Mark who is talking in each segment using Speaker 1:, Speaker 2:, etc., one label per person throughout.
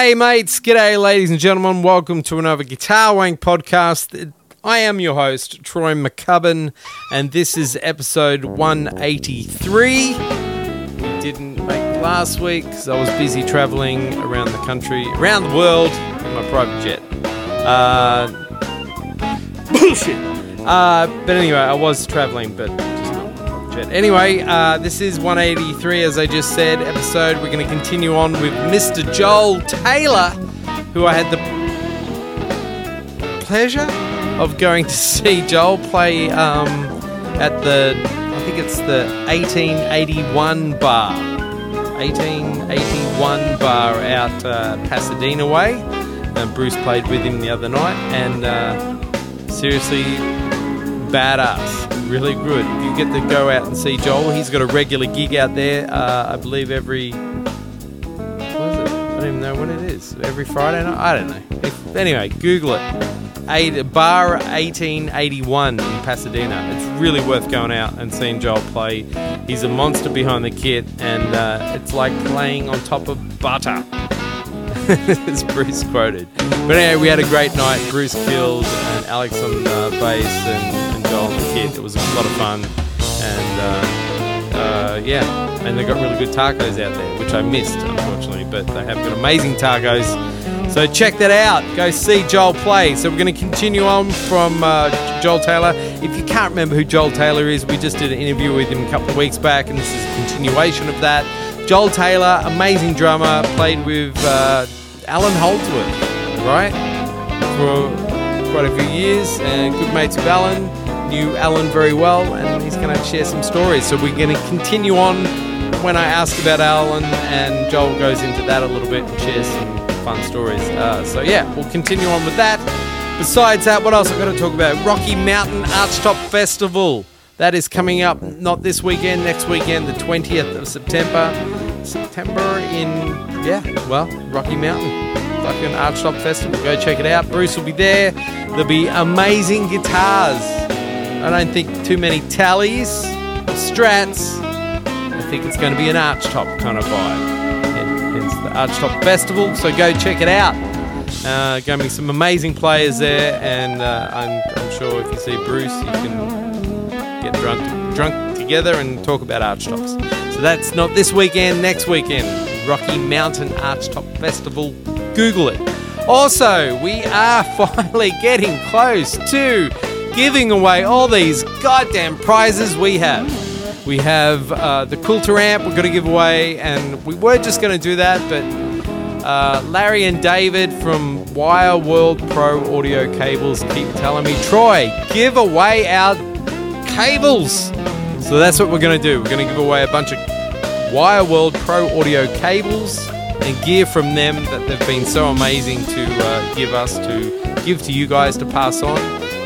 Speaker 1: Hey mates, g'day ladies and gentlemen, welcome to another Guitar Wank podcast. I am your host, Troy McCubbin, and this is episode 183. Didn't make last week because I was busy traveling around the country, around the world, in my private jet. Uh, bullshit! Uh, but anyway, I was traveling, but just not jet. Anyway, uh, this is 183, as I just said, episode. We're going to continue on with Mr. Joel Taylor, who I had the pleasure of going to see Joel play um, at the, I think it's the 1881 bar. 1881 bar out uh, Pasadena way. And Bruce played with him the other night, and uh, seriously, badass, really good. You get to go out and see Joel. He's got a regular gig out there, uh, I believe every. What is it? I don't even know when it is. Every Friday night? I don't know. If, anyway, Google it. Eight, bar 1881 in Pasadena. It's really worth going out and seeing Joel play. He's a monster behind the kit, and uh, it's like playing on top of butter. as Bruce quoted. But anyway, we had a great night. Bruce killed and Alex on uh, bass and, and Joel on the kid. It was a lot of fun. And uh, uh, yeah, and they got really good tacos out there, which I missed, unfortunately. But they have got amazing tacos. So check that out. Go see Joel play. So we're going to continue on from uh, J- Joel Taylor. If you can't remember who Joel Taylor is, we just did an interview with him a couple of weeks back, and this is a continuation of that. Joel Taylor, amazing drummer, played with uh, Alan Holdsworth, right? For quite a few years, and good mates with Alan. Knew Alan very well, and he's going to share some stories. So we're going to continue on when I ask about Alan, and Joel goes into that a little bit and shares some fun stories. Uh, so yeah, we'll continue on with that. Besides that, what else I've got to talk about? Rocky Mountain Archtop Festival. That is coming up not this weekend, next weekend, the 20th of September. September in, yeah, well, Rocky Mountain. Fucking Archtop Festival. Go check it out. Bruce will be there. There'll be amazing guitars. I don't think too many tallies, strats. I think it's going to be an Archtop kind of vibe. It- It's the Archtop Festival, so go check it out. Uh, going to be some amazing players there, and uh, I'm, I'm sure if you see Bruce, you can get drunk, drunk together and talk about Archtops. So that's not this weekend, next weekend. Rocky Mountain Archtop Festival. Google it. Also, we are finally getting close to giving away all these goddamn prizes we have. We have uh, the Quilter amp we're going to give away, and we were just going to do that, but uh, Larry and David from Wire World Pro Audio Cables keep telling me, Troy, give away our cables. So that's what we're going to do. We're going to give away a bunch of Wire World Pro Audio cables and gear from them that they've been so amazing to uh, give us, to give to you guys to pass on.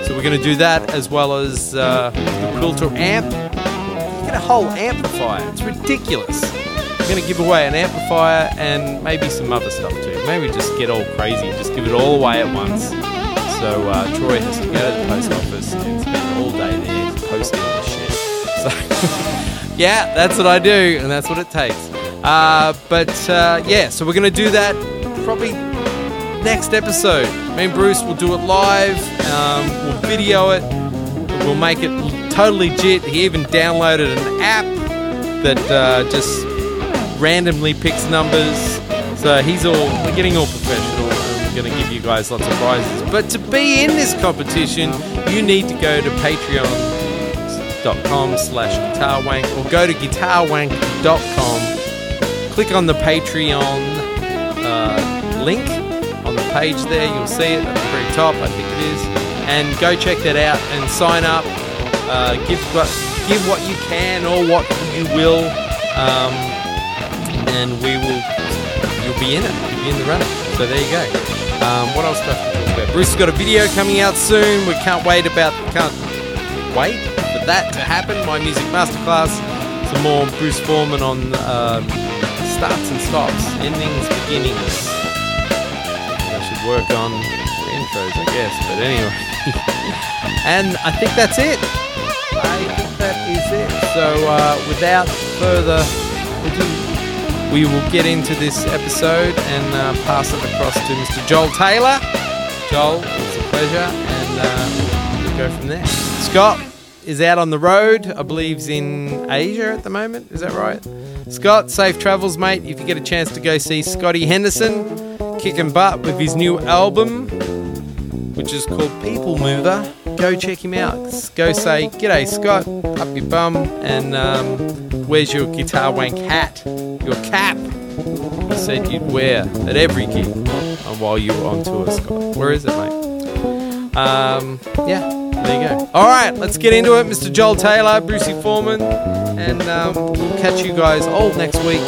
Speaker 1: So we're going to do that as well as uh, the Quilter amp get a whole amplifier. It's ridiculous. I'm going to give away an amplifier and maybe some other stuff too. Maybe just get all crazy, just give it all away at once. So uh, Troy has to go to the post office and spend all day there posting this shit. So yeah, that's what I do, and that's what it takes. Uh, but uh, yeah, so we're going to do that probably next episode. Me and Bruce will do it live. Um, we'll video it. We'll make it totally legit. He even downloaded an app that uh, just randomly picks numbers. So he's all we're getting all professional. and We're going to give you guys lots of prizes. But to be in this competition, you need to go to Patreon patreon.com slash guitarwank or go to guitarwank.com click on the patreon uh, link on the page there you'll see it at the very top i think it is and go check that out and sign up uh, give, what, give what you can or what you will um, and we will you'll be in it. You'll be in the running. So there you go. Um, what else do I have to talk about? Bruce's got a video coming out soon. We can't wait about can't wait for that to happen. My music masterclass. Some more Bruce Foreman on uh, starts and stops, endings, beginnings. I should work on for intros, I guess. But anyway, and I think that's it. I think that is it. So uh, without further ado, we will get into this episode and uh, pass it across to Mr. Joel Taylor. Joel, it's a pleasure, and uh, we'll go from there. Scott is out on the road. I believe he's in Asia at the moment. Is that right? Scott, safe travels, mate. If you get a chance to go see Scotty Henderson kicking butt with his new album, which is called People Mover, go check him out. Go say, G'day, Scott, up your bum, and um, where's your guitar wank hat? Your cap? You said you'd wear at every gig uh, while you were on tour, Scott. Where is it, mate? Um, yeah, there you go. All right, let's get into it. Mr. Joel Taylor, Brucey Foreman, and um, we'll catch you guys all next week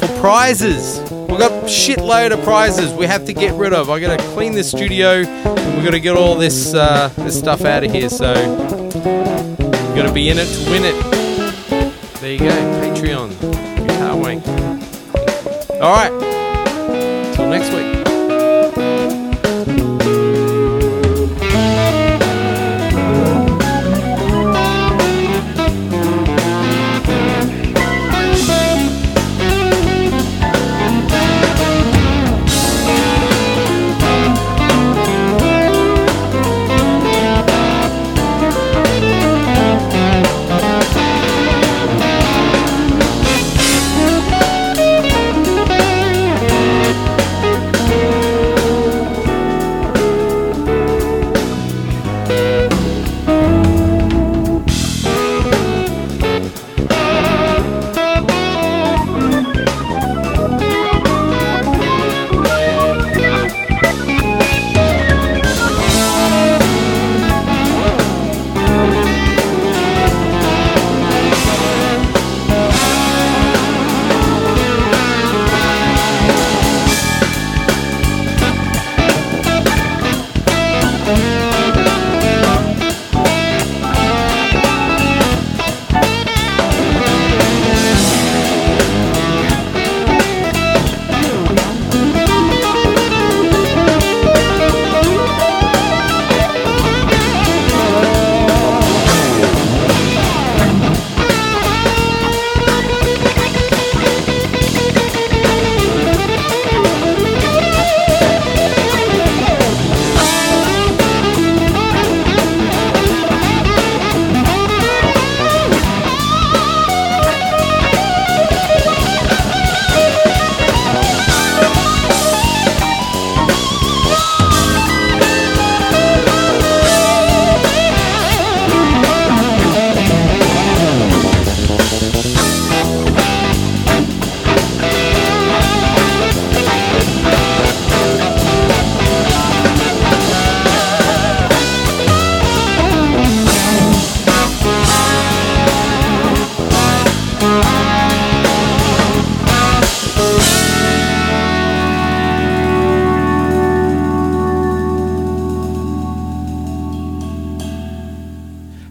Speaker 1: for prizes. We've got shitload of prizes we have to get rid of. I gotta clean this studio and we gotta get all this uh, this stuff out of here, so you gotta be in it to win it. There you go, Patreon. Guitar wank. Alright. Till next week.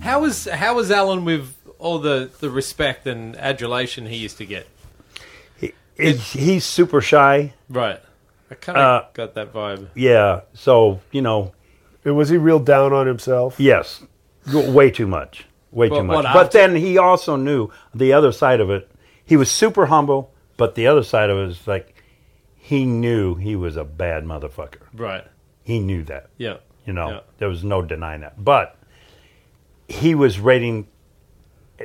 Speaker 2: How was how was Alan with all the, the respect and adulation he used to get?
Speaker 3: It's, he's super shy.
Speaker 2: Right. I kind of
Speaker 3: Uh,
Speaker 2: got that vibe.
Speaker 3: Yeah. So, you know,
Speaker 4: And was he real down on himself?
Speaker 3: yes, w- way too much. Way
Speaker 2: Well,
Speaker 3: too much.
Speaker 2: what
Speaker 3: But
Speaker 2: I've-
Speaker 3: then he also knew the other side of it. He was super humble, but the other side of it is like he knew he was a bad motherfucker.
Speaker 2: Right.
Speaker 3: He knew that.
Speaker 2: Yeah.
Speaker 3: You know,
Speaker 2: Yeah.
Speaker 3: there was no denying that. But he was rating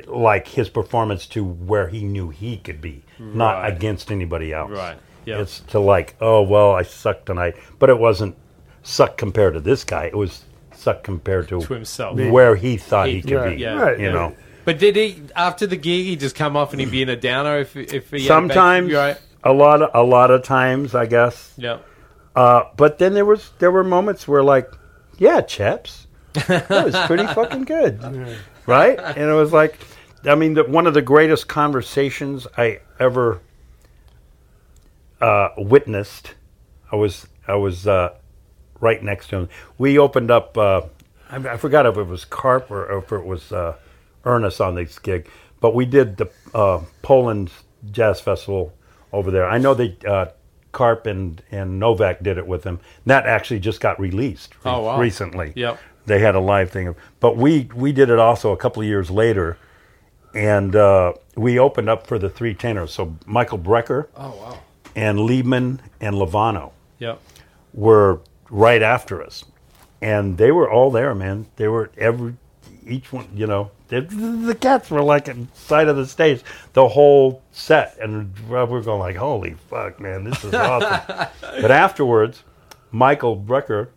Speaker 3: like his performance to where he knew he could be, not
Speaker 2: Right.
Speaker 3: against anybody else.
Speaker 2: Right. Yeah.
Speaker 3: It's to like, oh well, I suck tonight, but it wasn't suck compared to this guy. It was suck compared to,
Speaker 2: To himself.
Speaker 3: where he thought he,
Speaker 2: He-
Speaker 3: could
Speaker 4: Right,
Speaker 3: be.
Speaker 2: yeah.
Speaker 4: Right,
Speaker 3: You
Speaker 4: yeah.
Speaker 3: know,
Speaker 2: But did he after the gig he just come off and he'd be in a downer if if he had a bad-
Speaker 3: sometimes
Speaker 2: right.
Speaker 3: a lot, of, a lot of times, I guess.
Speaker 2: Yeah.
Speaker 3: Uh, but then there was there were moments where like, yeah, chaps, that was pretty fucking good, right? And it was like, I mean, the, one of the greatest conversations I ever uh, witnessed. I was I was uh, right next to him. We opened up. Uh, I, I forgot if it was Carp or, or if it was uh, Ernest on this gig, but we did the uh, Poland Jazz Festival over there. I know they uh, Carp and and Novak did it with him. That actually just got released re-
Speaker 2: Oh, wow.
Speaker 3: recently.
Speaker 2: Yep.
Speaker 3: They had a live thing, but we we did it also a couple of years later, and uh, we opened up for the three tenors. So Michael Brecker
Speaker 2: Oh wow.
Speaker 3: and Liebman and Lovano
Speaker 2: Yep.
Speaker 3: were right after us, and they were all there, man. They were every each one, you know. The, the cats were like inside of the stage, the whole set, and we're going like, "Holy fuck, man, this is awesome!" but afterwards, Michael Brecker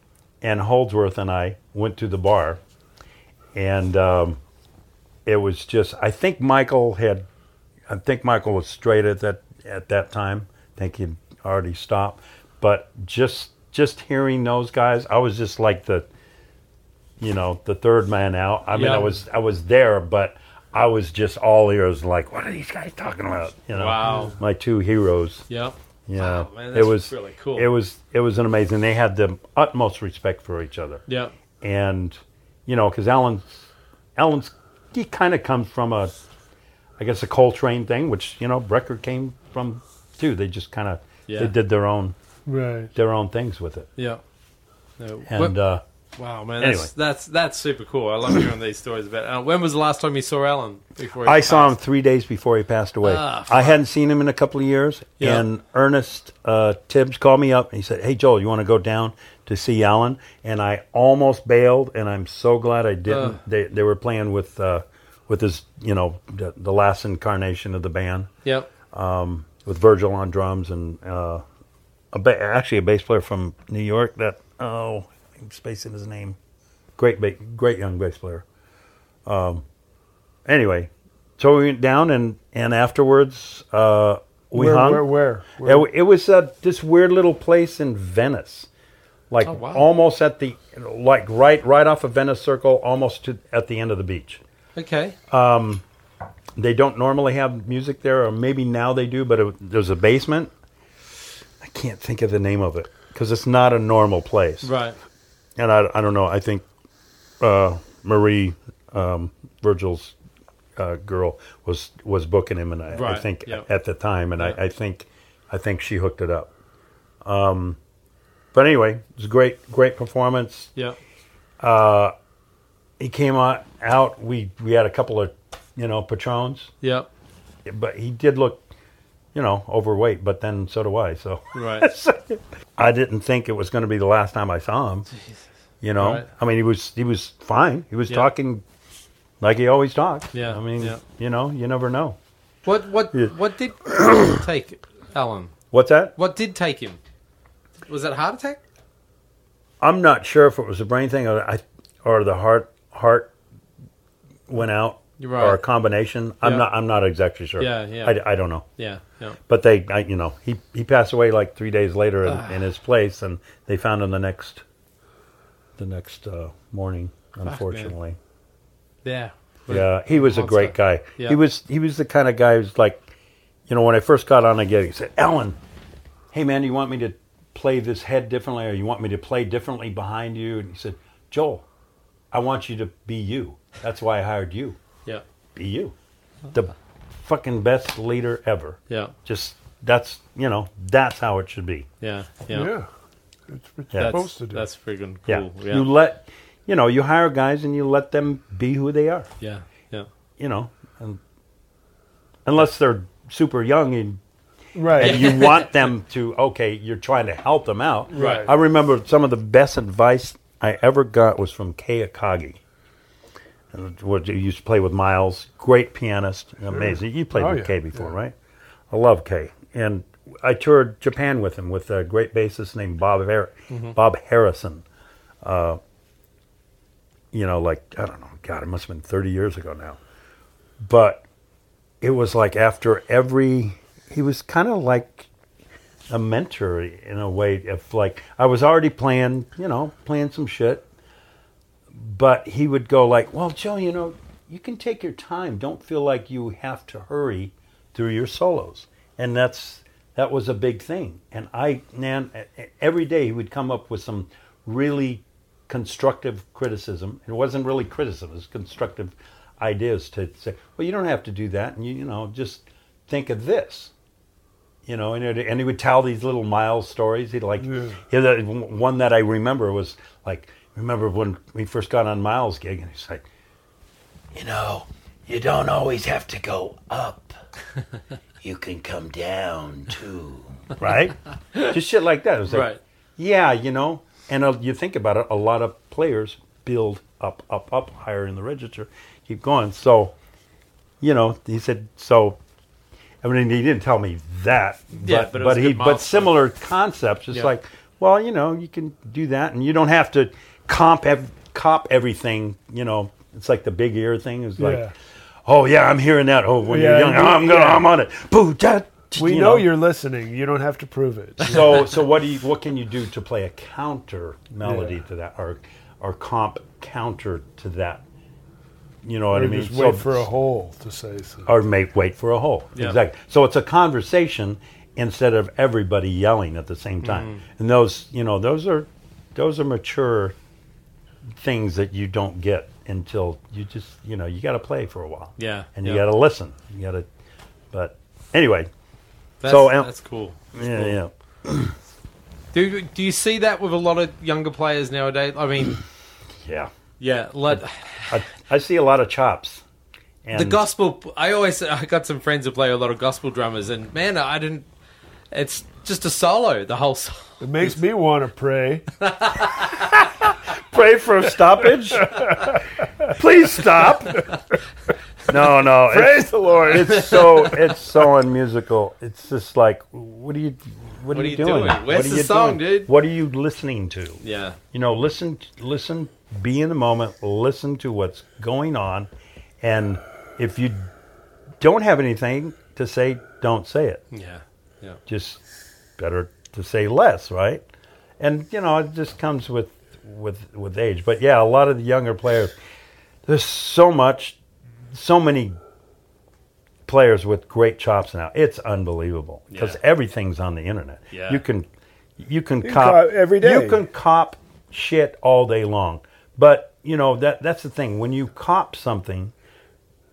Speaker 3: and Holdsworth and I went to the bar, and um, it was just. I think Michael had, I think Michael was straight at that at that time. I think he'd already stopped, but just just hearing those guys, I was just like the, you know, the third man out. I mean,
Speaker 2: Yeah.
Speaker 3: I was I was there, but I was just all ears, like, what are these guys talking about? You know,
Speaker 2: Wow.
Speaker 3: my two heroes.
Speaker 2: Yep.
Speaker 3: Yeah,
Speaker 2: Wow, man, that's
Speaker 3: it was
Speaker 2: really cool.
Speaker 3: It was it was an amazing. They had the utmost respect for each other,
Speaker 2: Yep.
Speaker 3: and you know, because Alan, Alan's he kind of comes from a, I guess a Coltrane thing, which you know Brecker came from too. They just kind of
Speaker 2: Yeah.
Speaker 3: they did their own
Speaker 4: Right.
Speaker 3: their own things with it,
Speaker 2: Yep. No,
Speaker 3: and
Speaker 2: wh-
Speaker 3: uh,
Speaker 2: wow, man,
Speaker 3: anyway.
Speaker 2: that's, that's that's super cool. I love hearing these stories about. Uh, when was the last time you saw Alan? Before he
Speaker 3: I saw him
Speaker 2: passed?
Speaker 3: three days before he passed away.
Speaker 2: Ah, fuck.
Speaker 3: I hadn't seen him in a couple of years.
Speaker 2: Yeah.
Speaker 3: And Ernest uh, Tibbs called me up and he said, Hey, Joel, you want to go down to see Alan? And I almost bailed, and I'm so glad I didn't.
Speaker 2: Ugh.
Speaker 3: They, they were playing with, uh, with his, you know, the, the last incarnation of the band
Speaker 2: Yep.
Speaker 3: um, with Virgil on drums and uh, a ba- actually a bass player from New York that, oh, I'm spacing his name. Great, ba- great young bass player. Um, anyway, so we went down and and afterwards uh, we
Speaker 4: where,
Speaker 3: hung.
Speaker 4: where? Where?
Speaker 3: It
Speaker 4: where?
Speaker 3: w- It, was uh, this weird little place in Venice, like
Speaker 2: Oh, wow.
Speaker 3: almost at the like right right off of Venice Circle, almost to at the end of the beach.
Speaker 2: Okay.
Speaker 3: They don't normally have music there, or maybe now they do, but it, there's a basement. I can't think of the name of it because it's not a normal place.
Speaker 2: right.
Speaker 3: and I, I don't know. I think uh, Marie um, Virgil's uh, girl was was booking him, and I, I
Speaker 2: Right,
Speaker 3: think
Speaker 2: yeah.
Speaker 3: at the time, and
Speaker 2: Yeah.
Speaker 3: I, I think I think she hooked it up. Um, but anyway, it was a great great performance.
Speaker 2: Yep.
Speaker 3: He came on out. We we had a couple of you know patrons,
Speaker 2: Yep.
Speaker 3: but he did look you know overweight. But then so do I. So.
Speaker 2: Right.
Speaker 3: I didn't think it was going to be the last time I saw him. You know,
Speaker 2: Right.
Speaker 3: I mean, he was he was fine. He was
Speaker 2: Yeah.
Speaker 3: talking like he always talks.
Speaker 2: Yeah,
Speaker 3: I mean,
Speaker 2: yeah.
Speaker 3: you know, you never know.
Speaker 2: What what
Speaker 3: Yeah.
Speaker 2: what did take Alan?
Speaker 3: What's that?
Speaker 2: What did take him? Was that a heart attack?
Speaker 3: I'm not sure if it was a brain thing or I or the heart heart went out
Speaker 2: You're right.
Speaker 3: or a combination.
Speaker 2: Yeah.
Speaker 3: I'm not I'm not exactly sure.
Speaker 2: Yeah, yeah.
Speaker 3: I, I don't know.
Speaker 2: Yeah. Yeah.
Speaker 3: But they, I, you know, he he passed away like three days later
Speaker 2: Ah.
Speaker 3: in, in his place, and they found him the next the next uh, morning.
Speaker 2: man.
Speaker 3: Unfortunately.
Speaker 2: Yeah.
Speaker 3: Yeah, he was a
Speaker 2: Monster.
Speaker 3: great guy.
Speaker 2: Yeah.
Speaker 3: He was he was the kind of guy who's like, you know, when I first got on again, he said, "Alan, hey man, you want me to play this head differently, or you want me to play differently behind you?" And he said, "Joel, I want you to be you. That's why I hired you.
Speaker 2: Yeah.
Speaker 3: Be you,
Speaker 2: Ah.
Speaker 3: the fucking best leader ever.
Speaker 2: Yeah.
Speaker 3: Just that's you know that's how it should be.
Speaker 2: Yeah. Yeah.
Speaker 4: Yeah. It's, it's
Speaker 3: Yeah.
Speaker 4: supposed
Speaker 2: That's
Speaker 4: to do.
Speaker 2: that's freaking
Speaker 3: Yeah,
Speaker 2: cool. Yeah.
Speaker 3: you let you know you hire guys and you let them be who they are."
Speaker 2: yeah. Yeah.
Speaker 3: you know, and unless they're super young and,
Speaker 4: right.
Speaker 3: and you want them to, okay, you're trying to help them out.
Speaker 2: Right.
Speaker 3: I remember some of the best advice I ever got was from Kei Akagi. And what you used to play with Miles, great pianist, amazing. You played
Speaker 4: Oh,
Speaker 3: with
Speaker 4: yeah,
Speaker 3: Kay before,
Speaker 4: yeah.
Speaker 3: right? I love Kay, and I toured Japan with him with a great bassist named Bob Har-
Speaker 4: Mm-hmm.
Speaker 3: Bob Harrison. Uh, you know, like I don't know, God, it must have been thirty years ago now, but it was like after every, he was kind of like a mentor in a way. If like I was already playing, you know, playing some shit, but he would go like, "Well, Joe, you know, you can take your time. Don't feel like you have to hurry through your solos." And that's that was a big thing. And I, man, e- e- every day he would come up with some really constructive criticism. It wasn't really criticism; it was constructive ideas to say, "Well, you don't have to do that," and you, you know, just think of this. You know, and, it, and he would tell these little Miles stories. He'd like,
Speaker 4: Yeah.
Speaker 3: yeah, the one that I remember was like, remember when we first got on Miles' gig, and he's like, you know,
Speaker 5: You don't always have to go up. you can come down too.
Speaker 3: right? Just shit like that. It was like,
Speaker 2: Right.
Speaker 3: yeah, you know. And uh, you think about it, a lot of players build up, up, up, higher in the register, keep going. So, you know, he said so. I mean, he didn't tell me that, but
Speaker 2: Yeah, but
Speaker 3: but,
Speaker 2: it was a
Speaker 3: he
Speaker 2: good
Speaker 3: but
Speaker 2: milestone.
Speaker 3: similar concepts. It's
Speaker 2: Yeah.
Speaker 3: like, well, you know, you can do that, and you don't have to comp ev- cop everything. You know, it's like the big ear thing. Is like,
Speaker 4: Yeah.
Speaker 3: oh yeah, I'm hearing that. Oh, when you're
Speaker 4: Yeah,
Speaker 3: young,
Speaker 4: we-
Speaker 3: I'm gonna,
Speaker 4: yeah.
Speaker 3: I'm on it. Boo, da,
Speaker 4: We
Speaker 3: you
Speaker 4: know, you're listening. You don't have to prove it.
Speaker 3: so so what do you what can you do to play a counter melody to that or or comp counter to that you know what
Speaker 4: Or
Speaker 3: i mean
Speaker 4: just
Speaker 3: So-
Speaker 4: wait for a hole to say something.
Speaker 3: or make wait for a hole
Speaker 2: Yeah.
Speaker 3: exactly so it's a conversation instead of everybody yelling at the same time
Speaker 2: Mm-hmm.
Speaker 3: and those you know those are those are mature things that you don't get until you just you know you got to play for a while
Speaker 2: Yeah,
Speaker 3: and you
Speaker 2: yeah.
Speaker 3: got to listen you got to but anyway
Speaker 2: That's,
Speaker 3: So, um,
Speaker 2: that's cool.
Speaker 3: yeah yeah
Speaker 2: Do do you see that with a lot of younger players nowadays? I mean,
Speaker 3: yeah
Speaker 2: yeah, like,
Speaker 3: I, I see a lot of chops. And
Speaker 2: the gospel. I always I got some friends who play a lot of gospel drummers, and man, I didn't. It's just a solo, the whole song.
Speaker 3: Oh.
Speaker 4: It makes me want to pray.
Speaker 3: pray for a stoppage. Please stop. no, no.
Speaker 4: Praise the Lord.
Speaker 3: It's, it's so it's so unmusical. It's just like what are you what, are you doing?
Speaker 2: Where's
Speaker 3: what are
Speaker 2: the
Speaker 3: you
Speaker 2: song,
Speaker 3: doing?
Speaker 2: dude?
Speaker 3: What are you listening to?
Speaker 2: Yeah,
Speaker 3: You know, listen listen be in the moment, listen to what's going on and if you don't have anything to say, don't say it.
Speaker 2: yeah, yeah.
Speaker 3: just better to say less, right? And you know, it just comes with with with age. But yeah, a lot of the younger players, there's so much, so many players with great chops now. It's unbelievable because
Speaker 2: Yeah.
Speaker 3: everything's on the internet.
Speaker 2: Yeah.
Speaker 3: You can you can
Speaker 4: can
Speaker 3: cop
Speaker 4: cop every day.
Speaker 3: You can cop shit all day long. But you know that that's the thing when you cop something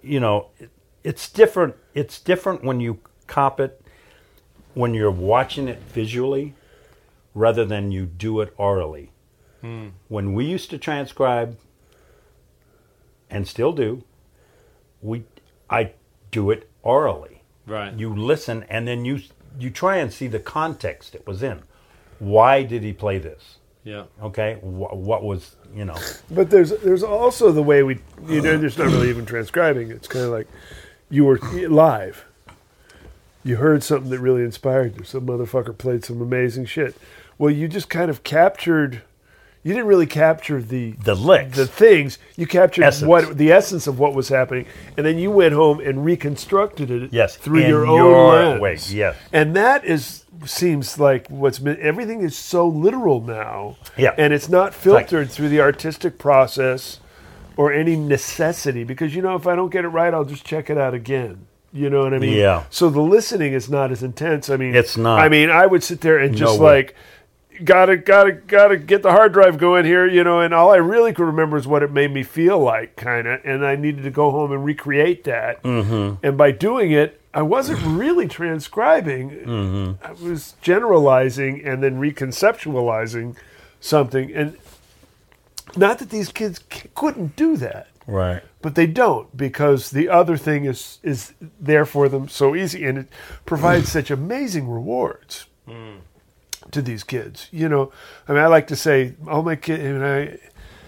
Speaker 3: you know it, it's different it's different when you cop it when you're watching it visually rather than you do it orally when we used to transcribe and still do we i do it orally
Speaker 2: Right.
Speaker 3: you listen and then you you try and see the context it was in why did he play this
Speaker 2: Yeah.
Speaker 3: okay Wh- what was you know
Speaker 4: But there's there's also the way we you know there's not really even transcribing. It's kind of like you were live. You heard something that really inspired you. Some motherfucker played some amazing shit. Well, you just kind of captured. You didn't really capture the
Speaker 3: the licks
Speaker 4: the things. You captured
Speaker 3: Essence.
Speaker 4: what the essence of what was happening, and then you went home and reconstructed it.
Speaker 3: Yes,
Speaker 4: through
Speaker 3: in
Speaker 4: your own
Speaker 3: your
Speaker 4: lens.
Speaker 3: way, yes.
Speaker 4: and that is seems like what's been everything is so literal now.
Speaker 3: Yeah.
Speaker 4: and it's not filtered through the artistic process or any necessity because you know if I don't get it right, I'll just check it out again. You know what I mean?
Speaker 3: Yeah.
Speaker 4: So the listening is not as intense. I mean,
Speaker 3: It's not.
Speaker 4: I mean, I would sit there and just
Speaker 3: No way.
Speaker 4: like gotta gotta gotta get the hard drive going here you know and all i really could remember is what it made me feel like kind of and i needed to go home and recreate that mm-hmm. and by doing it i wasn't really transcribing
Speaker 3: Mm-hmm.
Speaker 4: i was generalizing and then reconceptualizing something and not that these kids c- couldn't do that
Speaker 3: right
Speaker 4: but they don't because the other thing is is there for them so easy and it provides such amazing rewards to these kids you know i mean i like to say all my kids and i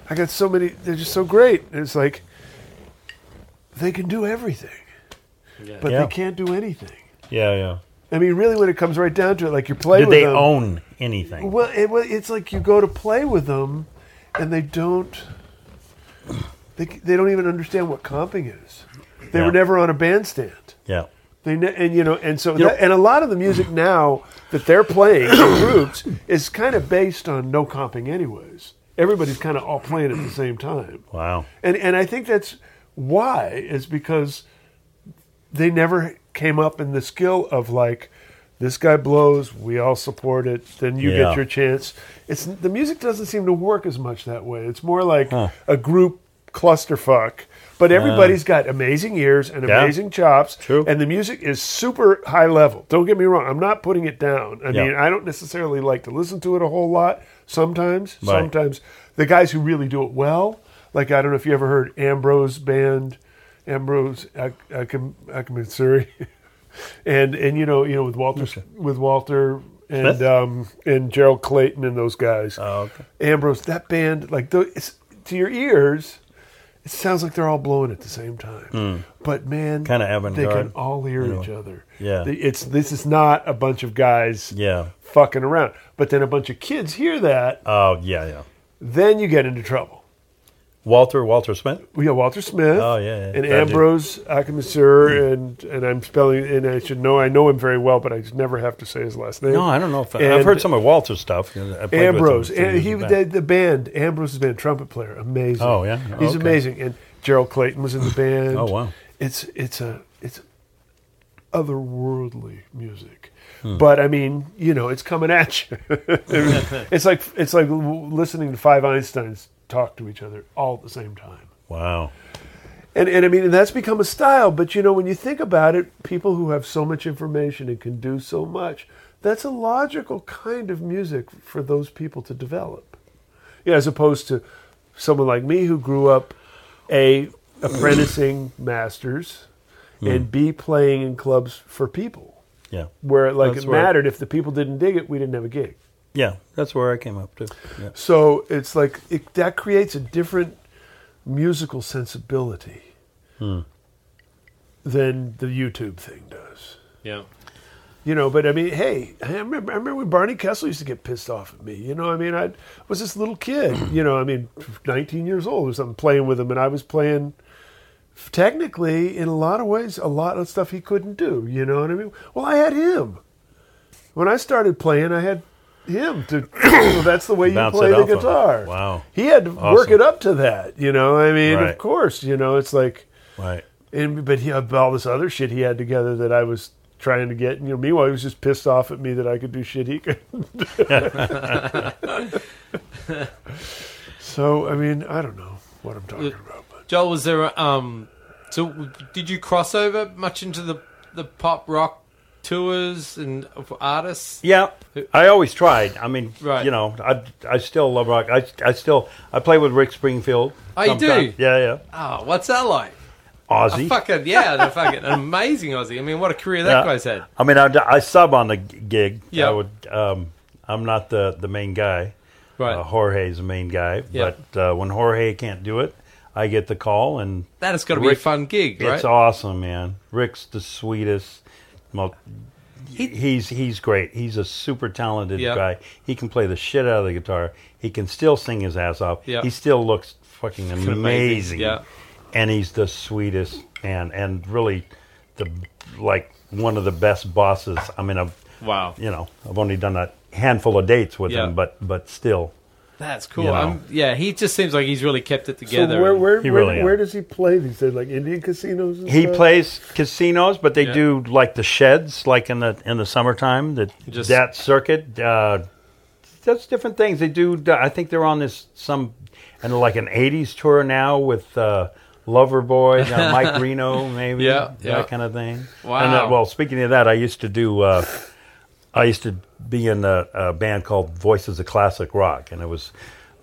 Speaker 4: i got so many they're just so great And it's like they can do everything but
Speaker 3: Yeah.
Speaker 4: they can't do anything
Speaker 3: yeah yeah
Speaker 4: i mean really when it comes right down to it um, like you're playing
Speaker 3: do
Speaker 4: with
Speaker 3: they
Speaker 4: them,
Speaker 3: own anything
Speaker 4: well, it, well, it's like you go to play with them, and they don't. They, they don't even understand what comping is. They
Speaker 3: Yeah.
Speaker 4: were never on a bandstand.
Speaker 3: yeah
Speaker 4: They ne- and you know and so
Speaker 3: know-
Speaker 4: that, and a lot of the music now that they're playing in groups is kind of based on no comping anyways. Everybody's kind of all playing at the same time.
Speaker 3: wow
Speaker 4: And and I think that's why is because they never came up in the skill of like this guy blows, we all support it, then you
Speaker 3: Yeah.
Speaker 4: get your chance. It's the music doesn't seem to work as much that way. It's more like
Speaker 3: Huh.
Speaker 4: a group clusterfuck. But everybody's got amazing ears and
Speaker 3: Yeah.
Speaker 4: amazing chops,
Speaker 3: True.
Speaker 4: and the music is super high level. Don't get me wrong; I'm not putting it down. I
Speaker 3: Yeah.
Speaker 4: mean, I don't necessarily like to listen to it a whole lot. Sometimes,
Speaker 3: Right.
Speaker 4: sometimes the guys who really do it well, like I don't know if you ever heard Ambrose Band. Ambrose Ak- Akim- Akamatsuri, and and you know you know with Walter with Walter and
Speaker 3: Smith?
Speaker 4: um, and Gerald Clayton and those guys.
Speaker 3: Oh, okay.
Speaker 4: Ambrose, that band like tho- it's, to your ears, it sounds like they're all blowing at the same time. But man,
Speaker 3: Hmm. Kinda
Speaker 4: They
Speaker 3: avant-garde,
Speaker 4: can all hear each other.
Speaker 3: Yeah.
Speaker 4: They- it's this is not a bunch of guys
Speaker 3: Yeah.
Speaker 4: fucking around. But then a bunch of kids hear that,
Speaker 3: Oh, yeah, yeah.
Speaker 4: then you get into trouble.
Speaker 3: Walter Walter Smith.
Speaker 4: We got Walter Smith.
Speaker 3: Oh, yeah, yeah.
Speaker 4: And
Speaker 3: Tragic.
Speaker 4: Ambrose Akamasur,
Speaker 3: Hmm.
Speaker 4: and and I'm spelling, and I should know, I know him very well, but I just never have to say his last name.
Speaker 3: No, I don't know. If, I've
Speaker 4: And
Speaker 3: heard some of Walter's stuff. I played with
Speaker 4: Ambrose,
Speaker 3: him a few
Speaker 4: and he
Speaker 3: years
Speaker 4: the,
Speaker 3: back.
Speaker 4: the band. Ambrose has been a trumpet player, amazing.
Speaker 3: Oh, yeah?
Speaker 4: he's
Speaker 3: Okay.
Speaker 4: amazing. And Gerald Clayton was in the band.
Speaker 3: Oh, wow.
Speaker 4: it's it's a it's otherworldly music.
Speaker 3: Hmm.
Speaker 4: But I mean, you know, it's coming at you. it's like it's like listening to five Einsteins talk to each other all at the same time.
Speaker 3: Wow.
Speaker 4: And, and I mean, and that's become a style. But you know, when you think about it, people who have so much information and can do so much, that's a logical kind of music for those people to develop. Yeah, as opposed to someone like me who grew up a apprenticing masters
Speaker 3: Hmm.
Speaker 4: and b playing in clubs for people
Speaker 3: Yeah.
Speaker 4: where like
Speaker 3: That's
Speaker 4: it
Speaker 3: right.
Speaker 4: mattered if the people didn't dig it we didn't have a gig
Speaker 3: Yeah. That's where I came up to. Yeah.
Speaker 4: so it's like it, that creates a different musical sensibility than the YouTube thing does.
Speaker 2: Yeah.
Speaker 4: You know, but I mean, hey, I remember, I remember when Barney Kessler used to get pissed off at me. You know, I mean, I was this little kid, you know, I mean, 19 years old or something, playing with him, and I was playing technically, in a lot of ways, a lot of stuff he couldn't do. You know what I mean? Well, I had him. When I started playing, I had him to. so that's the way you
Speaker 3: Bounce
Speaker 4: play
Speaker 3: it
Speaker 4: the
Speaker 3: off of.
Speaker 4: guitar.
Speaker 3: Wow.
Speaker 4: He had to work
Speaker 3: Awesome.
Speaker 4: it up to that. You know, I mean,
Speaker 3: Right.
Speaker 4: of course, you know, it's like.
Speaker 3: Right.
Speaker 4: And but he had all this other shit he had together that I was trying to get. And, you know, meanwhile he was just pissed off at me that I could do shit he could. so I mean, I don't know what I'm talking about. But
Speaker 2: Joel, was there um? So w- did you cross over much into the the pop rock tours and of artists?
Speaker 3: Yeah, I always tried. I mean,
Speaker 2: Right.
Speaker 3: you know, I, I still love rock. I, I still I play with Rick Springfield.
Speaker 2: Oh, you do?
Speaker 3: sometimes. Yeah, yeah.
Speaker 2: Oh, what's that like?
Speaker 3: Ozzy.
Speaker 2: Fucking yeah, the fucking amazing Aussie. I mean, what a career that
Speaker 3: Yeah.
Speaker 2: guy's had.
Speaker 3: I mean, I, I sub on the g- gig.
Speaker 2: Yeah.
Speaker 3: I would. Um, I'm not the the main guy.
Speaker 2: Right.
Speaker 3: Uh, Jorge's the main guy.
Speaker 2: Yeah.
Speaker 3: But uh, when Jorge can't do it, I get the call, and
Speaker 2: That has got to be a
Speaker 3: Rick-
Speaker 2: fun gig, right?
Speaker 3: it's awesome, man. Rick's the sweetest. Most, he's he's great. He's a super talented
Speaker 2: Yeah.
Speaker 3: guy. He can play the shit out of the guitar. He can still sing his ass off.
Speaker 2: Yeah.
Speaker 3: He still looks fucking amazing.
Speaker 2: amazing, yeah.
Speaker 3: And he's the sweetest man, and really the like one of the best bosses. I mean, I've
Speaker 2: Wow.
Speaker 3: you know I've only done a handful of dates with
Speaker 2: Yeah.
Speaker 3: him, but but still,
Speaker 2: That's cool.
Speaker 3: You know.
Speaker 2: I'm, yeah, he just seems like he's really kept it together.
Speaker 4: so where where
Speaker 3: He
Speaker 4: where,
Speaker 3: really
Speaker 4: where
Speaker 3: am.
Speaker 4: does he play these days? Like Indian casinos? And
Speaker 3: He
Speaker 4: stuff?
Speaker 3: plays casinos, but they
Speaker 2: Yeah.
Speaker 3: do like the sheds, like in the in the summertime. That
Speaker 2: Just-
Speaker 3: that circuit uh, does different things. They do. uh, I think they're on this some and like an '80s tour now with uh, Loverboy, uh, Mike Reno, maybe
Speaker 2: Yeah,
Speaker 3: that
Speaker 2: yeah.
Speaker 3: kind of thing.
Speaker 2: Wow.
Speaker 3: And, uh, well, speaking of that, I used to do. Uh, I used to be in a, a band called Voices of Classic Rock, and it was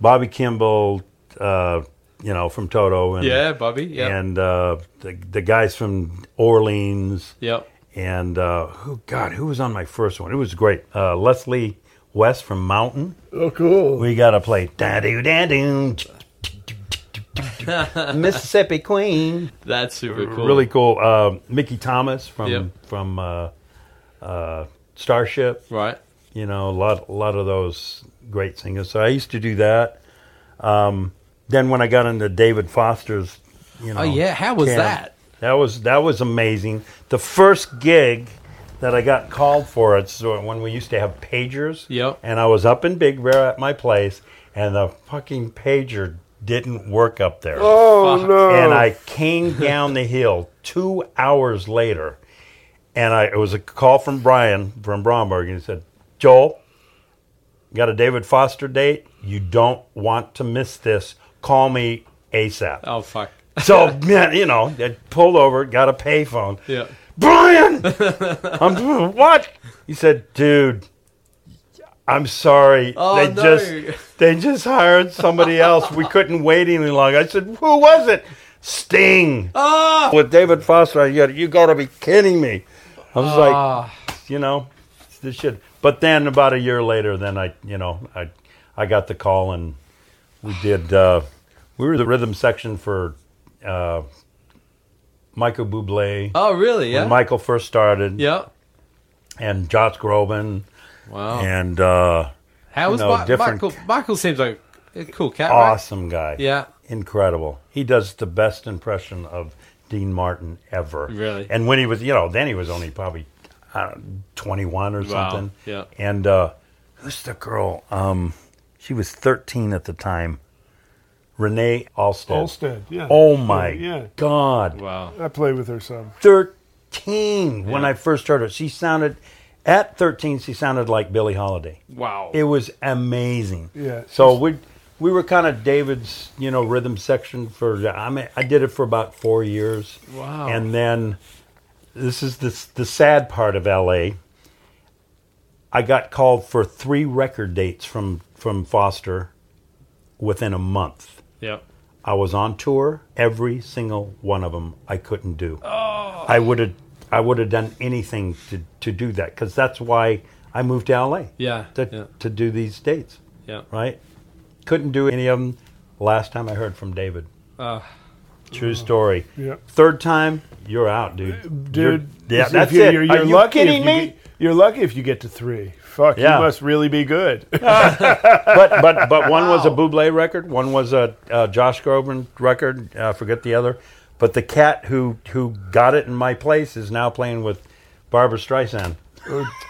Speaker 3: Bobby Kimball, uh, you know, from Toto, and
Speaker 2: yeah, Bobby. Yeah.
Speaker 3: and uh, the, the guys from Orleans.
Speaker 2: Yep.
Speaker 3: And uh, who, God, who was on my first one? It was great. Uh, Leslie West from Mountain.
Speaker 4: Oh, cool.
Speaker 3: We got to play. Da doo da doo. Mississippi Queen.
Speaker 2: That's super cool.
Speaker 3: Really cool. Uh, Mickey Thomas from
Speaker 2: Yep.
Speaker 3: from uh, uh, Starship
Speaker 2: Right.
Speaker 3: you know a lot a lot of those great singers so i used to do that um, then when i got into david foster's you know
Speaker 2: Oh, yeah. How was
Speaker 3: camp,
Speaker 2: that?
Speaker 3: that was that was amazing the first gig that i got called for it's when we used to have pagers
Speaker 2: Yep.
Speaker 3: and i was up in big bear at my place and the fucking pager didn't work up there
Speaker 4: Oh
Speaker 2: Fuck.
Speaker 4: no!
Speaker 3: and I came down the hill two hours later, and I it was a call from Brian from Bromberg, and he said, "Joel, got a David Foster date. You don't want to miss this. Call me ASAP."
Speaker 2: Oh fuck.
Speaker 3: So man, you know, I pulled over, got a payphone.
Speaker 2: Yeah.
Speaker 3: Brian, I'm doing what? He said, dude, I'm sorry.
Speaker 2: Oh,
Speaker 3: they
Speaker 2: no.
Speaker 3: just they just hired somebody else. We couldn't wait any longer. I said, who was it? Sting
Speaker 2: Ah.
Speaker 3: with David Foster. You got you got to be kidding me. I was
Speaker 2: Ah.
Speaker 3: like, you know, this shit. But then about a year later, then I, you know, I, I got the call and we did. Uh, we were the rhythm section for uh, Michael Bublé
Speaker 2: Oh, really? Yeah.
Speaker 3: when Michael first started,
Speaker 2: yeah.
Speaker 3: and Josh Groban,
Speaker 2: Wow.
Speaker 3: and uh,
Speaker 2: How was
Speaker 3: know,
Speaker 2: Mi-
Speaker 3: different-
Speaker 2: Michael? Michael seems like a cool cat. right?
Speaker 3: awesome guy.
Speaker 2: Yeah.
Speaker 3: incredible. He does the best impression of Dean Martin ever.
Speaker 2: Really?
Speaker 3: And when he was, you know, then he was only probably I don't know, 21 or
Speaker 2: Wow,
Speaker 3: something.
Speaker 2: yeah.
Speaker 3: And uh, who's the girl? Um, she was 13 at the time. Renee Alstead.
Speaker 4: Olstead, yeah.
Speaker 3: Oh my
Speaker 4: Yeah,
Speaker 3: God.
Speaker 2: Wow.
Speaker 4: yeah. I played with her some.
Speaker 3: 13 when I first heard her. She sounded, at 13, she sounded like Billie Holiday.
Speaker 2: Wow.
Speaker 3: It was amazing.
Speaker 4: Yeah.
Speaker 3: So we we were kind of David's, you know, rhythm section for. I mean, I did it for about four years.
Speaker 2: Wow.
Speaker 3: And then this is the the sad part of L.A. I got called for three record dates from from Foster within a month.
Speaker 2: yeah.
Speaker 3: I was on tour. Every single one of them I couldn't do. Oh. I would have I would have done anything to to do that because that's why I moved to L.A
Speaker 2: Yeah.
Speaker 3: to,
Speaker 2: yeah.
Speaker 3: to do these dates,
Speaker 2: Yeah.
Speaker 3: right? Couldn't do any of them. Last time I heard from David.
Speaker 2: Ah.
Speaker 3: True story.
Speaker 4: Yeah.
Speaker 3: Third time, you're out, dude.
Speaker 4: Dude,
Speaker 3: You're- yeah,
Speaker 4: if
Speaker 3: that's
Speaker 4: you're,
Speaker 3: it.
Speaker 4: You're,
Speaker 3: Are
Speaker 4: you're
Speaker 3: you
Speaker 4: lucky if
Speaker 3: kidding
Speaker 4: you
Speaker 3: me?
Speaker 4: get- you're lucky if you get to three. Fuck,
Speaker 3: Yeah.
Speaker 4: you must really be good.
Speaker 3: But but but one was a Buble record, one was a, uh Josh Groban record. uh, I forget the other. But the cat who who got it in my place is now playing with Barbara Streisand.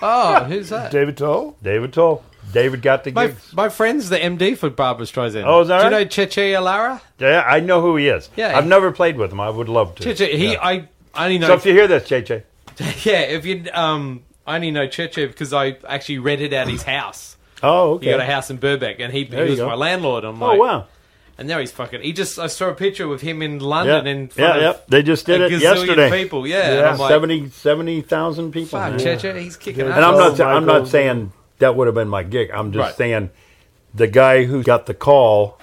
Speaker 2: Oh, who's that?
Speaker 4: David Toll?
Speaker 3: David Toll. David got the
Speaker 2: My,
Speaker 3: gig.
Speaker 2: my friend's the MD for Barbara Streisand.
Speaker 3: Oh, is that
Speaker 2: Do you
Speaker 3: right?
Speaker 2: know Cheche Alara?
Speaker 3: Yeah, I know who he is.
Speaker 2: Yeah.
Speaker 3: I've never played with him. I would love to.
Speaker 2: Cheche, he,
Speaker 3: Yeah.
Speaker 2: I, I only know.
Speaker 3: so if you hear this, JJ.
Speaker 2: yeah, if you, um, I only know Cheche because I actually rented out his house.
Speaker 3: Oh, okay.
Speaker 2: He got a house in Burbank, and he, he
Speaker 3: you
Speaker 2: was
Speaker 3: go.
Speaker 2: my landlord. I'm
Speaker 3: oh
Speaker 2: like,
Speaker 3: wow.
Speaker 2: And now he's fucking. He just. I saw a picture with him in London in front of
Speaker 3: They just did
Speaker 2: a
Speaker 3: it
Speaker 2: gazillion
Speaker 3: yesterday.
Speaker 2: people. Yeah, and
Speaker 3: Yeah,
Speaker 2: I'm like,
Speaker 3: 70 70,000 people.
Speaker 2: fuck,
Speaker 3: man.
Speaker 2: Cheche, Ah, he's kicking
Speaker 4: Yeah.
Speaker 2: ass.
Speaker 3: And I'm not
Speaker 4: Oh,
Speaker 3: I'm
Speaker 4: Michael.
Speaker 3: not saying that would have been my gig. I'm just
Speaker 2: Right.
Speaker 3: saying the guy who got the call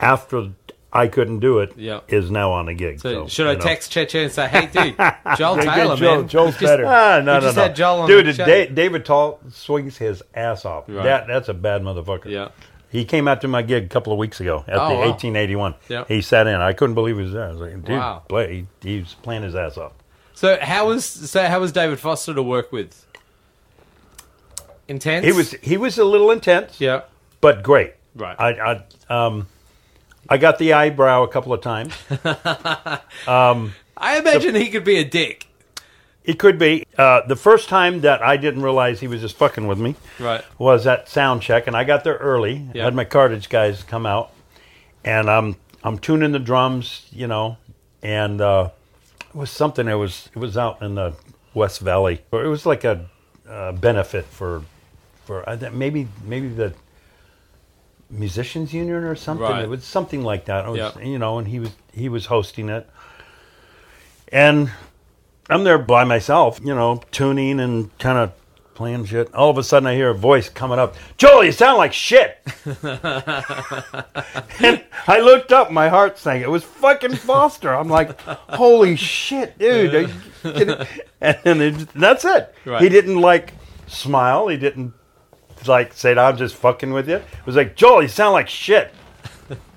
Speaker 3: after I couldn't do it is
Speaker 2: Yeah.
Speaker 3: now on a gig.
Speaker 2: So
Speaker 3: So,
Speaker 2: should
Speaker 3: you
Speaker 2: I
Speaker 3: know.
Speaker 2: text Cheche and say, "Hey, dude, Joel
Speaker 4: Yeah, get
Speaker 2: Taylor,
Speaker 4: Joel.
Speaker 2: man,
Speaker 4: Joel's
Speaker 2: he's just-
Speaker 4: better.
Speaker 3: Ah, no,
Speaker 2: We
Speaker 3: no,
Speaker 2: just
Speaker 3: no.
Speaker 2: had Joel on
Speaker 3: Dude,
Speaker 2: the show.
Speaker 3: Da- David Tall swings his ass off.
Speaker 2: Right.
Speaker 3: That that's a bad motherfucker.
Speaker 2: Yeah.
Speaker 3: He came out to my gig a couple of weeks ago at
Speaker 2: Oh,
Speaker 3: the
Speaker 2: wow.
Speaker 3: 1881.
Speaker 2: Yeah.
Speaker 3: He sat in. I couldn't believe he was there. I was like, dude,
Speaker 2: Wow.
Speaker 3: play. He, he was playing his ass off.
Speaker 2: So how was so how was David Foster to work with? Intense.
Speaker 3: He was he was a little intense.
Speaker 2: Yeah.
Speaker 3: but great.
Speaker 2: Right.
Speaker 3: I, I um, I got the eyebrow a couple of times.
Speaker 2: I imagine he could be a dick.
Speaker 3: it could be uh, the first time that I didn't realize he was just fucking with me.
Speaker 2: Right.
Speaker 3: Was at sound check, and I got there early.
Speaker 2: Yeah.
Speaker 3: Had my cartage guys come out, and I'm I'm tuning the drums, you know, and uh, it was something that was it was out in the West Valley. Or It was like a uh, benefit for for I think maybe maybe the musicians union or something.
Speaker 2: Right.
Speaker 3: It was something like that. It was,
Speaker 2: Yeah.
Speaker 3: You know, and he was he was hosting it, and I'm there by myself, you know, tuning and kind of playing shit. All of a sudden, I hear a voice coming up. Joel, you sound like shit. and I looked up, my heart sank. It was fucking Foster. I'm like, holy shit, dude. are you kidding?" and then it, that's it.
Speaker 2: Right.
Speaker 3: He didn't like smile. He didn't like say, "I'm just fucking with you." It was like, Joel, you sound like shit.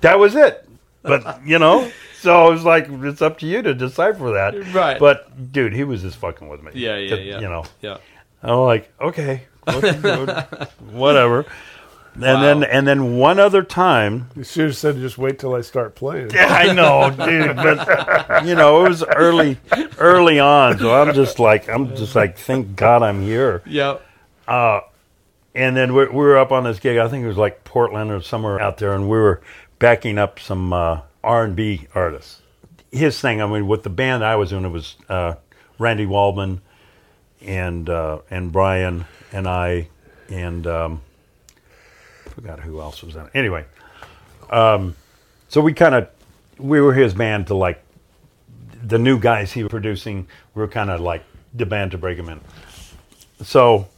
Speaker 3: That was it. But you know, so it was like, it's up to you to decipher that.
Speaker 2: Right.
Speaker 3: But dude, he was just fucking with me.
Speaker 2: Yeah, yeah,
Speaker 3: To-
Speaker 2: yeah.
Speaker 3: You know,
Speaker 2: Yeah.
Speaker 3: I'm like, okay, whatever. And then
Speaker 2: Wow.
Speaker 3: and then one other time,
Speaker 4: You should have said, just wait till I start playing.
Speaker 3: I know, dude, but you know, it was early early on, so I'm just like I'm just like thank God I'm here.
Speaker 2: Yeah.
Speaker 3: And then we we were up on this gig, I think it was like Portland or somewhere out there and we were backing up some uh, R&B artists. His thing, I mean, with the band I was in, it was uh, Randy Waldman and uh, and Brian and I and um, I forgot who else was in it. Anyway, um, so we kind of we were his band to like the new guys he was producing. We were kind of like the band to break him in. So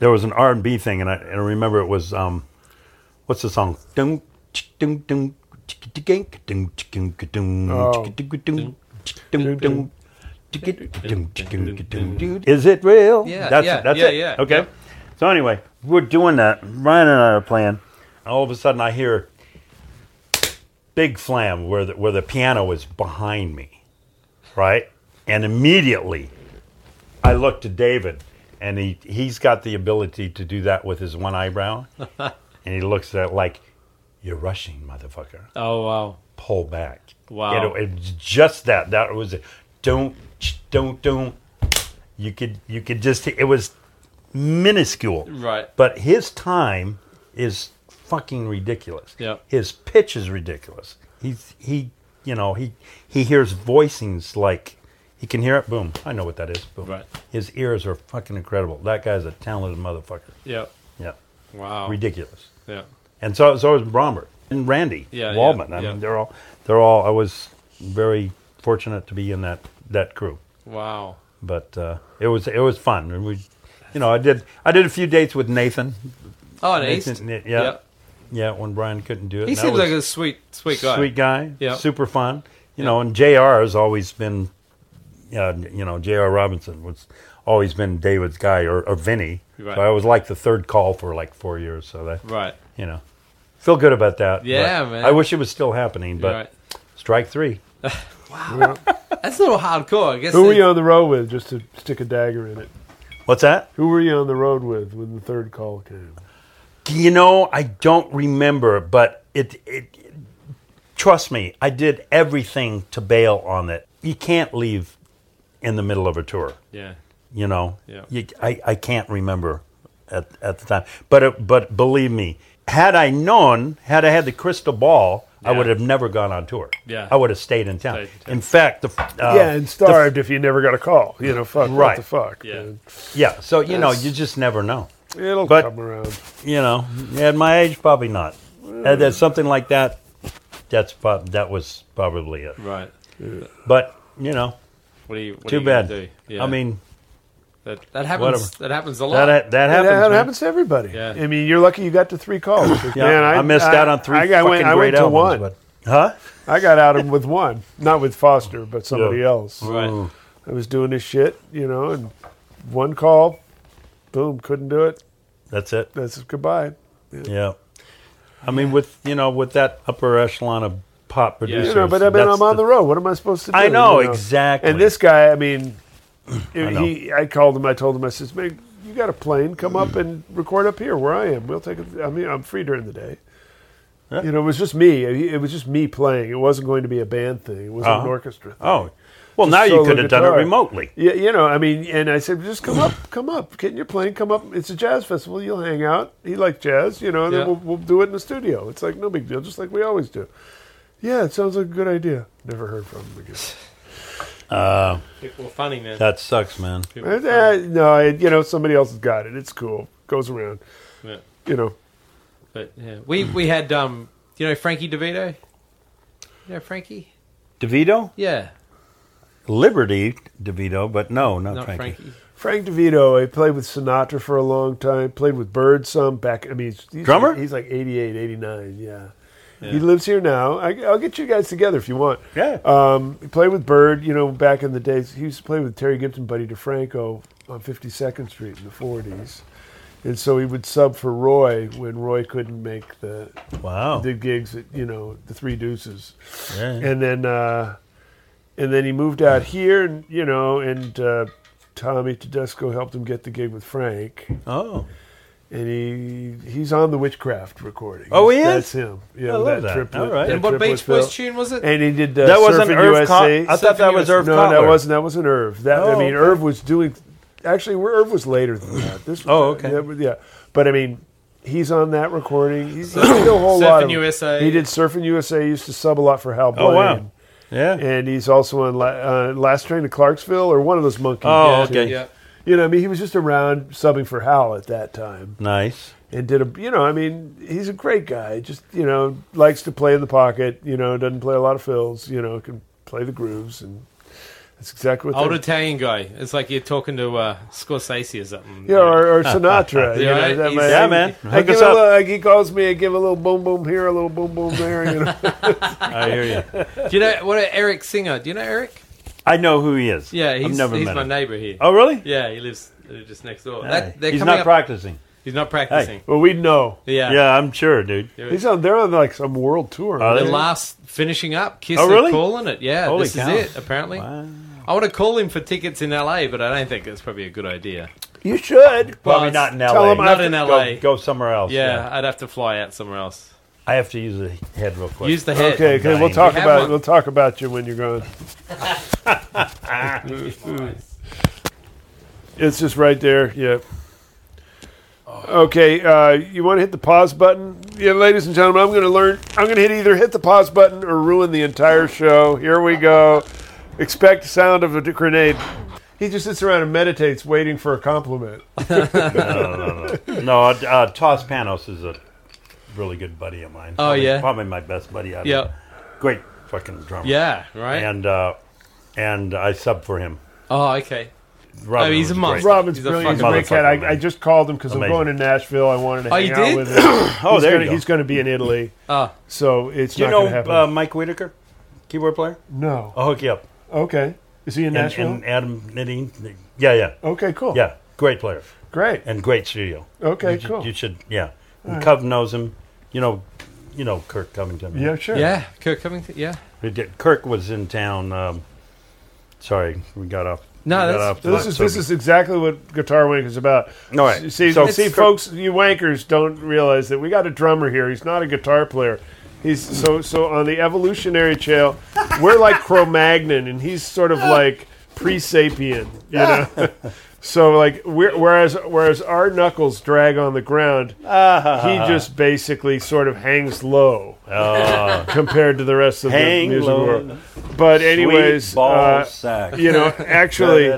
Speaker 3: there was an R and B thing, and I, and I remember it was um, what's the song? Dun, ch- dun, dun, ch- Is it real?
Speaker 1: Yeah,
Speaker 3: that's
Speaker 1: yeah,
Speaker 3: it. That's
Speaker 1: yeah,
Speaker 3: it.
Speaker 1: yeah,
Speaker 3: okay.
Speaker 1: yeah.
Speaker 3: So anyway, we're doing that. Ryan and I are playing. All of a sudden, I hear big flam where the, where the piano is behind me, right? And immediately, I look to David, and he he's got the ability to do that with his one eyebrow, and he looks at it like, "You're rushing, motherfucker."
Speaker 2: Oh wow.
Speaker 3: pull back.
Speaker 2: Wow.
Speaker 3: It, it was just that. That was it. Don't, ch- don't, don't. You could, you could just, it was minuscule.
Speaker 2: Right.
Speaker 3: But his time is fucking ridiculous.
Speaker 2: Yep.
Speaker 3: His pitch is ridiculous. He's, he, you know, he, he hears voicings like, he can hear it. Boom. I know what that is. Boom.
Speaker 2: Right.
Speaker 3: His ears are fucking incredible. That guy's a talented motherfucker.
Speaker 2: Yeah.
Speaker 3: Yeah.
Speaker 2: Wow.
Speaker 3: Ridiculous.
Speaker 2: Yeah.
Speaker 3: And so, so was Bromberg and Randy
Speaker 2: Yeah,
Speaker 3: Waldman.
Speaker 2: yeah,
Speaker 3: I
Speaker 2: yeah.
Speaker 3: mean, they're all they're all. I was very fortunate to be in that that crew,
Speaker 2: Wow.
Speaker 3: but uh, it was it was fun. And we, you know, I did I did a few dates with Nathan.
Speaker 2: Oh, an
Speaker 3: Nathan,
Speaker 2: ace.
Speaker 3: yeah,
Speaker 2: Yeah.
Speaker 3: yeah, When Brian couldn't do it,
Speaker 2: He
Speaker 3: And that
Speaker 2: seems
Speaker 3: was
Speaker 2: like a sweet, sweet guy.
Speaker 3: sweet guy,
Speaker 2: Yeah.
Speaker 3: super fun. You know, and Jr. has always been, uh, you know, Jr. Robinson was always been David's guy or, or Vinny.
Speaker 2: Right.
Speaker 3: So I was like the third call for like four years. So that
Speaker 2: Right.
Speaker 3: you know, feel good about that.
Speaker 2: Yeah,
Speaker 3: but
Speaker 2: man.
Speaker 3: I wish it was still happening, but
Speaker 2: Right.
Speaker 3: strike three.
Speaker 2: That's a little hardcore. I guess.
Speaker 4: Who were
Speaker 2: they-
Speaker 4: you on the road with, just to stick a dagger in it?
Speaker 3: What's that?
Speaker 4: Who were you on the road with when the third call came?
Speaker 3: You know, I don't remember, but it, it, trust me, I did everything to bail on it. You can't leave in the middle of a tour.
Speaker 2: Yeah.
Speaker 3: You know,
Speaker 2: Yeah.
Speaker 3: You- I, I can't remember at, at the time, but it, but believe me, had I known, had I had the crystal ball, I
Speaker 2: Yeah.
Speaker 3: would have never gone on tour.
Speaker 2: Yeah.
Speaker 3: I would have stayed in town.
Speaker 2: Stayed in town.
Speaker 3: in fact, the f- uh,
Speaker 4: yeah, and
Speaker 3: the f-
Speaker 4: starved if you never got a call. You know, fuck, what
Speaker 3: Right.
Speaker 4: the fuck.
Speaker 2: Yeah.
Speaker 4: man.
Speaker 3: Yeah, so you know, you just never know.
Speaker 4: It'll
Speaker 3: But-
Speaker 4: come around.
Speaker 3: You know, at my age, probably not. At, at something like that, that's prob- that was probably it.
Speaker 2: Right.
Speaker 3: But you know,
Speaker 2: What do you? What
Speaker 3: too
Speaker 2: are you gonna
Speaker 3: bad.
Speaker 2: Do?
Speaker 3: I mean,
Speaker 2: that, that happens.
Speaker 3: whatever.
Speaker 2: That happens a lot.
Speaker 3: that that
Speaker 4: That
Speaker 3: happens.
Speaker 4: happens,
Speaker 3: man.
Speaker 4: to everybody.
Speaker 2: Yeah.
Speaker 4: I mean, you're lucky you got to three calls. 'cause,
Speaker 3: Yeah,
Speaker 4: man,
Speaker 3: I, missed out on three
Speaker 4: I,
Speaker 3: fucking
Speaker 4: got- went, I
Speaker 3: great
Speaker 4: went to
Speaker 3: albums.
Speaker 4: one.
Speaker 3: but- huh?
Speaker 4: I got out of with one, not with Foster, but somebody
Speaker 3: Yeah.
Speaker 4: else.
Speaker 2: right.
Speaker 4: I was doing this shit, you know, and one call, boom, couldn't do it.
Speaker 3: That's it.
Speaker 4: That's goodbye.
Speaker 3: Yeah. I mean, with you know, with that upper echelon of pop producers,
Speaker 4: you know, but I mean,
Speaker 3: that's
Speaker 4: I'm on the road. What am I supposed to do?
Speaker 3: I know,
Speaker 4: you
Speaker 3: exactly.
Speaker 4: And this guy, I mean,
Speaker 3: know.
Speaker 4: he, I called him. I told him, I says, "Man, you got a plane? Come up and record up here where I am. We'll take. A, I mean, I'm free during the day." You know, it was just me. It was just me playing. It wasn't going to be a band thing. It wasn't an
Speaker 3: Uh-huh.
Speaker 4: orchestra. Thing.
Speaker 3: Oh, well,
Speaker 4: Just
Speaker 3: now you
Speaker 4: solo
Speaker 3: could have done it
Speaker 4: guitar.
Speaker 3: remotely.
Speaker 4: Yeah, you know, I mean, and I said, just come up, come up, get in your plane, come up. It's a jazz festival. You'll hang out. He liked jazz, you know, and
Speaker 2: Yeah.
Speaker 4: then we'll, we'll do it in the studio. It's like no big deal, just like we always do. Yeah, it sounds like a good idea. Never heard from him again.
Speaker 2: People are funny, man.
Speaker 3: That sucks, man.
Speaker 4: Eh, eh, no, I, you know, somebody else has got it. It's cool. Goes around.
Speaker 2: Yeah.
Speaker 4: You know,
Speaker 2: But yeah, we we had um, you know, Frankie DeVito. You know Frankie?
Speaker 3: DeVito,
Speaker 2: Yeah,
Speaker 3: Liberty DeVito, but no, not,
Speaker 2: not
Speaker 3: Frankie.
Speaker 2: Frankie.
Speaker 4: Frank DeVito. I played with Sinatra for a long time. Played with Bird some back. I mean, he's, he's
Speaker 3: Drummer?
Speaker 4: Like, he's like 88, 89, Yeah. He lives here now. I, I'll get you guys together if you want.
Speaker 3: Yeah. Uh,
Speaker 4: Um, he played with Bird, you know, back in the days. He used to play with Terry Gibson, Buddy DeFranco on 52nd Street in the 40s. And so he would sub for Roy when Roy couldn't make the,
Speaker 3: wow.
Speaker 4: the gigs at, you know, the Three Deuces.
Speaker 3: Yeah.
Speaker 4: And then, uh, and then he moved out here, and, you know, and uh, Tommy Tedesco helped him get the gig with Frank.
Speaker 3: oh.
Speaker 4: And he he's on the Witchcraft recording.
Speaker 3: Oh, he
Speaker 4: That's
Speaker 3: is?
Speaker 4: him. Yeah,
Speaker 3: I love that.
Speaker 4: triplet-
Speaker 3: All right.
Speaker 2: And what
Speaker 4: triplet
Speaker 2: Beach
Speaker 4: fill.
Speaker 2: Boys tune was it?
Speaker 4: And he did uh,
Speaker 3: That wasn't
Speaker 4: Surfing
Speaker 3: Irv
Speaker 4: USA.
Speaker 3: Cotler. I thought that was Irv
Speaker 4: No,
Speaker 3: Cotler.
Speaker 4: that wasn't. That wasn't Irv. That
Speaker 3: Oh,
Speaker 4: I
Speaker 3: okay.
Speaker 4: mean, Irv was doing. Actually, we're- Irv was later than that. This. Was,
Speaker 3: Oh, okay.
Speaker 4: that was- yeah, but I mean, he's on that recording. He's, he's did a whole
Speaker 2: Surfing
Speaker 4: lot. Of,
Speaker 2: USA.
Speaker 4: He did Surfing USA. He used to sub a lot for Hal Blaine.
Speaker 3: Oh, wow. Yeah.
Speaker 4: And he's also on La- uh, Last Train to Clarksville or one of those monkeys.
Speaker 3: Oh,
Speaker 4: Yeah.
Speaker 3: okay.
Speaker 2: Yeah,
Speaker 4: You know, I mean, he was just around subbing for Hal at that time
Speaker 3: Nice.
Speaker 4: and did a you know i mean he's a great guy just you know likes to play in the pocket you know doesn't play a lot of fills you know can play the grooves and That's exactly what.
Speaker 2: Old
Speaker 4: they-
Speaker 2: Italian guy. It's like you're talking to uh, Scorsese or something.
Speaker 4: yeah, or, or Sinatra. you know,
Speaker 2: right?
Speaker 4: that
Speaker 2: He's-
Speaker 4: man-
Speaker 3: Yeah, man.
Speaker 4: I
Speaker 3: Hook
Speaker 4: give
Speaker 3: us
Speaker 4: a
Speaker 3: up.
Speaker 4: little, like, he calls me. I give a little boom, boom here, a little boom, boom there. You know,
Speaker 3: I hear you.
Speaker 2: Do you know what a Eric Singer? Do you know Eric?
Speaker 3: I know who he is.
Speaker 2: Yeah,
Speaker 3: I've
Speaker 2: he's,
Speaker 3: never
Speaker 2: he's
Speaker 3: met
Speaker 2: my
Speaker 3: him.
Speaker 2: neighbour here.
Speaker 3: Oh, really?
Speaker 2: Yeah, he lives uh, just next door.
Speaker 3: Hey.
Speaker 2: That, they're
Speaker 3: he's
Speaker 2: coming
Speaker 3: not
Speaker 2: up-
Speaker 3: practicing.
Speaker 2: He's not practicing.
Speaker 4: well, we know
Speaker 2: Yeah.
Speaker 3: Yeah. I'm sure, dude.
Speaker 4: he's on. They're on like some world tour.
Speaker 3: Are
Speaker 2: The
Speaker 3: they?
Speaker 2: last finishing up. Kiss
Speaker 3: Oh,
Speaker 2: are
Speaker 3: really?
Speaker 2: calling it. Yeah,
Speaker 3: Holy
Speaker 2: this
Speaker 3: cow.
Speaker 2: is it. Apparently,
Speaker 3: Wow.
Speaker 2: I want to call him for tickets in LA, but I don't think that's probably a good idea.
Speaker 4: you should.
Speaker 3: Probably
Speaker 2: it's-
Speaker 3: not in
Speaker 4: tell
Speaker 3: L.A.
Speaker 4: him I
Speaker 2: Not
Speaker 4: have
Speaker 2: in
Speaker 4: to
Speaker 2: LA.
Speaker 3: Go, go somewhere else.
Speaker 2: yeah, I'd have to fly out somewhere else.
Speaker 3: I have to use the head real quick.
Speaker 2: Use the head.
Speaker 4: Okay, okay. We'll
Speaker 3: Nine.
Speaker 4: talk
Speaker 2: We have
Speaker 4: about
Speaker 2: one.
Speaker 4: we'll talk about you when you're gone. it's just right there. Yeah. Okay, uh, you want to hit the pause button? Yeah, ladies and gentlemen, I'm going to learn. I'm going to hit either hit the pause button or ruin the entire show. Here we go. Expect sound of a grenade. He just sits around and meditates, waiting for a compliment.
Speaker 3: No, uh, Toss Panos is a really good buddy of mine.
Speaker 2: Oh,
Speaker 3: Probably-
Speaker 2: yeah?
Speaker 3: probably my best buddy. Out
Speaker 2: Yeah.
Speaker 3: of, great fucking drummer.
Speaker 2: Yeah. Right.
Speaker 3: and uh, and I sub for him.
Speaker 2: oh, okay. Oh,
Speaker 3: Robin
Speaker 2: he's a
Speaker 3: was
Speaker 2: monster.
Speaker 3: great.
Speaker 4: Robin's
Speaker 2: He's a
Speaker 4: brilliant. He's a
Speaker 2: fucking
Speaker 4: great cat.
Speaker 3: motherfucker,
Speaker 4: I,
Speaker 3: man.
Speaker 4: I just called him because I'm
Speaker 3: Amazing.
Speaker 4: going to Nashville. I wanted to hang
Speaker 2: you
Speaker 4: out
Speaker 2: did?
Speaker 4: with him. oh,
Speaker 3: there you
Speaker 4: gonna,
Speaker 3: go.
Speaker 4: He's going to be in Italy.
Speaker 2: Ah.
Speaker 4: So it's
Speaker 3: Do you
Speaker 4: not
Speaker 3: know
Speaker 4: going to happen.
Speaker 3: uh, Mike Whitaker, keyboard player?
Speaker 4: no.
Speaker 3: I'll hook you up.
Speaker 4: Okay. Is he in
Speaker 3: And,
Speaker 4: Nashville?
Speaker 3: and Adam Nadine. Yeah, yeah,
Speaker 4: okay, cool.
Speaker 3: yeah. Great player
Speaker 4: Great.
Speaker 3: and great studio.
Speaker 4: Okay,
Speaker 3: you, should-
Speaker 4: cool.
Speaker 3: You should, yeah. And Cub knows him. You know, you know Kirk Covington. right?
Speaker 4: yeah, sure.
Speaker 2: Yeah, Kirk Covington. Yeah.
Speaker 3: We did- Kirk was in town. Um, sorry, we got off.
Speaker 2: No,
Speaker 3: we got
Speaker 2: that's-
Speaker 3: off
Speaker 4: So this
Speaker 3: the-
Speaker 4: is
Speaker 3: so-
Speaker 4: this is exactly what Guitar Wank is about.
Speaker 3: All right.
Speaker 4: See,
Speaker 3: So-
Speaker 4: see,
Speaker 3: It's-
Speaker 4: folks, you wankers don't realize that we got a drummer here. He's not a guitar player. He's so so on the evolutionary trail. We're like Cro-Magnon, and he's sort of like pre-sapien, you know. so like, we're, whereas whereas our knuckles drag on the ground,
Speaker 3: Ah.
Speaker 4: he just basically sort of hangs low compared to the rest of the
Speaker 3: Ah. Hang
Speaker 4: music
Speaker 3: low.
Speaker 4: world. But anyways,
Speaker 5: Sweet ball
Speaker 4: uh,
Speaker 5: sack.
Speaker 4: you know, actually.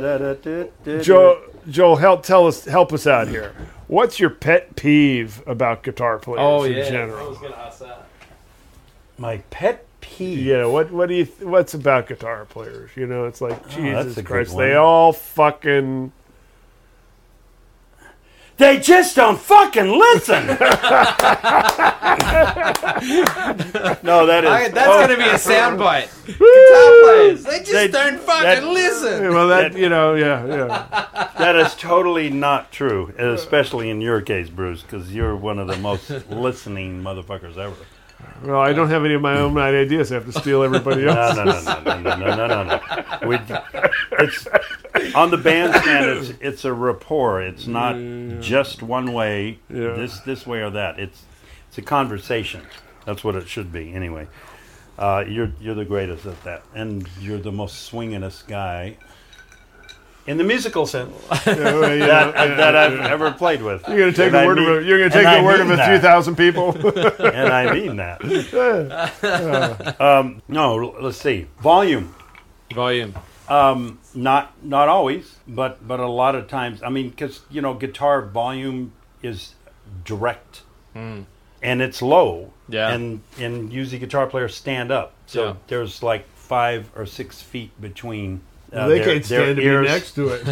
Speaker 4: Joel, Joel, help tell us, help us out here. What's your pet peeve about guitar players
Speaker 2: Oh,
Speaker 4: in
Speaker 2: yeah. I
Speaker 4: general?
Speaker 2: was gonna ask that.
Speaker 3: my pet peeve.
Speaker 4: Yeah, what what do you th- what's about guitar players? You know, it's like Jesus
Speaker 3: Oh, a good
Speaker 4: Christ,
Speaker 3: one.
Speaker 4: they all fucking
Speaker 3: They just don't fucking listen. no, that is. oh,
Speaker 2: I, that's gonna be a soundbite. Guitar
Speaker 4: well,
Speaker 2: players, they just
Speaker 3: They-
Speaker 2: don't fucking
Speaker 3: that-
Speaker 2: listen.
Speaker 4: that you know, yeah, yeah.
Speaker 3: That is totally not true, especially in your case, Bruce, because you're one of the most listening motherfuckers ever.
Speaker 4: Well, I don't have any of my own ideas. I have to steal everybody
Speaker 3: No,
Speaker 4: else.
Speaker 3: no, no, no, no, no, no, no, no. We, it's on the bandstand. It's it's a rapport. It's not just one way.
Speaker 4: Yeah.
Speaker 3: This this way or that. It's it's a conversation. That's what it should be. Anyway, uh, you're you're the greatest at that, and you're the most swingingest guy in the musical sense
Speaker 4: Yeah, well, you
Speaker 3: that, uh,
Speaker 4: know, yeah.
Speaker 3: that I've ever played with.
Speaker 4: You're gonna take
Speaker 3: And
Speaker 4: the
Speaker 3: I
Speaker 4: word
Speaker 3: mean-
Speaker 4: of a, you're gonna
Speaker 3: and
Speaker 4: take
Speaker 3: I
Speaker 4: the word of
Speaker 3: mean
Speaker 4: a few
Speaker 3: that.
Speaker 4: thousand people.
Speaker 3: and I mean that. um, no, l- let's see. Volume.
Speaker 2: Volume.
Speaker 3: Um, not not always, but but a lot of times. I mean, because you know, guitar volume is direct, and it's low.
Speaker 2: Hmm. Yeah.
Speaker 3: And and usually guitar players stand up, so
Speaker 2: Yeah.
Speaker 3: there's like five or six feet between. Uh,
Speaker 4: they
Speaker 3: their-
Speaker 4: can't
Speaker 3: their
Speaker 4: stand to
Speaker 3: ears,
Speaker 4: be next to it.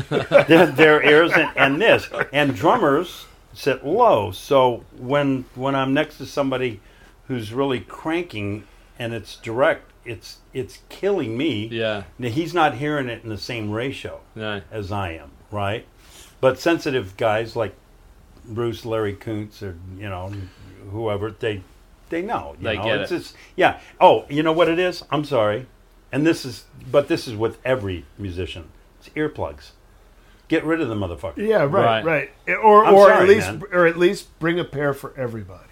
Speaker 3: their, their ears and, and this and drummers sit low so when when i'm next to somebody who's really cranking and it's direct it's it's killing me
Speaker 2: Yeah.
Speaker 3: Now, he's not hearing it in the same ratio
Speaker 2: No.
Speaker 3: as i am right but sensitive guys like bruce larry Kuntz, or you know whoever they they know you
Speaker 2: They
Speaker 3: know
Speaker 2: get
Speaker 3: it's
Speaker 2: it.
Speaker 3: just yeah oh you know what it is i'm sorry and this is but this is with every musician it's earplugs get rid of the motherfucker
Speaker 4: yeah,
Speaker 2: Right.
Speaker 4: right, right. Or
Speaker 3: I'm
Speaker 4: or
Speaker 3: sorry,
Speaker 4: at least
Speaker 3: man.
Speaker 4: or at least bring a pair for everybody.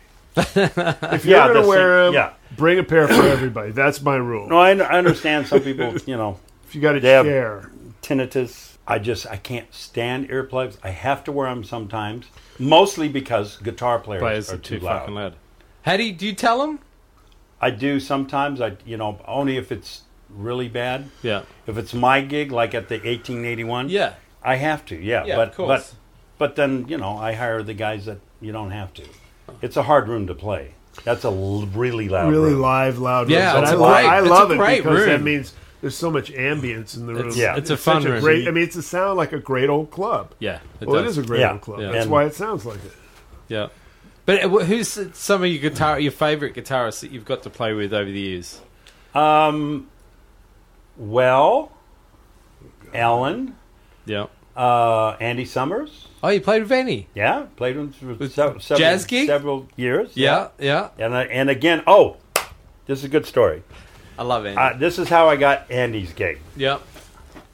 Speaker 4: if
Speaker 3: Yeah,
Speaker 4: you're
Speaker 3: the
Speaker 4: gonna
Speaker 3: same-
Speaker 4: wear them,
Speaker 3: yeah.
Speaker 4: bring a pair for everybody. That's my rule.
Speaker 3: No, I, I understand some people, you know,
Speaker 4: if you got a
Speaker 3: they have-
Speaker 4: chair,
Speaker 3: tinnitus. I just I can't stand earplugs. I have to wear them sometimes, mostly because guitar players,
Speaker 2: Players
Speaker 3: are
Speaker 2: are
Speaker 3: too,
Speaker 2: too
Speaker 3: loud.
Speaker 2: fucking loud. How do you, do you tell them?
Speaker 3: I do sometimes. I you know only if it's really bad.
Speaker 2: Yeah.
Speaker 3: If it's my gig, like at the 1881.
Speaker 2: Yeah.
Speaker 3: I have to. Yeah,
Speaker 2: Yeah,
Speaker 3: but
Speaker 2: of course.
Speaker 3: but but then you know I hire the guys that you don't have to. It's a hard room to play. That's a l- really loud.
Speaker 4: really
Speaker 3: room.
Speaker 4: live, loud.
Speaker 2: Yeah,
Speaker 4: room.
Speaker 2: it's
Speaker 4: I,
Speaker 2: a
Speaker 4: lo-
Speaker 2: great-
Speaker 4: I
Speaker 2: it's a
Speaker 4: love it
Speaker 2: great
Speaker 4: because that
Speaker 2: room.
Speaker 4: means There's so much ambience in the room.
Speaker 2: It's- Yeah. it's a
Speaker 4: such
Speaker 2: fun room.
Speaker 4: Great, I mean, it's a sound like a great old club.
Speaker 2: Yeah, it
Speaker 4: well,
Speaker 2: does.
Speaker 4: it is a great
Speaker 3: Yeah.
Speaker 4: old club.
Speaker 2: Yeah.
Speaker 4: That's
Speaker 3: And-
Speaker 4: why it sounds like it.
Speaker 2: Yeah. But uh, wh- who's some of your guitar, your favorite guitarists that you've got to play with over the years?
Speaker 3: Um, well, Alan,
Speaker 2: Yeah.
Speaker 3: uh, Andy Summers.
Speaker 2: Oh, you played with Annie.
Speaker 3: Yeah, played with him for se- several,
Speaker 2: Jazz gig?
Speaker 3: several years.
Speaker 2: Yeah, yeah.
Speaker 3: And I, and again, oh, this is a good story.
Speaker 2: I love Annie.
Speaker 3: Uh, this is how I got Andy's gig.
Speaker 2: yeah.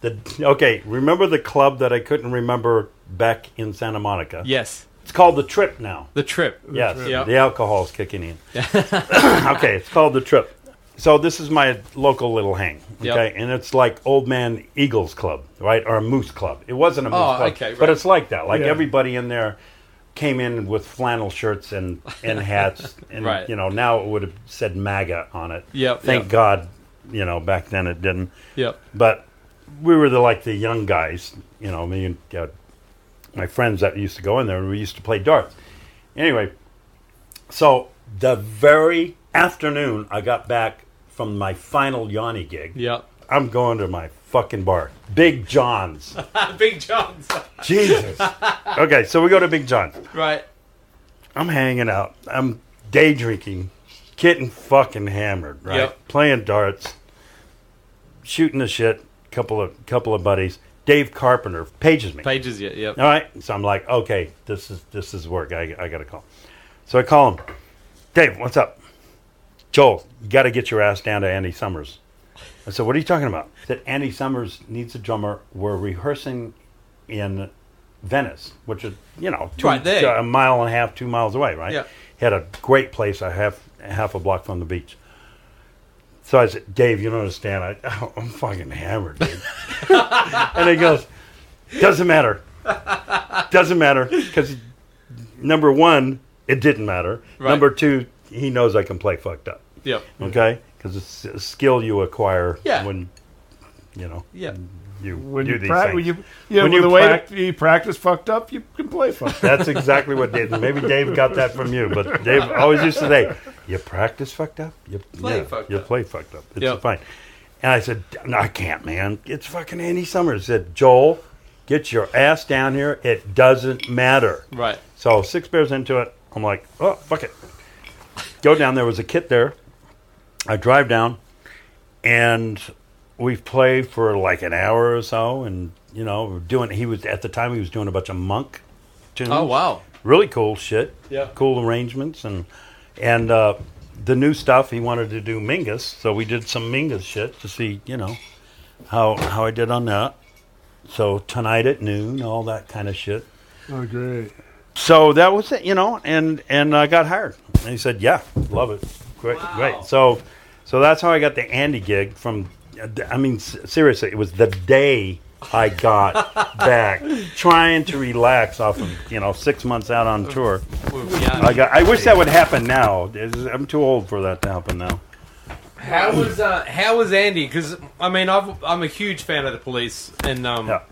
Speaker 3: The, okay, remember the club that I couldn't remember back in Santa Monica?
Speaker 2: Yes.
Speaker 3: It's called The Trip now.
Speaker 2: The Trip.
Speaker 3: Yes,
Speaker 2: Yeah.
Speaker 3: the alcohol's kicking in. okay, it's called the trip. So this is my local little hang, okay,
Speaker 2: Yep.
Speaker 3: and it's like Old Man Eagles Club, right, or a Moose Club. It wasn't a Moose
Speaker 2: Oh,
Speaker 3: Club,
Speaker 2: okay, right.
Speaker 3: but it's like that. Like
Speaker 4: Yeah.
Speaker 3: everybody in there came in with flannel shirts and and hats, and
Speaker 2: Right.
Speaker 3: you know now it would have said MAGA on it.
Speaker 2: Yep,
Speaker 3: Thank
Speaker 2: yep.
Speaker 3: God, you know back then it didn't.
Speaker 2: Yep.
Speaker 3: But we were the like the young guys, you know, me and uh, my friends that used to go in there, and we used to play darts. Anyway, so the very afternoon I got back from my final Yanni gig,
Speaker 2: Yeah.
Speaker 3: I'm going to my fucking bar, Big John's.
Speaker 2: Big John's.
Speaker 3: Jesus. Okay, so we go to Big John's.
Speaker 2: Right.
Speaker 3: I'm hanging out. I'm day drinking, getting fucking hammered, right?
Speaker 2: Yep.
Speaker 3: Playing darts, shooting the shit. Couple of couple of buddies. Dave Carpenter pages me.
Speaker 2: Pages yet, yeah.
Speaker 3: All right. So I'm like, okay, this is this is work. I I gotta call. So I call him. Dave, what's up? Joel, you gotta get your ass down to Andy Summers. I said, what are you talking about? He said Andy Summers needs a drummer. We're rehearsing in Venice, which is you know two, uh,
Speaker 2: Right there.
Speaker 3: a mile and a half, two miles away, right?
Speaker 2: Yeah.
Speaker 3: He had a great place, a half half a block from the beach. So I said, Dave, you don't understand. I, I'm fucking hammered, dude. and he goes, doesn't matter. Doesn't matter because number one, it didn't matter.
Speaker 2: Right.
Speaker 3: Number two, he knows I can play fucked up.
Speaker 2: Yep.
Speaker 3: Okay, because it's a skill you acquire
Speaker 2: Yeah.
Speaker 3: when you know
Speaker 2: Yeah.
Speaker 3: you
Speaker 4: When
Speaker 3: do
Speaker 4: you,
Speaker 3: these
Speaker 4: prac-
Speaker 3: things.
Speaker 4: when you, yeah,
Speaker 3: When
Speaker 4: when
Speaker 3: you
Speaker 4: the way
Speaker 3: prac-
Speaker 4: that you practice fucked up, you can play fucked up.
Speaker 3: That's exactly what Dave. Maybe Dave got that from you, but Dave always used to say, "You practice fucked up. You
Speaker 2: Play fucked
Speaker 3: You
Speaker 2: up."
Speaker 3: play fucked up. It's
Speaker 2: Yep.
Speaker 3: fine." And I said, "No, I can't, man. It's fucking Andy Summers." He said Joel, "Get your ass down here. It doesn't matter."
Speaker 2: Right.
Speaker 3: So six beers into it, I'm like, "Oh, fuck it." Go down. There was a kit there. I drive down, and we play for like an hour or so, and you know, we're doing. He was at the time he was doing a bunch of monk. Tunes
Speaker 2: Oh, wow.
Speaker 3: really cool shit.
Speaker 2: Yeah.
Speaker 3: Cool arrangements and and uh, the new stuff he wanted to do Mingus, so we did some Mingus shit to see, you know, how how I did on that. So tonight at noon, all that kind of shit.
Speaker 4: oh, great.
Speaker 3: So that was it, you know, and and I got hired. And he said, "Yeah, love it, great, great." So, so that's how I got the Andy gig. From, I mean, s- seriously, it was the day I got back, trying to relax off of you know six months out on tour.
Speaker 2: Yeah.
Speaker 3: I got. I wish that would happen now. This is- I'm too old for that to happen now.
Speaker 2: How was uh, how was Andy? Because I mean, I've, I'm a huge fan of the Police, and um,
Speaker 3: Yeah.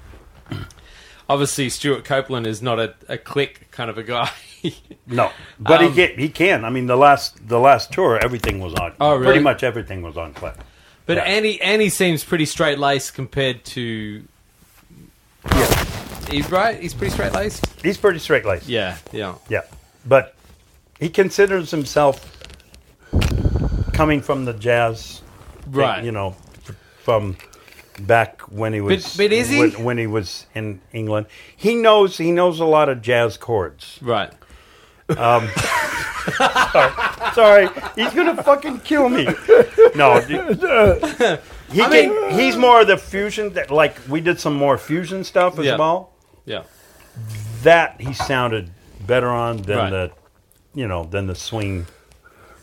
Speaker 2: obviously Stuart Copeland is not a, a click kind of a guy.
Speaker 3: No, but he
Speaker 2: Um,
Speaker 3: get he can. I mean, the last the last tour, everything was on.
Speaker 2: Oh, really?
Speaker 3: Pretty much everything was on clap.
Speaker 2: but
Speaker 3: Yeah.
Speaker 2: Andy Andy seems pretty straight laced compared to. Yeah. He's right. He's pretty straight laced.
Speaker 3: He's pretty straight laced.
Speaker 2: Yeah. Yeah.
Speaker 3: Yeah, but he considers himself coming from the jazz, thing,
Speaker 2: Right.
Speaker 3: You know, f- from back when he was,
Speaker 2: but is he?
Speaker 3: When, when he was in England, he knows he knows a lot of jazz chords.
Speaker 2: Right.
Speaker 3: Sorry, he's gonna fucking kill me. No, dude. he can, he's more of the fusion that like we did some more fusion stuff as
Speaker 2: Yeah.
Speaker 3: well.
Speaker 2: Yeah.
Speaker 3: that he sounded better on than
Speaker 2: Right.
Speaker 3: the you know than the swing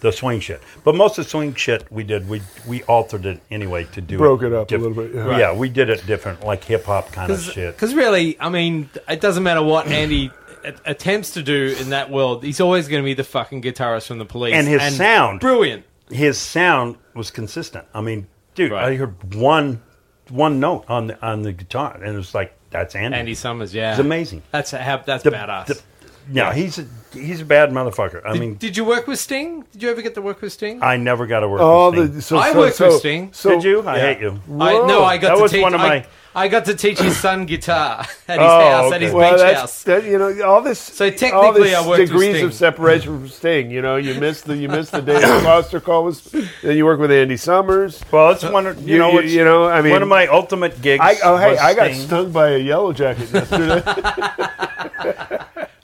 Speaker 3: the swing shit but most of the swing shit we did we we altered it anyway to do
Speaker 4: Broke it up a little bit, yeah.
Speaker 3: yeah. we did it different like hip-hop kind of shit
Speaker 2: Because really, I mean, it doesn't matter what Andy a- attempts to do in that world. He's always going to be the fucking guitarist from the Police,
Speaker 3: And his sound.
Speaker 2: brilliant.
Speaker 3: his sound was consistent i mean dude
Speaker 2: Right.
Speaker 3: i heard one one note on the on the guitar and it was like that's andy,
Speaker 2: Andy Summers, yeah,
Speaker 3: it's amazing
Speaker 2: That's how that's badass.
Speaker 3: the- No, he's a, he's a bad motherfucker. I mean,
Speaker 2: Did you work with Sting? Did you ever get to work with Sting?
Speaker 3: I never got to work.
Speaker 4: All
Speaker 3: Oh,
Speaker 4: the
Speaker 3: the
Speaker 4: so,
Speaker 2: I
Speaker 4: so,
Speaker 2: worked
Speaker 4: so,
Speaker 2: with Sting.
Speaker 4: So,
Speaker 3: did you? I
Speaker 4: yeah.
Speaker 3: hate you.
Speaker 2: I, no, I got
Speaker 3: that
Speaker 2: to
Speaker 3: was
Speaker 2: teach,
Speaker 3: one of
Speaker 2: I-
Speaker 3: my-
Speaker 2: I, got to teach his son guitar at his
Speaker 3: Oh,
Speaker 2: house, at his
Speaker 3: okay.
Speaker 4: Well,
Speaker 2: beach
Speaker 4: that's
Speaker 2: house.
Speaker 4: that, you know all this.
Speaker 2: So
Speaker 4: all
Speaker 2: technically
Speaker 4: this
Speaker 2: I worked with
Speaker 4: degrees
Speaker 2: Sting.
Speaker 4: of separation from Sting. You know, you missed the you missed the David Foster call. Was then you work with Andy Summers.
Speaker 3: Well, it's one. Of, you,
Speaker 4: Uh,
Speaker 3: know,
Speaker 4: You- you-
Speaker 3: it's-
Speaker 4: you know, I mean-
Speaker 3: one of my ultimate gigs.
Speaker 4: I, oh hey,
Speaker 3: was
Speaker 4: I got
Speaker 3: Sting.
Speaker 4: stung by a yellow jacket yesterday.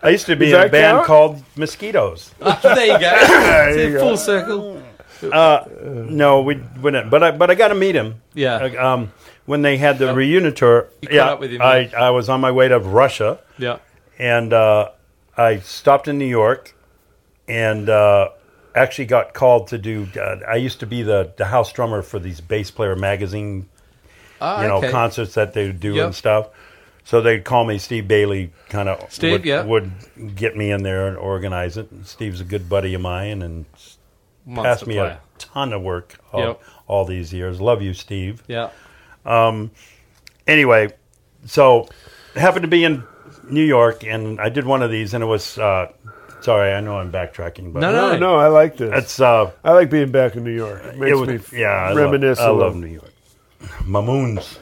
Speaker 3: I used to be
Speaker 4: Does
Speaker 3: in a
Speaker 4: that
Speaker 3: band
Speaker 4: count? Uh,
Speaker 3: called Mosquitoes.
Speaker 2: there you go. See,
Speaker 4: you go.
Speaker 2: full circle.
Speaker 3: No, we wouldn't. But I but I got to meet him.
Speaker 2: Yeah.
Speaker 3: Uh, Um, when they had the reunion tour,
Speaker 2: caught
Speaker 3: yeah,
Speaker 2: up with him,
Speaker 3: I I was on my way to Russia,
Speaker 2: Yeah.
Speaker 3: and uh, I stopped in New York, and uh, actually got called to do. Uh, I used to be the the house drummer for these Bass Player magazine
Speaker 2: Ah,
Speaker 3: you know,
Speaker 2: okay.
Speaker 3: concerts that they do
Speaker 2: Yep.
Speaker 3: and stuff. So they'd call me Steve Bailey, kind of
Speaker 2: Steve,
Speaker 3: would,
Speaker 2: yeah.
Speaker 3: would get me in there and organize it. And Steve's a good buddy of mine and s-
Speaker 2: Monster
Speaker 3: passed me
Speaker 2: player.
Speaker 3: a ton of work all,
Speaker 2: Yep.
Speaker 3: all these years. Love you, Steve.
Speaker 2: Yeah.
Speaker 3: Anyway, so happened to be in New York and I did one of these and it was, uh, sorry, I know I'm backtracking, but
Speaker 2: No, no.
Speaker 4: no, no, I like this.
Speaker 3: it's, uh,
Speaker 4: I like being back in New York. It makes
Speaker 3: it was,
Speaker 4: me
Speaker 3: yeah, I love-
Speaker 4: reminisce.
Speaker 3: I
Speaker 4: a
Speaker 3: love,
Speaker 4: little.
Speaker 3: New York. Mamoons.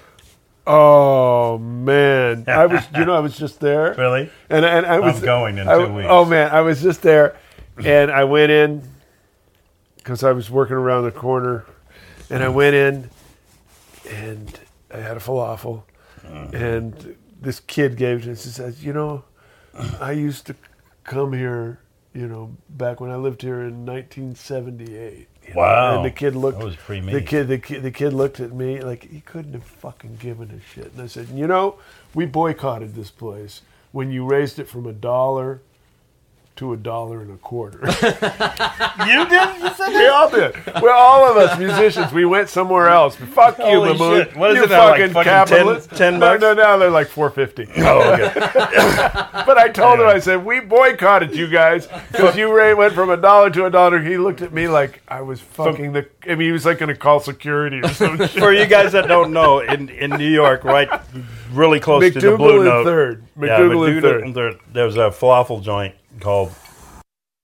Speaker 4: Oh man, I was you know I was just there.
Speaker 3: Really?
Speaker 4: And and I was
Speaker 3: going in
Speaker 4: I-
Speaker 3: two weeks.
Speaker 4: Oh man, I was just there, and I went in because I was working around the corner, and I went in, and I had a falafel,
Speaker 3: Uh-huh.
Speaker 4: and this kid gave it to me. He says, "You know, I used to come here, you know, back when I lived here in 1978." you know,
Speaker 3: Wow.
Speaker 4: And the kid looked.
Speaker 3: That was pre-me.
Speaker 4: The kid, the kid, the kid looked at me like he couldn't have fucking given a shit. And I said, "You know, we boycotted this place when you raised it from a dollar to a dollar and a quarter. you did? You said we all did. We're all of us musicians. We went somewhere else. Fuck you,
Speaker 3: Holy
Speaker 4: Mahmood.
Speaker 3: shit. What is
Speaker 4: you
Speaker 3: it now, like fucking 10 10 bucks?
Speaker 4: No, no, no, they're like four fifty.
Speaker 3: Oh, okay.
Speaker 4: But I told him, I said, we boycotted you guys because you rate went from a dollar to a dollar. He looked at me like I was fucking the. I mean, he was like going to call security or some shit.
Speaker 3: for you guys that don't know, in, in New York, right, really close to the Blue
Speaker 4: McDougal
Speaker 3: Note,
Speaker 4: and third.
Speaker 3: yeah,
Speaker 4: McDougal and
Speaker 3: McDougal
Speaker 4: third.
Speaker 3: and third, there's a falafel joint called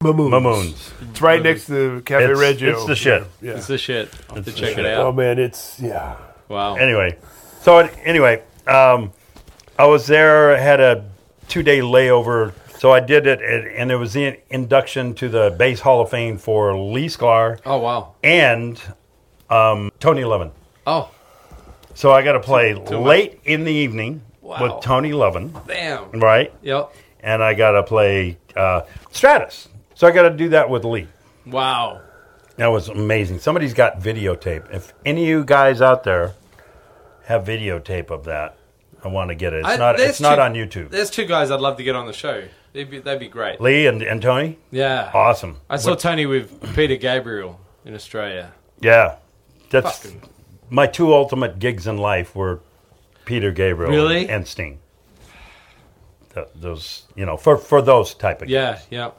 Speaker 4: Mamoons.
Speaker 3: Mamoons.
Speaker 4: It's right next to Cafe
Speaker 3: It's,
Speaker 4: Reggio.
Speaker 3: it's the shit.
Speaker 4: Yeah.
Speaker 2: It's the shit. I'll have to
Speaker 3: It's the
Speaker 2: check
Speaker 3: shit.
Speaker 2: it
Speaker 4: Oh
Speaker 2: out.
Speaker 4: man, it's yeah.
Speaker 2: Wow.
Speaker 3: Anyway, so it- anyway, um, I was there, had a two day layover, so I did it, and, and it was the induction to the Bass Hall of Fame for Lee Sklar
Speaker 2: Oh, wow.
Speaker 3: and um, Tony Levin.
Speaker 2: Oh,
Speaker 3: So I got to play
Speaker 2: much.
Speaker 3: late in the evening
Speaker 2: Wow.
Speaker 3: with Tony Levin,
Speaker 2: damn.
Speaker 3: right?
Speaker 2: Yep.
Speaker 3: and I got to play uh, Stratus. So I got to do that with Lee.
Speaker 2: Wow.
Speaker 3: That was amazing. Somebody's got videotape. If any of you guys out there have videotape of that, I want to get it. It's
Speaker 2: I-
Speaker 3: not.
Speaker 2: there's
Speaker 3: It's not
Speaker 2: two-
Speaker 3: on YouTube.
Speaker 2: There's two guys I'd love to get on the show. They'd be, that'd be great.
Speaker 3: Lee and, and Tony,
Speaker 2: Yeah.
Speaker 3: awesome.
Speaker 2: I saw
Speaker 3: What-
Speaker 2: Tony with Peter Gabriel in Australia.
Speaker 3: yeah, that's
Speaker 2: Fucking-
Speaker 3: my two ultimate gigs in life were Peter Gabriel
Speaker 2: Really?
Speaker 3: and Sting. Th- Those, you know, for for those type of
Speaker 2: Yeah, yeah.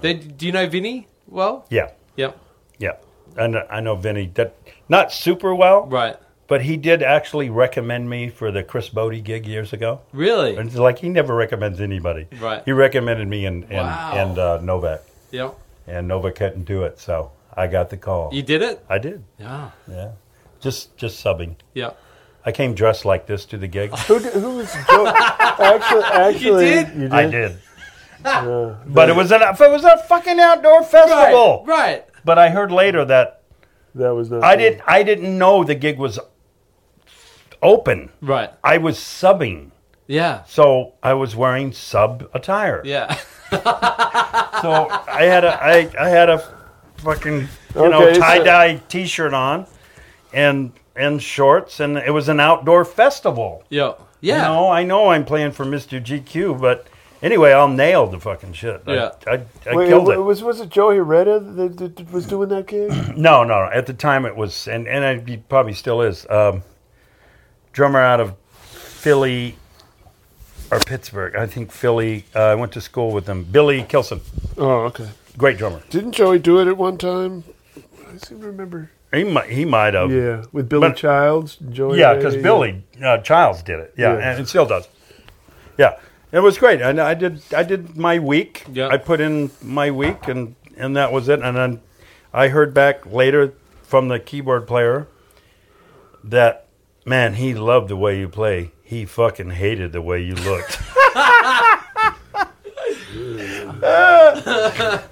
Speaker 2: They, do you know Vinny? Well,
Speaker 3: yeah,
Speaker 2: yep.
Speaker 3: yeah. And I know Vinny that not super well,
Speaker 2: Right.
Speaker 3: But he did actually recommend me for the Chris Bodie gig years ago.
Speaker 2: Really?
Speaker 3: And it's like he never recommends anybody.
Speaker 2: Right.
Speaker 3: He recommended me and and,
Speaker 2: Wow.
Speaker 3: and uh, Novak,
Speaker 2: Yep.
Speaker 3: and Novak couldn't do it, so I got the call.
Speaker 2: You did it?
Speaker 3: I did.
Speaker 2: Yeah.
Speaker 3: Yeah. Just just subbing.
Speaker 2: Yep.
Speaker 3: I came dressed like this to the gig.
Speaker 4: Who, d- who was Joe? actually, actually,
Speaker 2: did?
Speaker 3: I did. but it was an it was a fucking outdoor festival.
Speaker 2: Uh, Right.
Speaker 3: But I heard later that
Speaker 4: That was not.
Speaker 3: I
Speaker 4: cool.
Speaker 3: didn't I didn't know the gig was open.
Speaker 2: Right.
Speaker 3: I was subbing.
Speaker 2: Yeah.
Speaker 3: So I was wearing sub attire.
Speaker 2: Yeah.
Speaker 3: So I had a I, I had a fucking you know
Speaker 4: Okay, so-
Speaker 3: tie dye t shirt on, and and shorts, and it was an outdoor festival.
Speaker 2: Yep. Yeah.
Speaker 3: You know, I know I'm playing for Mister GQ, but anyway, I'll nail the fucking shit. I-
Speaker 2: Yeah.
Speaker 3: I, I,
Speaker 4: Wait,
Speaker 3: killed
Speaker 4: wa-
Speaker 3: it.
Speaker 4: Was was it Joe Herrera that, that, that was doing that gig?
Speaker 3: No, no, no. At the time, it was, and and I, he probably still is. Um, drummer out of Philly or Pittsburgh, I think Philly. Uh, I went to school with him. Billy Kilson,
Speaker 4: oh, okay.
Speaker 3: great drummer.
Speaker 4: Didn't Joey do it at one time? I seem to remember.
Speaker 3: He might he might have.
Speaker 4: Yeah, with Billy
Speaker 3: But-
Speaker 4: Childs, Joey.
Speaker 3: Yeah, because
Speaker 4: Ray.
Speaker 3: Billy uh, Childs did it. Yeah,
Speaker 4: Yeah.
Speaker 3: and it still does. Yeah. It was great, and I did. I did my week.
Speaker 2: Yeah.
Speaker 3: I put in my week, and and that was it. And then I heard back later from the keyboard player that man, he loved the way you play. He fucking hated the way you looked.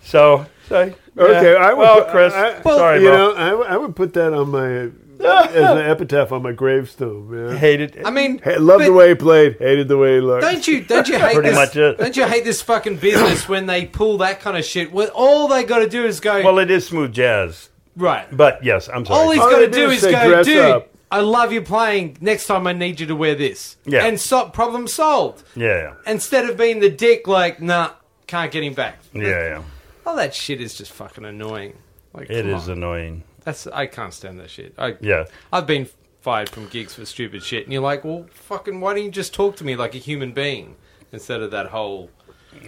Speaker 3: so, so
Speaker 4: Okay, I would
Speaker 3: well,
Speaker 4: put-
Speaker 3: Chris,
Speaker 4: I-
Speaker 3: sorry,
Speaker 4: you
Speaker 3: bro.
Speaker 4: know, I, w- I would put that on my as an epitaph on my gravestone, man.
Speaker 3: hated. it.
Speaker 2: I mean,
Speaker 4: Hey, loved the
Speaker 2: but
Speaker 4: way he played, hated the way he looked.
Speaker 2: Don't you? Don't you hate
Speaker 3: Pretty
Speaker 2: this?
Speaker 3: much it.
Speaker 2: Don't you hate this fucking business when they pull that kind of shit? When all they got to do is go
Speaker 3: well, it is smooth jazz,
Speaker 2: right.
Speaker 3: but yes, I'm sorry.
Speaker 2: All he's
Speaker 4: All
Speaker 2: got
Speaker 4: they
Speaker 2: to
Speaker 4: do
Speaker 2: do
Speaker 4: is
Speaker 2: is
Speaker 4: say,
Speaker 2: go,
Speaker 4: "Dress
Speaker 2: dude.
Speaker 4: up."
Speaker 2: I love you playing. Next time I need you to wear this.
Speaker 3: Yeah.
Speaker 2: And stop. Problem solved.
Speaker 3: yeah,
Speaker 2: Instead of being the dick, like, nah, can't get him back.
Speaker 3: yeah, yeah.
Speaker 2: All that shit is just fucking annoying. Like,
Speaker 3: It
Speaker 2: come
Speaker 3: is
Speaker 2: on.
Speaker 3: annoying.
Speaker 2: That's I can't stand that shit. I,
Speaker 3: Yeah.
Speaker 2: I've been fired from gigs for stupid shit, and you're like, well, fucking, why don't you just talk to me like a human being instead of that whole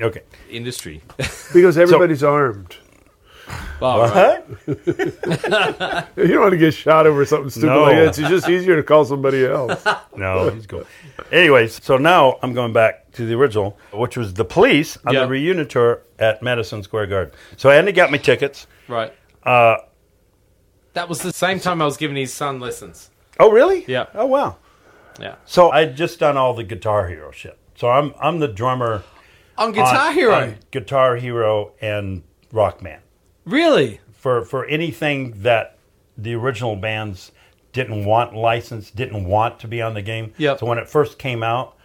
Speaker 3: Okay.
Speaker 2: industry?
Speaker 4: because everybody's armed.
Speaker 2: All right.
Speaker 3: What?
Speaker 4: You don't want to get shot over something stupid
Speaker 3: No.
Speaker 4: like that. It's just easier to call somebody else.
Speaker 3: No, he's cool. Anyways, so now I'm going back to the original, which was the police on
Speaker 2: Yeah.
Speaker 3: the reunion tour at Madison Square Garden. So I only got my tickets.
Speaker 2: Right.
Speaker 3: Uh,
Speaker 2: that was the same time I was giving his son lessons.
Speaker 3: Oh, really?
Speaker 2: Yeah.
Speaker 3: Oh, wow.
Speaker 2: Yeah.
Speaker 3: So I had just done all the Guitar Hero shit. So I'm I'm the drummer.
Speaker 2: On Guitar
Speaker 3: on-
Speaker 2: Hero.
Speaker 3: on Guitar Hero and Rockman
Speaker 2: Really?
Speaker 3: for for anything that the original bands didn't want licensed, didn't want to be on the game.
Speaker 2: Yep.
Speaker 3: So when it first came out,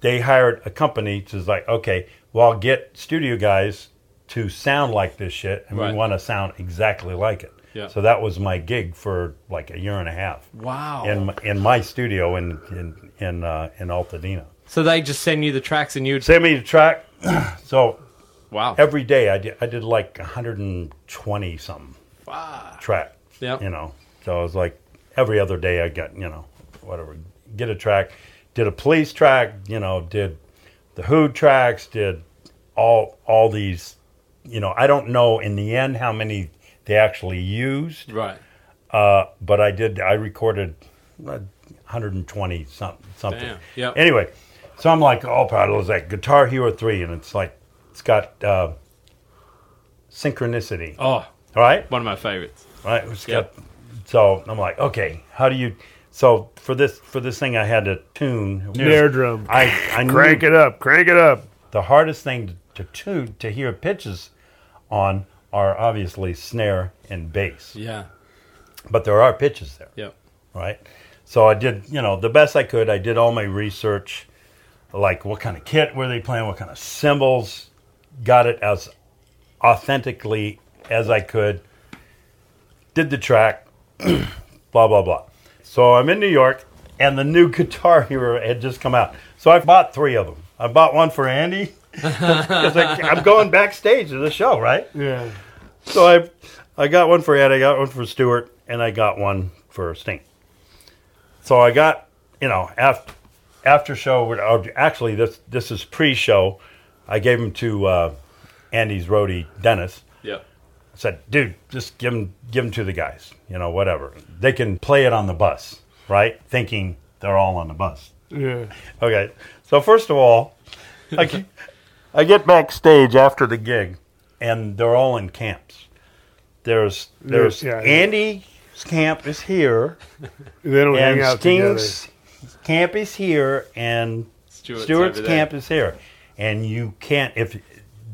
Speaker 3: they hired a company to like, okay, well, I'll get studio guys to sound like this shit, and
Speaker 2: Right.
Speaker 3: we want to sound exactly like it.
Speaker 2: Yeah.
Speaker 3: So that was my gig for like a year and a half.
Speaker 2: Wow.
Speaker 3: In my, in my studio in in in uh, in Altadena.
Speaker 2: So they just send you the tracks and you'd
Speaker 3: Send me the track. so
Speaker 2: wow.
Speaker 3: every day I did, I did like 120 something
Speaker 2: Wow.
Speaker 3: track.
Speaker 2: Yep.
Speaker 3: You know, so I was like every other day I got you know whatever get a track, did a police track, you know, did the Who tracks, did all all these, you know, I don't know in the end how many they actually used,
Speaker 2: Right.
Speaker 3: uh, but I did I recorded uh, 120 something something.
Speaker 2: Damn. Yep.
Speaker 3: Anyway, so I'm like oh, all proud of that Guitar Hero three, and it's like it's got uh, synchronicity.
Speaker 2: Oh,
Speaker 3: All right
Speaker 2: one of my favorites.
Speaker 3: right? It's
Speaker 2: Yeah.
Speaker 3: got- so I'm like, okay, how do you? So for this for this thing, I had to tune
Speaker 4: Snare drum.
Speaker 3: I I
Speaker 4: crank
Speaker 3: knew
Speaker 4: it up, crank it up.
Speaker 3: the hardest thing to tune to hear pitches on are obviously snare and bass,
Speaker 2: Yeah.
Speaker 3: but there are pitches there,
Speaker 2: Yep.
Speaker 3: right? So I did, you know, the best I could. I did all my research, like what kind of kit were they playing, what kind of cymbals, got it as authentically as I could. Did the track, blah blah blah. So I'm in New York, and the new Guitar Hero had just come out. So I bought three of them. I bought one for Andy because I'm going backstage to the show, right?
Speaker 4: Yeah.
Speaker 3: So I, I got one for Ed, I got one for Stewart, and I got one for Stink. So I got, you know, after after show, or actually this this is pre-show. I gave them to uh, Andy's roadie Dennis.
Speaker 2: Yep.
Speaker 3: I said, dude, just give them give them to the guys, you know, whatever. They can play it on the bus, right? Thinking they're all on the bus.
Speaker 4: Yeah.
Speaker 3: Okay. So first of all, I get, I get backstage after the gig, and they're all in camps. There's there's
Speaker 4: Yeah, yeah.
Speaker 3: Andy's camp is here,
Speaker 4: They don't hang
Speaker 3: and
Speaker 4: out
Speaker 3: Sting's camp is here, and
Speaker 2: Stuart's
Speaker 3: Stewart's,
Speaker 2: over there.
Speaker 3: camp is here. And you can't if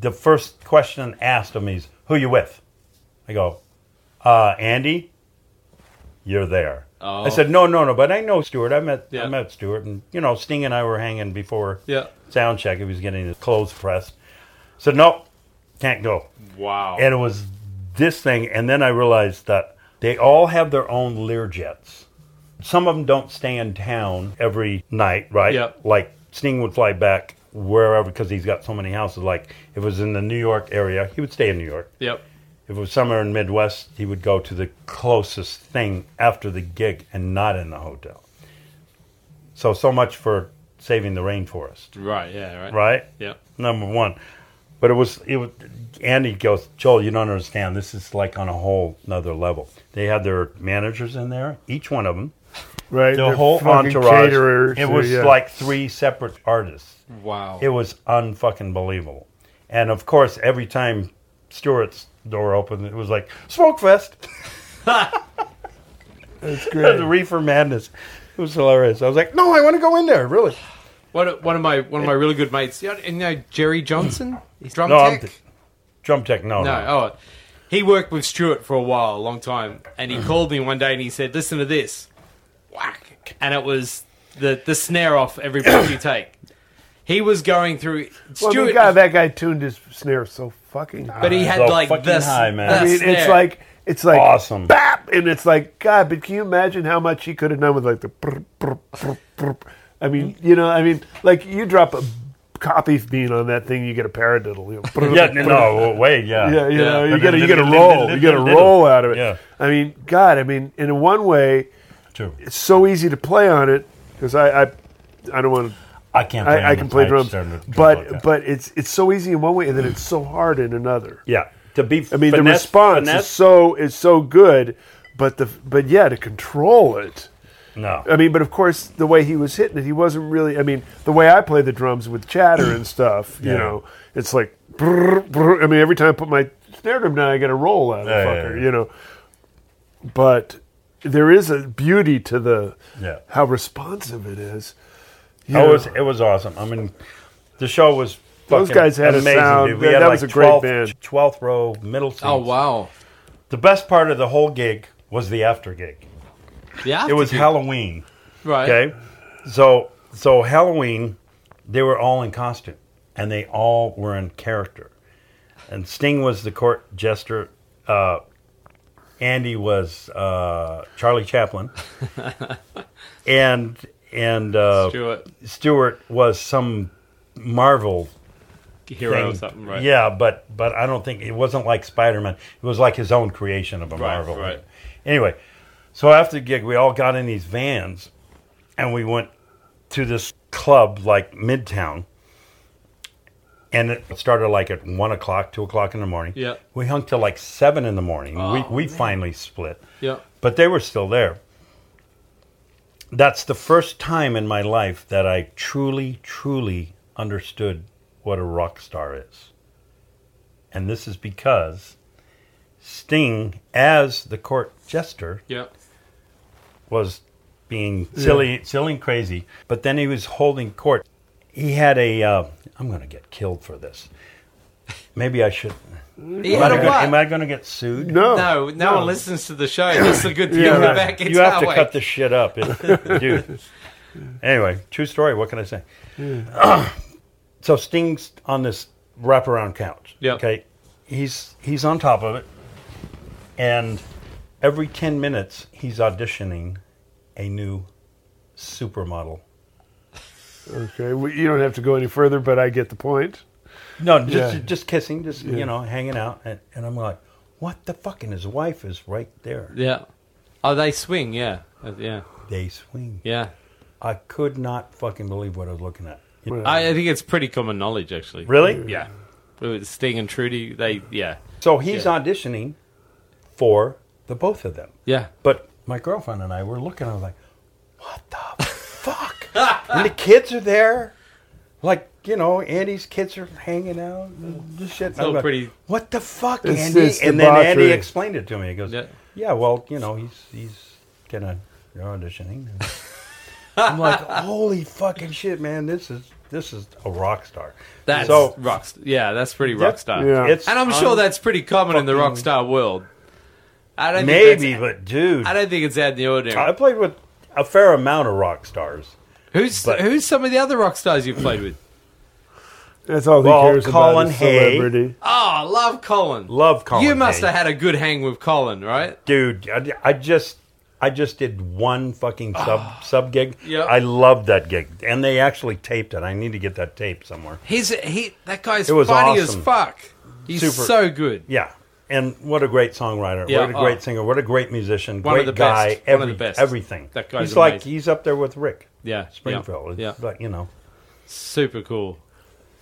Speaker 3: the first question asked of me is who you with. I go, uh, Andy. You're there.
Speaker 2: Oh.
Speaker 3: I said no, no, no. But I know Stewart. I met
Speaker 2: Yeah.
Speaker 3: I met Stewart, and you know Sting and I were hanging before
Speaker 2: Yeah.
Speaker 3: sound check. He was getting his clothes pressed. Said no, can't go.
Speaker 2: Wow.
Speaker 3: And it was this thing, and then I realized that they all have their own Learjets. Some of them don't stay in town every night, right?
Speaker 2: Yep.
Speaker 3: Like Sting would fly back wherever because he's got so many houses. Like if it was in the New York area, he would stay in New York.
Speaker 2: yep.
Speaker 3: If it was somewhere in Midwest, he would go to the closest thing after the gig and not in the hotel. So so much for saving the rainforest,
Speaker 2: Right. Yeah. Right.
Speaker 3: right?
Speaker 2: Yep.
Speaker 3: number one. But it was it was Andy goes, Joel, you don't understand. This is like on a whole another level. They had their managers in there, each one of them,
Speaker 4: right?
Speaker 3: The
Speaker 4: They're
Speaker 3: whole
Speaker 4: fucking
Speaker 3: entourage.
Speaker 4: caterers,
Speaker 3: it
Speaker 4: so,
Speaker 3: was
Speaker 4: yeah.
Speaker 3: like three separate artists.
Speaker 2: Wow.
Speaker 3: It was unfucking believable. And of course, every time Stewart's door opened, it was like smoke fest.
Speaker 4: That's
Speaker 3: the
Speaker 4: great.
Speaker 3: reefer madness. It was hilarious. I was like, no, I want to go in there. Really?
Speaker 2: One of, one of my one of my really good mates, you know, you know Jerry Johnson, drum
Speaker 3: No, I'm
Speaker 2: tech.
Speaker 3: th- drum tech. No, no.
Speaker 2: no, oh, he worked with Stuart for a while, a long time, and he called me one day and he said, "Listen to this, whack," and it was the the snare off every breath you take. He was going through
Speaker 4: Well, I mean,
Speaker 2: Stuart,
Speaker 4: God, that guy tuned his snare so fucking
Speaker 3: Ah,
Speaker 4: high.
Speaker 2: but he had
Speaker 3: So
Speaker 2: like
Speaker 3: fucking
Speaker 2: this.
Speaker 3: high, man.
Speaker 2: the
Speaker 4: I mean, it's
Speaker 2: snare.
Speaker 4: like it's like
Speaker 3: Awesome.
Speaker 4: bap, and it's like God. But can you imagine how much he could have done with like the? brr, brr, brr, brr. I mean, you know, I mean, like you drop a copy bean on that thing, you get a paradiddle. You know, brr,
Speaker 3: Yeah,
Speaker 4: brr,
Speaker 3: no, wait, yeah.
Speaker 4: yeah, you know,
Speaker 3: Yeah.
Speaker 4: you get a, you get a roll, you get a roll out of it.
Speaker 3: Yeah.
Speaker 4: I mean, God, I mean, in one way,
Speaker 3: True.
Speaker 4: it's so easy to play on it because I, I, I don't want to.
Speaker 3: I can't play
Speaker 4: I, I can
Speaker 3: drums.
Speaker 4: play
Speaker 3: I'm
Speaker 4: drums,
Speaker 3: starting to go
Speaker 4: but
Speaker 3: like that.
Speaker 4: but it's it's so easy in one way, and then it's so hard in another.
Speaker 3: yeah, to be
Speaker 4: I mean, the
Speaker 3: finesse-
Speaker 4: response is
Speaker 3: finesse?
Speaker 4: so is so good, but the but yeah, to control it.
Speaker 3: no.
Speaker 4: I mean, but of course, the way he was hitting it, he wasn't really. I mean, the way I play the drums with chatter and stuff, you
Speaker 3: Yeah.
Speaker 4: know, it's like. brrr, brrr. I mean, every time I put my snare drum down, I get a roll out of
Speaker 3: Yeah,
Speaker 4: the
Speaker 3: yeah,
Speaker 4: fucker,
Speaker 3: yeah.
Speaker 4: you know. But there is a beauty to the
Speaker 3: Yeah.
Speaker 4: how responsive it is. You
Speaker 3: It
Speaker 4: know,
Speaker 3: was it was awesome. I mean, the show was.
Speaker 4: Those
Speaker 3: fucking
Speaker 4: guys had a
Speaker 3: amazing,
Speaker 4: sound.
Speaker 3: Dude. We
Speaker 4: That-
Speaker 3: had
Speaker 4: that
Speaker 3: like
Speaker 4: was a great
Speaker 3: 12th
Speaker 4: band.
Speaker 3: Twelfth row middle seats.
Speaker 2: oh wow,
Speaker 3: The best part of the whole gig was the after gig.
Speaker 2: yeah,
Speaker 3: It was Halloween.
Speaker 2: right.
Speaker 3: Okay, so so Halloween, they were all in costume, and they all were in character. And Sting was the court jester. Uh, Andy was uh, Charlie Chaplin, and and uh,
Speaker 2: Stuart,
Speaker 3: Stewart was some Marvel
Speaker 2: hero or
Speaker 3: thing.
Speaker 2: something, right?
Speaker 3: Yeah, but but I don't think it wasn't like Spider Man. It was like his own creation of a Marvel.
Speaker 2: right.
Speaker 3: Anyway, so after the gig, we all got in these vans, and we went to this club like Midtown, and it started like at one o'clock, two o'clock in the morning.
Speaker 2: Yeah.
Speaker 3: we hung till like seven in the morning. we
Speaker 2: Oh,
Speaker 3: we finally split
Speaker 2: yeah.
Speaker 3: but they were still there. That's the first time in my life that I truly, truly understood what a rock star is. And this is because Sting, as the court jester,
Speaker 2: Yeah.
Speaker 3: was being silly, silly and crazy. But then he was holding court. He had a. Uh, I'm going to get killed for this. Maybe I should.
Speaker 2: He
Speaker 3: Am I
Speaker 2: had a
Speaker 3: gonna-
Speaker 2: what?
Speaker 3: am I going to get sued?
Speaker 4: no,
Speaker 2: No, no one listens to the show. That's the good thing
Speaker 4: Yeah,
Speaker 2: about
Speaker 3: Oh. Right.
Speaker 2: that guitar
Speaker 3: you have to
Speaker 2: way.
Speaker 3: cut this shit up, It- dude. Anyway, true story. What can I say? so Sting's on this wraparound couch.
Speaker 2: Yep.
Speaker 3: Okay, he's he's on top of it, and every ten minutes he's auditioning a new supermodel.
Speaker 4: okay, well, you don't have to go any further, but I get the point.
Speaker 3: No, just
Speaker 4: Yeah.
Speaker 3: just kissing, just you know, hanging out, and, and I'm like, what the fucking? His wife is right there.
Speaker 2: Yeah. Oh, they swing. Yeah. Uh, Yeah.
Speaker 3: They swing.
Speaker 2: Yeah.
Speaker 3: I could not fucking believe what I was looking at.
Speaker 2: I, I think it's pretty common knowledge, actually.
Speaker 3: Really?
Speaker 2: Yeah. It was Sting and Trudy. They. Yeah.
Speaker 3: So he's
Speaker 2: Yeah.
Speaker 3: auditioning for the both of them.
Speaker 2: Yeah.
Speaker 3: But my girlfriend and I were looking. I was like, "What the fuck?" and the kids are there, like you know, Andy's kids are hanging out. And this shit. I'm
Speaker 2: all
Speaker 3: like,
Speaker 2: pretty-
Speaker 3: What the fuck,
Speaker 4: It's-
Speaker 3: Andy?
Speaker 4: it's
Speaker 3: and then Andy
Speaker 4: debauchery.
Speaker 3: explained it to me. He goes,
Speaker 2: Yeah.
Speaker 3: "Yeah, well, you know, he's he's gonna you're auditioning." And I'm like, "Holy fucking shit, man! This is this is a rock star."
Speaker 2: That's
Speaker 3: so.
Speaker 2: rock. Yeah, that's pretty rock star.
Speaker 4: Yeah.
Speaker 3: It's
Speaker 2: And I'm sure that's pretty common in the rock
Speaker 3: Fucking-
Speaker 2: star world. I don't
Speaker 3: maybe,
Speaker 2: Think
Speaker 3: but dude,
Speaker 2: that's- I don't think it's out in the
Speaker 3: I
Speaker 2: ordinary.
Speaker 3: played with a fair amount of rock stars.
Speaker 2: Who's
Speaker 3: but-
Speaker 2: who's some of the other rock stars you've played with?
Speaker 4: That's all
Speaker 3: Well,
Speaker 4: he cares
Speaker 3: Colin
Speaker 4: about. is
Speaker 3: Hay.
Speaker 4: Celebrity.
Speaker 2: Oh, love Colin.
Speaker 3: Love Colin.
Speaker 2: you must
Speaker 3: Hay.
Speaker 2: have had a good hang with Colin, right?
Speaker 3: dude. I, I just, I just did one fucking
Speaker 2: Ah.
Speaker 3: sub sub gig.
Speaker 2: Yep.
Speaker 3: I loved that gig, and they actually taped it. I need to get that tape somewhere.
Speaker 2: He's he. That guy's
Speaker 3: It was
Speaker 2: funny
Speaker 3: awesome.
Speaker 2: as fuck. He's
Speaker 3: Super.
Speaker 2: so good.
Speaker 3: Yeah, and what a great songwriter!
Speaker 2: Yeah,
Speaker 3: what a great
Speaker 2: oh.
Speaker 3: singer! What a great musician!
Speaker 2: One
Speaker 3: great
Speaker 2: of the
Speaker 3: guy!
Speaker 2: best.
Speaker 3: Every,
Speaker 2: One of the best.
Speaker 3: Everything.
Speaker 2: That guy's
Speaker 3: he's like
Speaker 2: amazing.
Speaker 3: he's up there with Rick
Speaker 2: Yeah,
Speaker 3: Springfield.
Speaker 2: Yeah,
Speaker 3: Yeah, but you know,
Speaker 2: super cool.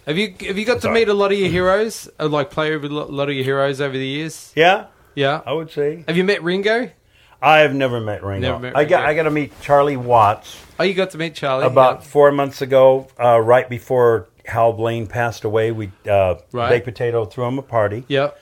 Speaker 2: Have you have you got to
Speaker 3: Sorry.
Speaker 2: meet a lot of your heroes? Uh, Or like play with a lo- lot of your heroes over the years?
Speaker 3: yeah,
Speaker 2: Yeah.
Speaker 3: I would say
Speaker 2: Have you met Ringo?
Speaker 3: I've never met Ringo.
Speaker 1: Never met
Speaker 3: I got
Speaker 1: Ringo.
Speaker 3: I got to meet Charlie Watts
Speaker 1: Oh, you got to meet Charlie
Speaker 3: about
Speaker 1: yeah.
Speaker 3: four months ago, uh, right before Hal Blaine passed away. We uh,
Speaker 1: Right.
Speaker 3: baked potato threw him a party,
Speaker 1: Yep.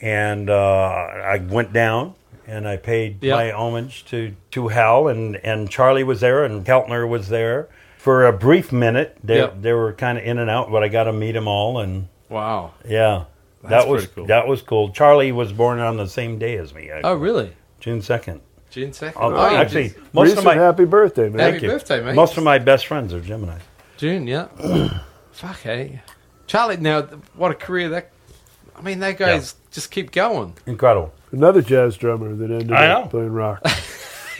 Speaker 3: and uh, I went down and I paid
Speaker 1: Yeah.
Speaker 3: my homage to to Hal, and and Charlie was there, and Keltner was there for a brief minute. They
Speaker 1: Yeah.
Speaker 3: they were kind of in and out, but I got to meet them all, and
Speaker 1: Wow.
Speaker 3: yeah.
Speaker 1: That's
Speaker 3: that was
Speaker 1: pretty cool.
Speaker 3: that was cool. Charlie was born on the same day as me.
Speaker 1: Oh,
Speaker 3: actually,
Speaker 1: really?
Speaker 3: June second.
Speaker 1: June second.
Speaker 3: Oh,
Speaker 1: yeah,
Speaker 3: actually,
Speaker 1: June-
Speaker 3: most of
Speaker 4: Recent
Speaker 3: my
Speaker 4: happy birthday, man.
Speaker 1: Happy
Speaker 3: Thank you.
Speaker 1: birthday, mate.
Speaker 3: Most of my best friends are Gemini.
Speaker 1: June. Yeah. Fuck. Hey, Charlie. Now, th- what a career that. I mean, that guys just keep going.
Speaker 3: Incredible.
Speaker 4: Another jazz drummer that ended
Speaker 3: I
Speaker 4: up
Speaker 3: know.
Speaker 4: playing rock.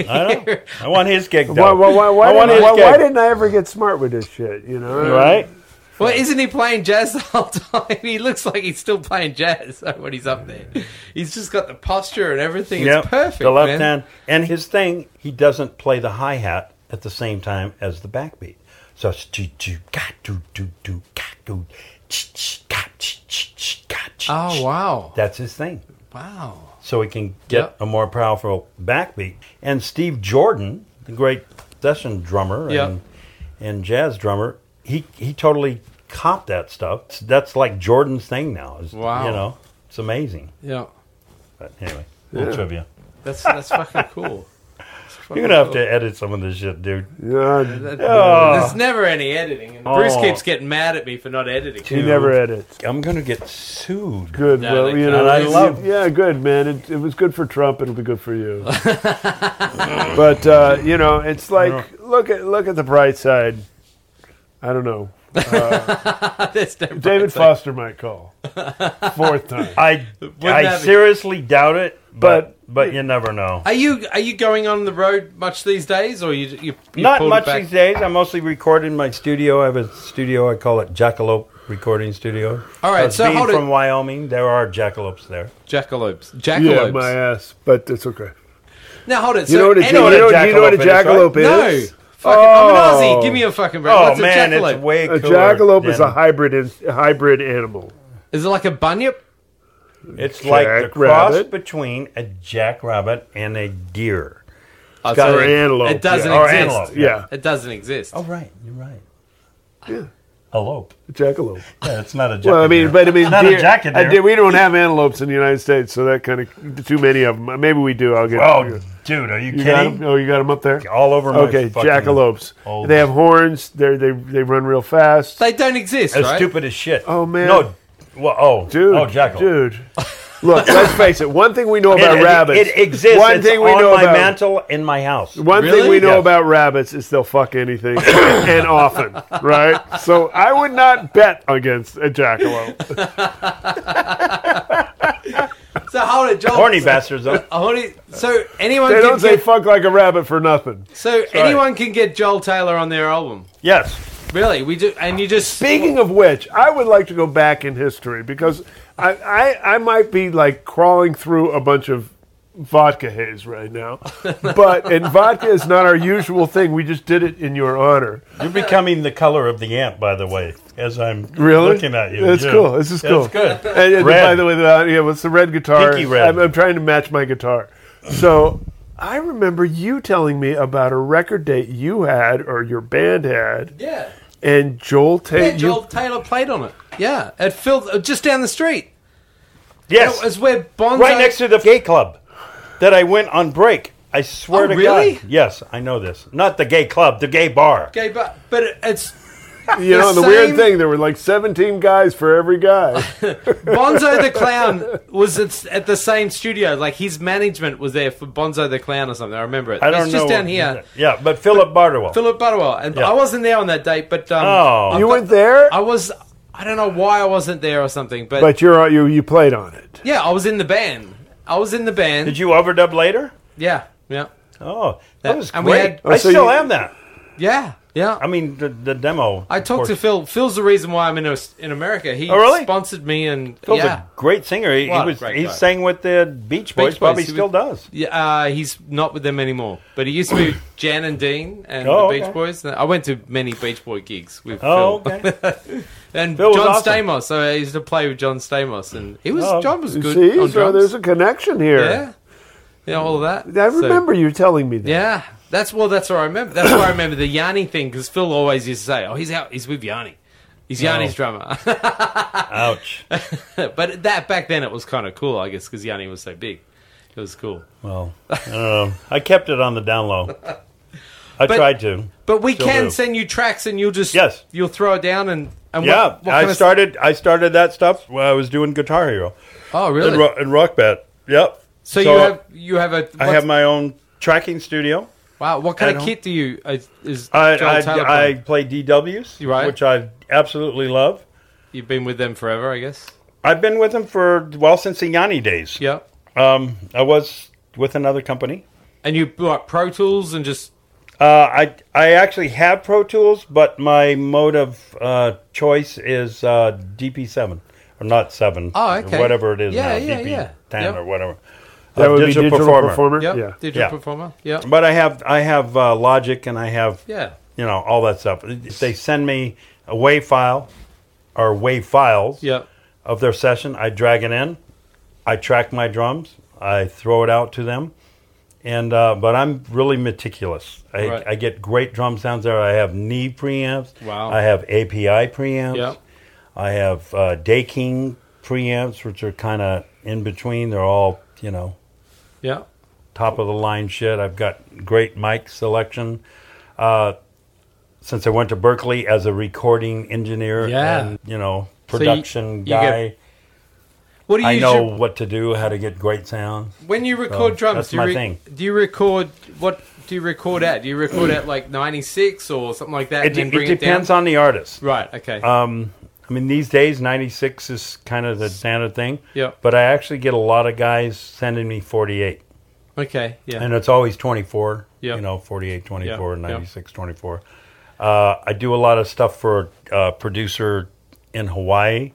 Speaker 3: I know. I want his gig though.
Speaker 4: why, why, why, why,
Speaker 3: I want his
Speaker 4: didn't, why,
Speaker 3: gig.
Speaker 4: why didn't I ever get smart with this shit? You know,
Speaker 3: right?
Speaker 1: Well, isn't he playing jazz the whole time? He looks like he's still playing jazz when he's up there. He's just got the posture and everything.
Speaker 3: Yep.
Speaker 1: It's perfect.
Speaker 3: The left
Speaker 1: man.
Speaker 3: hand. And his thing, he doesn't play the hi hat at the same time as the backbeat. So it's do do ga do do do ga do ch ch ga ch ch ch ga ch.
Speaker 1: Oh
Speaker 3: ch.
Speaker 1: wow!
Speaker 3: That's his thing.
Speaker 1: Wow.
Speaker 3: So he can get
Speaker 1: Yep.
Speaker 3: a more powerful backbeat. And Steve Jordan, the great session drummer and
Speaker 1: Yep.
Speaker 3: and jazz drummer, he he totally copped that stuff. That's like Jordan's thing now. Is,
Speaker 1: Wow.
Speaker 3: You know, it's amazing.
Speaker 1: Yeah.
Speaker 3: But anyway, little trivia.
Speaker 1: That's that's fucking cool.
Speaker 3: You're gonna have to edit some of this shit, dude.
Speaker 4: Yeah,
Speaker 1: That- There's never any editing. And Bruce
Speaker 3: Oh.
Speaker 1: keeps getting mad at me for not editing.
Speaker 4: he never edits.
Speaker 3: I'm gonna get sued.
Speaker 4: Good,
Speaker 1: Yeah,
Speaker 4: well,
Speaker 1: they-
Speaker 4: you
Speaker 1: and
Speaker 4: know,
Speaker 3: I
Speaker 4: you-
Speaker 3: love-
Speaker 4: Yeah, good, man. It, it was good for Trump. It'll be good for you. but uh, you know, it's like look at look at the bright side. I don't know.
Speaker 1: That's never-
Speaker 4: David Foster might call fourth time.
Speaker 3: I I
Speaker 1: that be-
Speaker 3: seriously doubt it, but
Speaker 4: But-
Speaker 3: but you never know.
Speaker 1: Are you are you going on the road much these days, or you you, you
Speaker 3: Not
Speaker 1: pulled it
Speaker 3: much
Speaker 1: back?
Speaker 3: these days. I mostly record in my studio. I have a studio. I call it Jackalope Recording Studio.
Speaker 1: All right,
Speaker 3: Because
Speaker 1: so
Speaker 3: being
Speaker 1: hold it-
Speaker 3: from Wyoming, there are jackalopes there.
Speaker 1: Jackalopes.
Speaker 4: yeah,
Speaker 1: Jackalopes.
Speaker 4: my ass. But it's okay.
Speaker 1: now hold it.
Speaker 4: You
Speaker 1: so
Speaker 4: know what a,
Speaker 1: any-
Speaker 4: you know what
Speaker 3: what a
Speaker 4: a, you know what a
Speaker 3: jackalope
Speaker 4: jackalope is?
Speaker 1: No. Fucking, I'm an Aussie. Give me a fucking break.
Speaker 3: Oh
Speaker 1: What's
Speaker 3: man,
Speaker 1: a jackalope?
Speaker 3: it's way
Speaker 4: A
Speaker 3: cooler
Speaker 4: jackalope is
Speaker 3: than-
Speaker 4: a hybrid in, a hybrid animal.
Speaker 1: Is it like a bunyip?
Speaker 3: It's like the cross
Speaker 4: Jackrabbit.
Speaker 3: between a jackrabbit and a deer.
Speaker 1: Oh,
Speaker 3: got
Speaker 1: so
Speaker 3: an
Speaker 1: it-
Speaker 4: antelope,
Speaker 1: It doesn't
Speaker 4: yeah.
Speaker 3: Or
Speaker 1: exist.
Speaker 3: antelope.
Speaker 4: Yeah,
Speaker 1: It doesn't exist.
Speaker 3: Oh right, you're right. Yeah. Elope.
Speaker 4: a jackalope.
Speaker 3: Yeah, it's not a jackalope.
Speaker 4: Well, I mean, but I mean,
Speaker 3: Not a
Speaker 4: deer,
Speaker 3: jacket
Speaker 4: uh,
Speaker 3: there.
Speaker 4: deer- we don't have antelopes in the United States, so that kind of too many of them. Maybe we do. I'll get.
Speaker 3: oh, dude, are you,
Speaker 4: you got
Speaker 3: kidding?
Speaker 4: 'em? Oh, you got them up there.
Speaker 3: All over my
Speaker 4: Okay,
Speaker 3: fucking-
Speaker 4: jackalopes.
Speaker 3: old-
Speaker 4: They have horns. They they they run real fast.
Speaker 1: They don't exist,
Speaker 3: As
Speaker 1: right?
Speaker 3: stupid as shit.
Speaker 4: Oh, man.
Speaker 3: No. Well, oh,
Speaker 4: dude,
Speaker 3: Oh, jackalope.
Speaker 4: dude. Look, let's face it. One thing we know about
Speaker 3: it,
Speaker 4: rabbits.
Speaker 3: It exists.
Speaker 4: One
Speaker 3: It's
Speaker 4: thing we
Speaker 3: on
Speaker 4: know
Speaker 3: my
Speaker 4: about
Speaker 3: mantle in my house.
Speaker 4: One
Speaker 1: Really?
Speaker 4: thing we know
Speaker 3: Yes.
Speaker 4: about rabbits is they'll fuck anything and often, right? So I would not bet against a jackalope.
Speaker 1: So hold it, John.
Speaker 3: Horny bastards. Though.
Speaker 1: A horny- So anyone
Speaker 4: They
Speaker 1: can
Speaker 4: don't say
Speaker 1: get,
Speaker 4: fuck like a rabbit for nothing.
Speaker 1: so anyone can get Joel Taylor on their album.
Speaker 3: Yes.
Speaker 1: Really, we do, and you just
Speaker 4: Speaking of which, I would like to go back in history because I, I, I might be like crawling through a bunch of vodka haze right now. But and vodka is not our usual thing. We just did it in your honor.
Speaker 3: You're becoming the color of the ant, by the way, as I'm
Speaker 4: Really?
Speaker 3: looking at you.
Speaker 4: That's
Speaker 3: Yeah.
Speaker 4: cool. This is cool.
Speaker 3: That's good.
Speaker 4: And, and
Speaker 3: Red.
Speaker 4: by the way, the, uh, yeah, what's the red guitar?
Speaker 3: Pinky red.
Speaker 4: I'm, I'm trying to match my guitar. So I remember you telling me about a record date you had or your band had,
Speaker 1: yeah.
Speaker 4: and Joel Tate.
Speaker 1: Yeah, Joel Taylor played on it. Yeah, at Phil, just down the street.
Speaker 3: Yes.
Speaker 1: It was where Bonzo.
Speaker 3: right next to the gay club that I went on break. I swear
Speaker 1: Oh,
Speaker 3: to
Speaker 1: really?
Speaker 3: God. Yes, I know this. Not the gay club, the gay bar.
Speaker 1: Okay, but but it- it's
Speaker 4: You, you know, and the
Speaker 1: same-
Speaker 4: weird thing, there were like 17 guys for every guy.
Speaker 1: Bonzo the Clown was at, at the same studio. Like his management was there for Bonzo the Clown or something. I remember it.
Speaker 3: I don't
Speaker 1: it's
Speaker 3: know.
Speaker 1: just down here.
Speaker 3: Yeah, but Philip Bardwell.
Speaker 1: Philip Butterwell, and
Speaker 3: Yeah.
Speaker 1: I wasn't there on that date, but um,
Speaker 3: Oh.
Speaker 1: I've
Speaker 4: You
Speaker 1: got-
Speaker 4: weren't there?
Speaker 1: I was. I don't know why I wasn't there or something, but,
Speaker 4: But you're uh, you you played on it.
Speaker 1: yeah, I was in the band. I was in the band.
Speaker 3: Did you overdub later?
Speaker 1: yeah, yeah,
Speaker 3: Oh,
Speaker 1: That-
Speaker 3: that was
Speaker 1: and we
Speaker 3: great.
Speaker 1: had-
Speaker 3: I
Speaker 4: Oh, so
Speaker 3: still
Speaker 4: you-
Speaker 3: am that.
Speaker 1: yeah, yeah.
Speaker 3: I mean, the, the demo.
Speaker 1: I talked to
Speaker 3: Phil.
Speaker 1: Phil. Phil's the reason why I'm in Aus- in America. He
Speaker 3: Oh, really?
Speaker 1: sponsored me, and
Speaker 3: Phil's
Speaker 1: yeah,
Speaker 3: a great singer. He, he
Speaker 1: What a
Speaker 3: was
Speaker 1: great
Speaker 3: he
Speaker 1: guy.
Speaker 3: sang with the Beach Boys.
Speaker 1: Boys,
Speaker 3: Probably
Speaker 1: he
Speaker 3: still does.
Speaker 1: yeah. Uh, he's not with them anymore, but he used to be Jan and Dean and
Speaker 3: Oh,
Speaker 1: the Beach
Speaker 3: okay.
Speaker 1: Boys. I went to many Beach Boy gigs with
Speaker 3: Oh,
Speaker 1: Phil
Speaker 3: okay.
Speaker 1: and
Speaker 3: Phil was
Speaker 1: John
Speaker 3: awesome.
Speaker 1: Stamos. So I used to play with John Stamos, and he was
Speaker 3: Oh.
Speaker 1: John was
Speaker 4: You
Speaker 1: good
Speaker 4: See,
Speaker 1: on
Speaker 4: so
Speaker 1: drums.
Speaker 4: there's a connection here.
Speaker 1: yeah. Yeah, all of that.
Speaker 4: I
Speaker 1: So-
Speaker 4: remember you telling me that.
Speaker 1: yeah,
Speaker 2: That's well. That's what I remember. That's why I remember the Yanni thing because Phil always used to say, "Oh, he's out. He's with Yanni.
Speaker 3: Oh.
Speaker 2: He's Yanni's drummer."
Speaker 3: Ouch.
Speaker 2: but that back then it was kind of cool, I guess, because Yanni was so big. It was cool.
Speaker 3: Well, I don't know. I kept it on the down low. I tried to.
Speaker 2: But we
Speaker 3: Still
Speaker 2: can
Speaker 3: do.
Speaker 2: send you tracks, and you'll just
Speaker 3: Yes.
Speaker 2: you'll throw it down and and
Speaker 3: Yeah,
Speaker 2: What, what kind
Speaker 3: I
Speaker 2: of-
Speaker 3: started. I started that stuff when I was doing Guitar Hero
Speaker 2: oh,
Speaker 3: and,
Speaker 2: really?
Speaker 3: ro- and Rock Band. Yep.
Speaker 2: so, you have you have a
Speaker 3: I have my own tracking studio.
Speaker 2: wow. What kind
Speaker 3: at
Speaker 2: of
Speaker 3: home.
Speaker 2: kit do you uh, is
Speaker 3: I
Speaker 2: Joel Taylor
Speaker 3: I, I
Speaker 2: playing?
Speaker 3: play DWs,
Speaker 2: Right.
Speaker 3: which I absolutely love.
Speaker 2: You've been with them forever, I guess.
Speaker 3: I've been with them for well since the Yanni days.
Speaker 2: Yeah.
Speaker 3: Um, I was with another company.
Speaker 2: And you like Pro Tools and just
Speaker 3: Uh, I I actually have Pro Tools, but my mode of uh, choice is uh, DP7 or not seven.
Speaker 2: Oh, okay.
Speaker 3: Whatever it is
Speaker 2: Yeah,
Speaker 3: now,
Speaker 2: yeah,
Speaker 3: DP10
Speaker 2: yeah.
Speaker 3: or whatever.
Speaker 4: That
Speaker 3: Uh,
Speaker 4: would be digital performer.
Speaker 2: yep,
Speaker 4: Yeah.
Speaker 2: digital
Speaker 3: Yeah.
Speaker 2: performer. Yeah.
Speaker 3: But I have I have uh, Logic and I have
Speaker 2: Yeah.
Speaker 3: you know all that stuff. If they send me a WAV file or WAV files
Speaker 2: Yeah.
Speaker 3: of their session, I drag it in, I track my drums, I throw it out to them, and uh, but I'm really meticulous. I,
Speaker 2: Right.
Speaker 3: I get great drum sounds there. I have knee preamps.
Speaker 2: Wow.
Speaker 3: I have API preamps.
Speaker 2: Yeah.
Speaker 3: I have uh, Day King preamps, which are kind of in between. They're all you know
Speaker 2: Yeah.
Speaker 3: top of the line shit. I've got great mic selection. Uh, since I went to Berkeley as a recording engineer
Speaker 2: Yeah.
Speaker 3: and you know
Speaker 2: you-
Speaker 3: production
Speaker 2: you
Speaker 3: guy,
Speaker 2: get- What do you
Speaker 3: I
Speaker 2: use
Speaker 3: know
Speaker 2: your-
Speaker 3: what to do, how to get great sound.
Speaker 2: when you record
Speaker 3: So,
Speaker 2: drums?
Speaker 3: that's
Speaker 2: do you
Speaker 3: my
Speaker 2: re-
Speaker 3: thing.
Speaker 2: Do you record what? Do you record at? Do you record at like ninety six or something like that?
Speaker 3: It,
Speaker 2: and then
Speaker 3: it
Speaker 2: bring
Speaker 3: depends
Speaker 2: down?
Speaker 3: on the artist.
Speaker 2: Right. Okay.
Speaker 3: Um, I mean, these days, 96 is kind of the standard thing.
Speaker 2: Yeah.
Speaker 3: But I actually get a lot of guys sending me 48.
Speaker 2: okay. Yeah.
Speaker 3: and it's always 24
Speaker 2: Yeah.
Speaker 3: you know 48 24
Speaker 2: Yeah, yeah.
Speaker 3: 96 24 uh, i do a lot of stuff for a producer in hawaii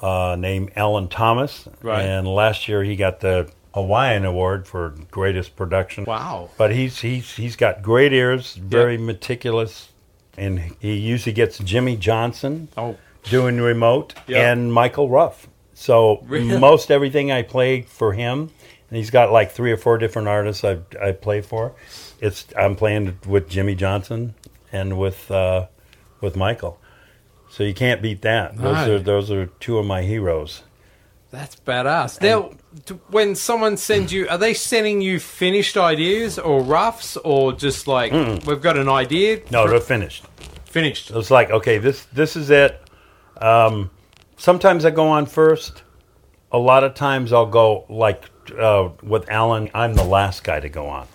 Speaker 3: uh, named alan thomas
Speaker 2: Right.
Speaker 3: and last year he got the hawaiian award for greatest production
Speaker 2: wow.
Speaker 3: but he's he's he's got great ears very meticulous and he usually gets jimmy johnson
Speaker 2: Oh.
Speaker 3: doing remote
Speaker 2: Yeah.
Speaker 3: and Michael Ruff. So most everything I play for him, and he's got like three or four different artists I I play for. It's I'm playing with Jimmy Johnson and with uh, with Michael. So you can't beat that. Those
Speaker 2: No.
Speaker 3: are those are two of my heroes.
Speaker 2: That's badass. Now, t- when someone sends you, are they sending you finished ideas or roughs or just like we've got an idea?
Speaker 3: No, they're finished.
Speaker 2: Finished.
Speaker 3: It's like okay, this this is it. Um, sometimes I go on first. A lot of times I'll go like uh, with Alan. I'm the last guy to go on.